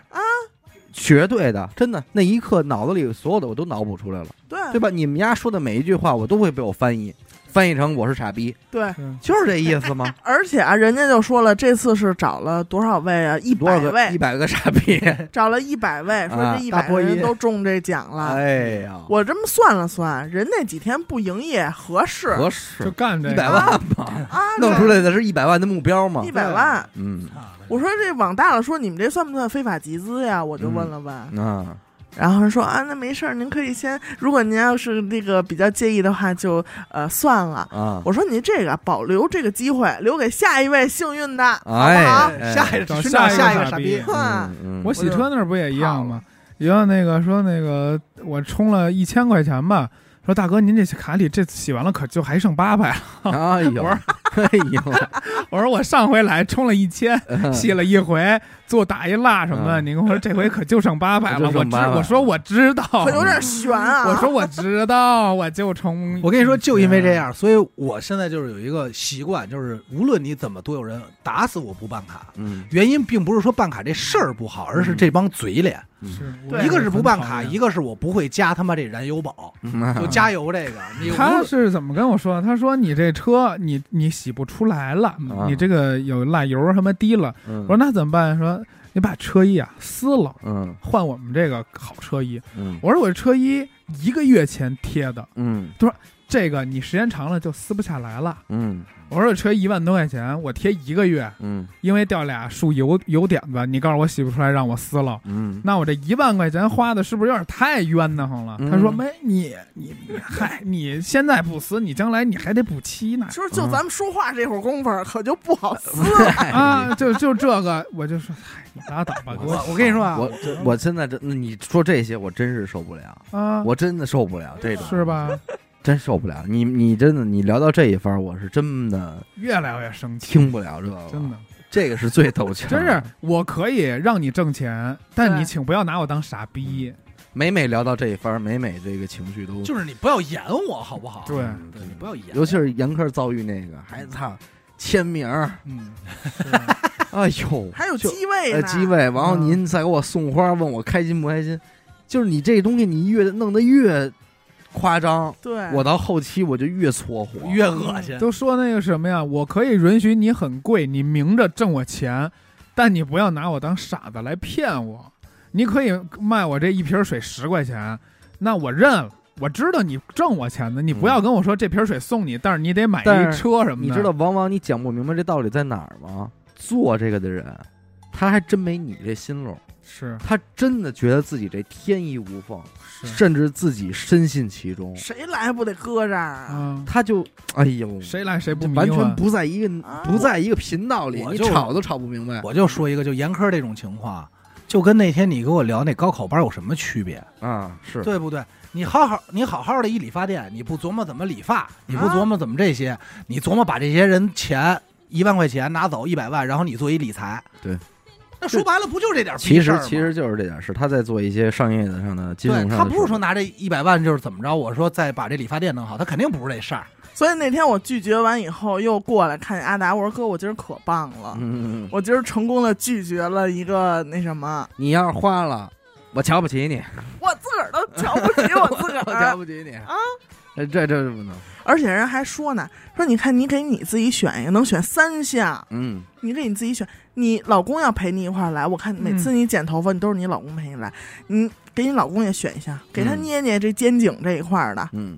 Speaker 1: 绝对的，真的，那一刻脑子里所有的我都脑补出来了，
Speaker 3: 对
Speaker 1: 对吧？你们家说的每一句话，我都会被我翻译，翻译成我是傻逼，
Speaker 3: 对，
Speaker 4: 嗯
Speaker 1: 就是这意思 吗？
Speaker 3: 而且啊，人家就说了，这次是找了多少位啊？一
Speaker 1: 多
Speaker 3: 百
Speaker 1: 少个一
Speaker 3: 位，
Speaker 1: 百个傻逼？
Speaker 3: 找了一百位，说
Speaker 1: 啊
Speaker 3: 这一
Speaker 1: 大
Speaker 3: 百
Speaker 1: 波
Speaker 3: 个人
Speaker 1: 音
Speaker 3: 都中这奖了。
Speaker 1: 哎呀，
Speaker 3: 啊我这么算了算，人那几天不营业合适
Speaker 1: 合
Speaker 4: 就
Speaker 1: 适，
Speaker 4: 干这
Speaker 1: 一
Speaker 4: 个
Speaker 1: 百万嘛，
Speaker 3: 啊？
Speaker 1: 弄出来的是一百万的目标嘛
Speaker 3: 一？百万，
Speaker 1: 嗯
Speaker 2: 啊
Speaker 3: 我说这往大了说，你们这算不算非法集资呀？我就问了问，
Speaker 1: 啊，
Speaker 3: 然后说啊，那没事儿，您可以先，如果您要是那个比较介意的话，就呃算了。
Speaker 1: 啊，
Speaker 3: 我说您这个保留这个机会，留给下一位幸运的，
Speaker 1: 哎
Speaker 3: 好不好？
Speaker 1: 哎
Speaker 2: 啊下一
Speaker 4: 找
Speaker 2: 个寻找
Speaker 4: 下
Speaker 2: 下
Speaker 4: 一
Speaker 2: 一
Speaker 4: 个
Speaker 2: 个
Speaker 4: 傻
Speaker 2: 傻
Speaker 4: 逼
Speaker 2: 逼，
Speaker 3: 哼，
Speaker 1: 嗯，
Speaker 4: 我
Speaker 1: 我
Speaker 4: 洗车那儿不也一样吗？一个那个说那个我充了一千块钱吧，说大哥您这卡里这次洗完了可就还剩八百了。
Speaker 1: 哎呦，
Speaker 4: 我
Speaker 1: 哎
Speaker 4: 我说我上回来充了一千，
Speaker 1: 呦，
Speaker 4: 洗了一回，做打一蜡什么的。
Speaker 1: 嗯
Speaker 4: 您跟我说这回可就剩八百了，
Speaker 1: 就
Speaker 4: 我
Speaker 1: 剩
Speaker 4: 知
Speaker 1: 800
Speaker 4: 我说我知道，
Speaker 3: 可有
Speaker 1: 哦
Speaker 3: 点悬啊。
Speaker 4: 我说我知道，我就充。
Speaker 2: 我跟你说，就因为这，样，所以我现在就是有一个习惯，就是无论你怎么多有人，打死我不办卡。
Speaker 1: 嗯，
Speaker 2: 原因并不是说办卡这事儿不好，而是这帮嘴脸，
Speaker 4: 是
Speaker 3: 对
Speaker 2: 嗯一个是不办卡，一
Speaker 4: 个。
Speaker 2: 个是我不会加他妈这燃油宝，就
Speaker 1: 嗯
Speaker 2: 加油这个。你无
Speaker 4: 他是怎么跟我说？啊他说你这车你你洗不出来了，
Speaker 1: 啊
Speaker 4: 你这个有蜡油什么滴了。
Speaker 1: 嗯，
Speaker 4: 我说那怎么办？说你把车衣啊撕了，
Speaker 1: 嗯
Speaker 4: 换我们这个好车衣。
Speaker 1: 嗯
Speaker 4: 我说我这车衣一个月前贴的，
Speaker 1: 嗯
Speaker 4: 这个你时间长了就撕不下来了。
Speaker 1: 嗯
Speaker 4: 我说我车一万多块钱，我贴一个月，
Speaker 1: 嗯
Speaker 4: 因为掉俩树油油点子，你告诉我洗不出来，让我撕了。
Speaker 1: 嗯，
Speaker 4: 那我这一万块钱花的是不是有点太冤得慌了？
Speaker 1: 嗯
Speaker 4: 他说没你你你嗨，你现在不撕，你将来你还得补漆呢
Speaker 3: 其。实就咱们说话这会儿功夫儿，可就不 好撕
Speaker 1: 哎
Speaker 4: 啊，就就这个，我就说，嗨，你拉倒吧，给
Speaker 2: 我
Speaker 4: 我
Speaker 2: 我跟你说啊，
Speaker 1: 我这我现在真，你说这些我真是受不了，
Speaker 4: 啊，
Speaker 1: 我真的受不了这种，
Speaker 4: 是？吧？
Speaker 1: 真受不了，你你真的你聊到这一番儿，我是真的
Speaker 4: 越来越生气，
Speaker 1: 听不啊了这个，
Speaker 4: 真的，
Speaker 1: 这个是最头疼，
Speaker 4: 真是我可以让你挣钱，但
Speaker 3: 对
Speaker 4: 你请不要拿我当傻逼。
Speaker 1: 每每聊到这一番儿，每每这个情绪都
Speaker 2: 就是你不要演我好不好？
Speaker 4: 对
Speaker 1: 嗯
Speaker 2: 对，你不要演
Speaker 1: 尤
Speaker 2: 我。
Speaker 1: 其是严科遭遇那个，还操签名儿，
Speaker 4: 嗯，
Speaker 1: 哎呦，
Speaker 3: 还有
Speaker 1: 就
Speaker 3: 机位
Speaker 1: 呃
Speaker 3: 呢，
Speaker 1: 机位，然后
Speaker 4: 嗯
Speaker 1: 您再给我送花，问我开心不开心，就是你这东西你越弄得越夸张，
Speaker 2: 哎
Speaker 3: 对，
Speaker 1: 我到后期我就越搓火，
Speaker 2: 越恶心，
Speaker 4: 都说那个什么呀，我可以允许你很贵，你明着挣我钱，但你不要拿我当傻子来骗我。你可以卖我这一瓶水十块钱，那我认了。我知道你挣我钱的，你不要跟我说这瓶水送你，但是你得买
Speaker 1: 但
Speaker 4: 一
Speaker 1: 是
Speaker 4: 车什么的。
Speaker 1: 你知道，往往你讲不明白这道理在哪儿吗？做这个的人，他还真没你这心喽，
Speaker 4: 是
Speaker 1: 他真的觉得自己这天衣无缝，
Speaker 4: 是
Speaker 1: 甚至自己深信其中，
Speaker 3: 谁来不得搁这儿啊？
Speaker 4: 啊，
Speaker 1: 他就哎呦，
Speaker 4: 谁来谁不
Speaker 1: 就
Speaker 4: 迷
Speaker 1: 完全
Speaker 4: 幻
Speaker 1: 不在一个、
Speaker 3: 啊
Speaker 1: 不在一个频道里，
Speaker 2: 我
Speaker 1: 你
Speaker 2: 就
Speaker 1: 吵都吵不明白
Speaker 2: 我就说一个，就严科这种情况，就跟那天你跟我聊那高考班有什么区别，
Speaker 1: 啊！是
Speaker 2: 对不对？你好好，你好好的一理发店，你不琢磨怎么理发，你不
Speaker 3: 啊
Speaker 2: 琢磨怎么这些，你琢磨把这些人钱一万块钱拿走一百万，然后你做一理财，
Speaker 1: 对，
Speaker 2: 那说白了不就这点
Speaker 1: 其
Speaker 2: 逼事儿
Speaker 1: 实
Speaker 2: 吗？
Speaker 1: 其实就是这点事，他在做一些商业的上的金融上
Speaker 2: 对
Speaker 1: 的事儿。
Speaker 2: 他不是说拿这一百万就是怎么着，我说再把这理发店弄好，他肯定不是这事儿。
Speaker 3: 所以那天我拒绝完以后，又过来看见阿达，我说哥，我今儿可棒了，
Speaker 1: 嗯，嗯嗯
Speaker 3: 我今儿成功的拒绝了一个那什么，
Speaker 1: 你要是花了，我瞧不起你，
Speaker 3: 我自个儿都瞧不起 我自个
Speaker 1: 我瞧
Speaker 3: 儿，
Speaker 1: 不起你
Speaker 3: 啊！
Speaker 1: 这这这不能，
Speaker 3: 而且人还说呢，说你看你给你自己选一个，能选三项，
Speaker 1: 嗯，
Speaker 3: 你给你自己选，你老公要陪你一块儿来，我看每次你剪头发，你都是你老公陪你来，你给你老公也选一项，给他
Speaker 1: 嗯
Speaker 3: 捏捏这肩颈这一块儿的，
Speaker 1: 嗯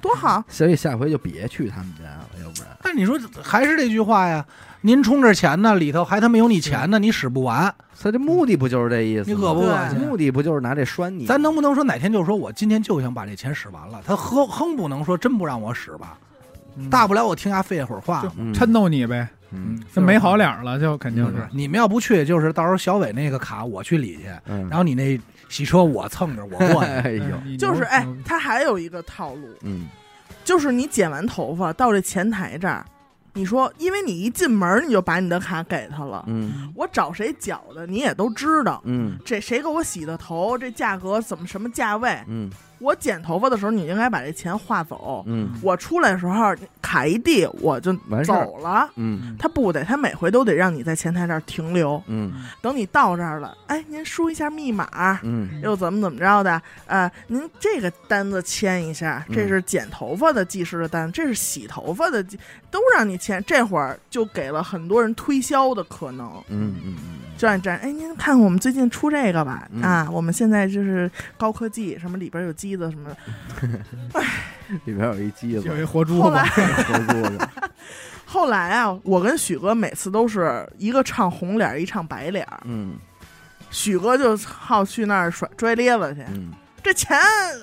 Speaker 3: 多好。
Speaker 1: 所以下回就别去他们家了，要不然
Speaker 2: 但你说还是那句话呀，您充着钱呢，里头还他妈有你钱
Speaker 4: 嗯
Speaker 2: 呢，你使不完。
Speaker 1: 他这目的不就是这意思吗？
Speaker 2: 你恶不
Speaker 3: 恶
Speaker 2: 心
Speaker 1: 目的不就是拿这拴
Speaker 4: 嗯
Speaker 1: 你？
Speaker 2: 咱能不能说哪天就说我今天就想把这钱使完了？他哼哼不能说真不让我使吧，
Speaker 4: 嗯
Speaker 2: 大不了我听他废一会儿话嘛。
Speaker 1: 嗯
Speaker 4: 抻，逗你呗，
Speaker 1: 嗯
Speaker 4: 就没好脸了，就肯定是
Speaker 2: 你们要不去，就是到时候小伟那个卡我去理去，
Speaker 1: 嗯，
Speaker 2: 然后你那洗车我蹭着我过 去。
Speaker 1: 哎呦，
Speaker 4: 你
Speaker 3: 就是
Speaker 4: 牛
Speaker 3: 哎
Speaker 4: 牛，
Speaker 3: 他还有一个套路，
Speaker 1: 嗯
Speaker 3: 就是你剪完头发到这前台这儿，你说，因为你一进门你就把你的卡给他了，
Speaker 1: 嗯
Speaker 3: 我找谁缴的你也都知道，
Speaker 1: 嗯
Speaker 3: 这谁给我洗的头，这价格怎么什么价位，
Speaker 1: 嗯
Speaker 3: 我剪头发的时候你应该把这钱划走，
Speaker 1: 嗯
Speaker 3: 我出来的时候卡一地我就
Speaker 1: 完事儿
Speaker 3: 走了。
Speaker 1: 嗯
Speaker 3: 他不得，他每回都得让你在前台这儿停留，
Speaker 1: 嗯
Speaker 3: 等你到这儿了，哎，您输一下密码，
Speaker 1: 嗯
Speaker 3: 又怎么怎么着的？呃，您这个单子签一下，
Speaker 1: 嗯
Speaker 3: 这是剪头发的技师的单，这是洗头发的技，都让你签。这会儿就给了很多人推销的可能，
Speaker 1: 嗯嗯
Speaker 3: 就让你这样，哎，您看看我们最近出这个吧，
Speaker 1: 嗯
Speaker 3: 啊，我们现在就是高科技，什么里边有机子什么的。
Speaker 1: 嗯，里边有一机子，
Speaker 4: 有一活珠
Speaker 3: 后
Speaker 4: 子
Speaker 3: 来，
Speaker 1: 活珠子，
Speaker 3: 后来啊，我跟许哥每次都是一个唱红脸儿，一唱白脸儿，
Speaker 1: 嗯
Speaker 3: 许哥就好去那儿甩拽咧子去，
Speaker 1: 嗯
Speaker 3: 这钱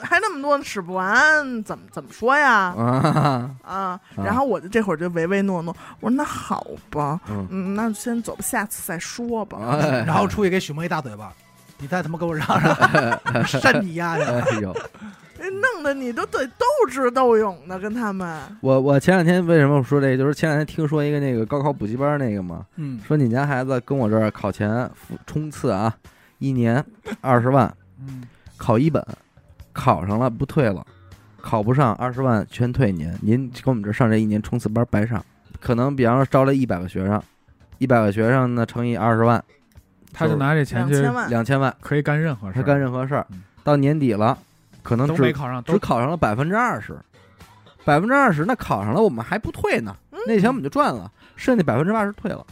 Speaker 3: 还那么多呢使不完，怎么怎么说呀？
Speaker 1: 啊，
Speaker 3: 啊，
Speaker 1: 啊
Speaker 3: 然后我就这会儿就唯唯诺诺，我说那好吧，
Speaker 1: 嗯
Speaker 3: 嗯，那先走吧，下次再说吧。
Speaker 1: 哎
Speaker 2: 然后出去给许墨一大嘴 巴，你再他妈给我嚷嚷，扇你丫的！
Speaker 1: 哎呦，
Speaker 3: 弄得你都得斗智斗勇的跟他们，
Speaker 1: 我我前两天为什么说这个？就是前两天听说一个那个高考补习班那个嘛，
Speaker 2: 嗯，
Speaker 1: 说你家孩子跟我这儿考前复冲刺啊，一年二十万
Speaker 4: 嗯
Speaker 1: 考一本，考上了不退了，考不上二十万全退您，您跟我们这儿上这一年冲刺班白上。可能比方说招了一百个学生，一百个学生呢乘以二十万，
Speaker 4: 他就拿这钱
Speaker 3: 两
Speaker 4: 去
Speaker 3: 千万，
Speaker 1: 两千万，
Speaker 4: 可以干任何事
Speaker 1: 他
Speaker 4: 儿，
Speaker 1: 干任何事儿
Speaker 4: 嗯，
Speaker 1: 到年底了，可能
Speaker 4: 都
Speaker 1: 只
Speaker 4: 没考上，
Speaker 1: 只
Speaker 4: 都
Speaker 1: 考上了百分之二十，百分之二十那考上了，我们还不退呢，那钱我们就赚了，剩下百分之八十退了，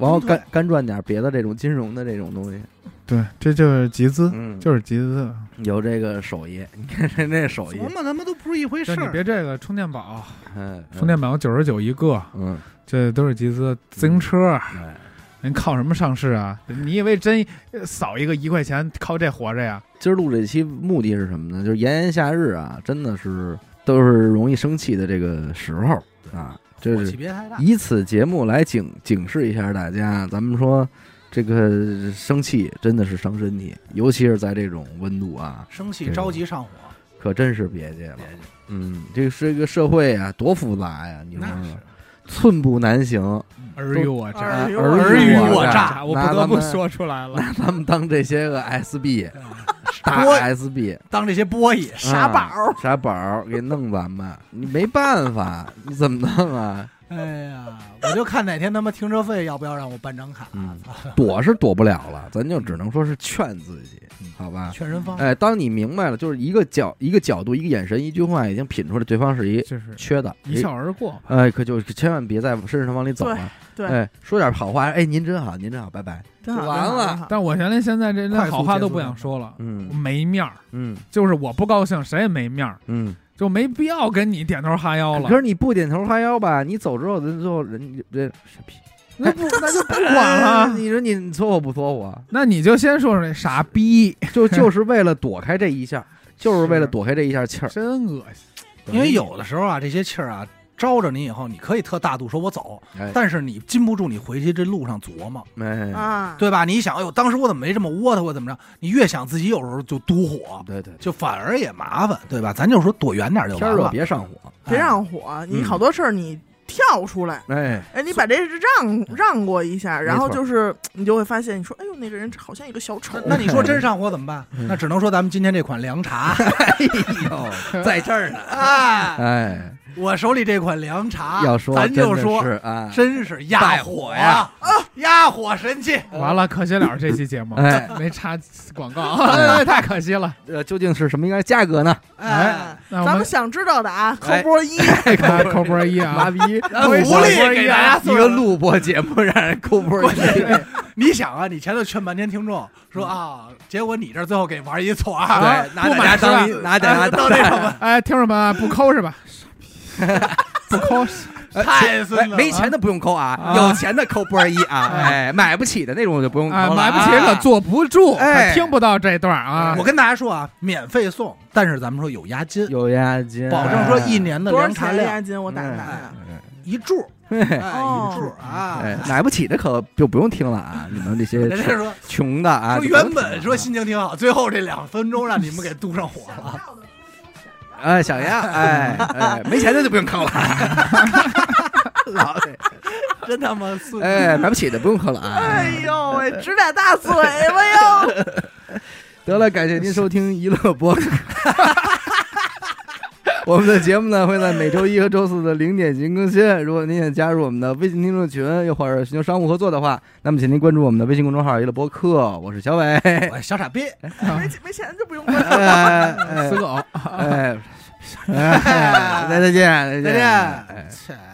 Speaker 1: 然后
Speaker 2: 不
Speaker 1: 干
Speaker 2: 退
Speaker 1: 干赚点别的这种金融的这种东西，
Speaker 4: 对，这就是集资，
Speaker 1: 嗯，
Speaker 4: 就是集资。啊
Speaker 1: 有这个手艺，你看人这手艺
Speaker 2: 琢，磨他妈都不是一回事
Speaker 4: 就你
Speaker 2: 儿。
Speaker 4: 别这个充电宝，
Speaker 1: 嗯，
Speaker 4: 充电宝九十九一个，
Speaker 1: 嗯，
Speaker 4: 这都是集资。自行车，啊
Speaker 1: 哎
Speaker 4: 您靠什么上市啊？你以为真呃扫一个一块钱靠这活着呀？
Speaker 1: 今儿录这期目的是什么呢？就是炎炎夏日啊，真的是都是容易生气的这个时候啊，这
Speaker 2: 火
Speaker 1: 是
Speaker 2: 气别太大。
Speaker 1: 以此节目来警警示一下大家，咱们说这个生气真的是伤身体，尤其是在这种温度啊，
Speaker 2: 生气着急上火，
Speaker 1: 可真是别介了
Speaker 2: 别。
Speaker 1: 嗯，这个是个社会啊，多复杂呀、你说
Speaker 2: 那是
Speaker 1: 说，寸步难行。
Speaker 4: 尔虞我诈，
Speaker 3: 尔虞
Speaker 1: 尔
Speaker 3: 哎我
Speaker 1: 尔
Speaker 2: 虞我
Speaker 1: 诈
Speaker 4: 我
Speaker 1: 拿
Speaker 4: 不得
Speaker 1: 咱
Speaker 4: 不
Speaker 1: 们
Speaker 4: 说出来了。
Speaker 1: 拿咱们当这些个 SB 大
Speaker 2: 波
Speaker 1: SB
Speaker 2: 当这些波
Speaker 4: 嗯
Speaker 2: 椅，
Speaker 3: 傻宝儿
Speaker 1: 啊傻宝儿给弄咱们，你没办法，你怎么弄啊？
Speaker 2: 哎呀，我就看哪天他妈停车费要不要让我办张卡，
Speaker 1: 嗯，躲是躲不了了，咱就只能说是劝自己，好吧？
Speaker 2: 劝人方。
Speaker 1: 哎，当你明白了，就是一个角、一个角度、一个眼神、一句话，已经品出来对方是一
Speaker 4: 就是
Speaker 1: 缺的，
Speaker 4: 一笑而过吧。
Speaker 1: 哎，可就千万别在身上往里走了。
Speaker 3: 对对
Speaker 1: 哎，说点好话，哎，您真好，您真好，拜拜。
Speaker 3: 真好，
Speaker 1: 完
Speaker 3: 真好
Speaker 1: 了
Speaker 3: 真好
Speaker 4: 但我原来现在这
Speaker 2: 快
Speaker 4: 连
Speaker 2: 速
Speaker 4: 好话
Speaker 2: 结
Speaker 4: 都
Speaker 2: 束
Speaker 4: 不
Speaker 2: 这
Speaker 4: 想
Speaker 2: 个
Speaker 4: 说了，
Speaker 1: 嗯
Speaker 4: 没面儿。
Speaker 1: 嗯
Speaker 4: 就是我不高兴，谁也没面儿，
Speaker 1: 嗯。
Speaker 4: 就没必要跟你点头哈腰了
Speaker 1: 可。是你不点头哈腰吧，你走之后，人最后人人傻逼，那不那就不
Speaker 4: 管了
Speaker 1: 你说你你撮合不撮合？
Speaker 4: 那你就先说说那傻逼，
Speaker 1: 就就是为了躲开这一下，就是为了
Speaker 4: 是
Speaker 1: 躲开这一下气儿。
Speaker 4: 真恶心。
Speaker 2: 因为有的时候啊，这些气儿啊招着你以后，你可以特大度说我走，
Speaker 1: 哎
Speaker 2: 但是你禁不住你回去这路上琢磨，
Speaker 1: 哎，
Speaker 3: 啊，
Speaker 2: 对吧？你一想，哎呦，当时我怎么没这么窝他，我怎么着？你越想自己有时候就嘟火，
Speaker 1: 对对，对
Speaker 2: 就反而也麻烦，对吧？咱就说躲远点就
Speaker 1: 天儿
Speaker 2: 完
Speaker 1: 热
Speaker 2: 了，啊
Speaker 1: 别上火。
Speaker 3: 别让火，你
Speaker 1: 嗯
Speaker 3: 好多事儿你跳出来。
Speaker 1: 哎，
Speaker 3: 哎，你把这让让过一下，然后
Speaker 1: 没错
Speaker 3: 就是你就会发现，你说，哎呦，那个人好像一个小丑
Speaker 2: 那。那你说真上火怎么办？
Speaker 1: 嗯
Speaker 2: 那只能说咱们今天这款凉茶
Speaker 1: 哎呦，
Speaker 2: 在这儿呢啊！
Speaker 1: 哎，
Speaker 2: 我手里这款凉茶，
Speaker 1: 要说
Speaker 2: 咱就
Speaker 1: 真的
Speaker 2: 说
Speaker 1: 是，啊，
Speaker 2: 真是压火呀，压火神器。
Speaker 4: 呃完了，可惜了这期节目
Speaker 1: 哎
Speaker 4: 没插广告，
Speaker 1: 哎
Speaker 4: 哎太可惜了。
Speaker 1: 呃，究竟是什么应该价格呢？
Speaker 2: 哎，
Speaker 4: 那我
Speaker 3: 咱们
Speaker 4: 们
Speaker 3: 想知道的啊，扣
Speaker 1: 哎
Speaker 3: 波一，
Speaker 4: 看扣波一啊，
Speaker 1: 妈逼，
Speaker 2: 咱福利给大家
Speaker 1: 一个录播节目让人抠波
Speaker 2: 关键
Speaker 1: 儿，
Speaker 2: 是你想啊，你前头劝半天听众说啊，结果你这最后给玩一错啊，
Speaker 1: 哎对，拿
Speaker 4: 不
Speaker 1: 大家
Speaker 4: 买是吧
Speaker 1: 当一拿大家
Speaker 2: 都
Speaker 1: 当
Speaker 2: 那什么，
Speaker 4: 哎，听众朋友们不抠是吧？傻逼，不抠是
Speaker 2: 太孙
Speaker 1: 哎
Speaker 2: 子了。
Speaker 1: 没钱的不用抠啊
Speaker 4: 啊，
Speaker 1: 有钱的抠波儿一啊，哎，买不起的那种就不用抠
Speaker 4: 啊，
Speaker 1: 了，
Speaker 4: 买不起可坐不住，
Speaker 1: 哎
Speaker 4: 可听不到这段啊
Speaker 2: 我。跟大家说啊，免费送，但是咱们说有哎押金，
Speaker 1: 有押金，
Speaker 2: 保证说一年的
Speaker 3: 多少
Speaker 2: 凉茶
Speaker 3: 钱
Speaker 2: 量
Speaker 3: 押金？我打听打
Speaker 1: 哎
Speaker 3: 听。
Speaker 2: 一注， 哎，
Speaker 1: 哎
Speaker 2: 一注啊。
Speaker 1: 哎，买不起的可就不用听了啊，你们这些
Speaker 2: 人家说
Speaker 1: 穷的啊，
Speaker 2: 说
Speaker 1: 就不用
Speaker 2: 原
Speaker 1: 听了
Speaker 2: 本
Speaker 1: 啊
Speaker 2: 说心哎情挺好，最后这两分钟让你们给堵上火了。
Speaker 1: 哎，想要哎哎，没钱的就不用坑了，老得
Speaker 2: 真他妈孙子！
Speaker 1: 哎，买不起的不用坑了啊。
Speaker 3: 哎呦喂，指俩大嘴哎巴哟！
Speaker 1: 得了，感谢您收听娱乐播客。我们的节目呢会在每周一和周四的零点进行更新。如果您也加入我们的微信听众群，又或者寻求商务合作的话，那么请您关注我们的微信公众号“娱乐播客”，我是小伟。
Speaker 2: 我哎小傻逼，
Speaker 3: 没钱没钱就不用管。
Speaker 1: 哎哎
Speaker 4: 死狗。
Speaker 1: 哎，哎再见，再
Speaker 2: 再
Speaker 1: 见，哎
Speaker 2: 见。切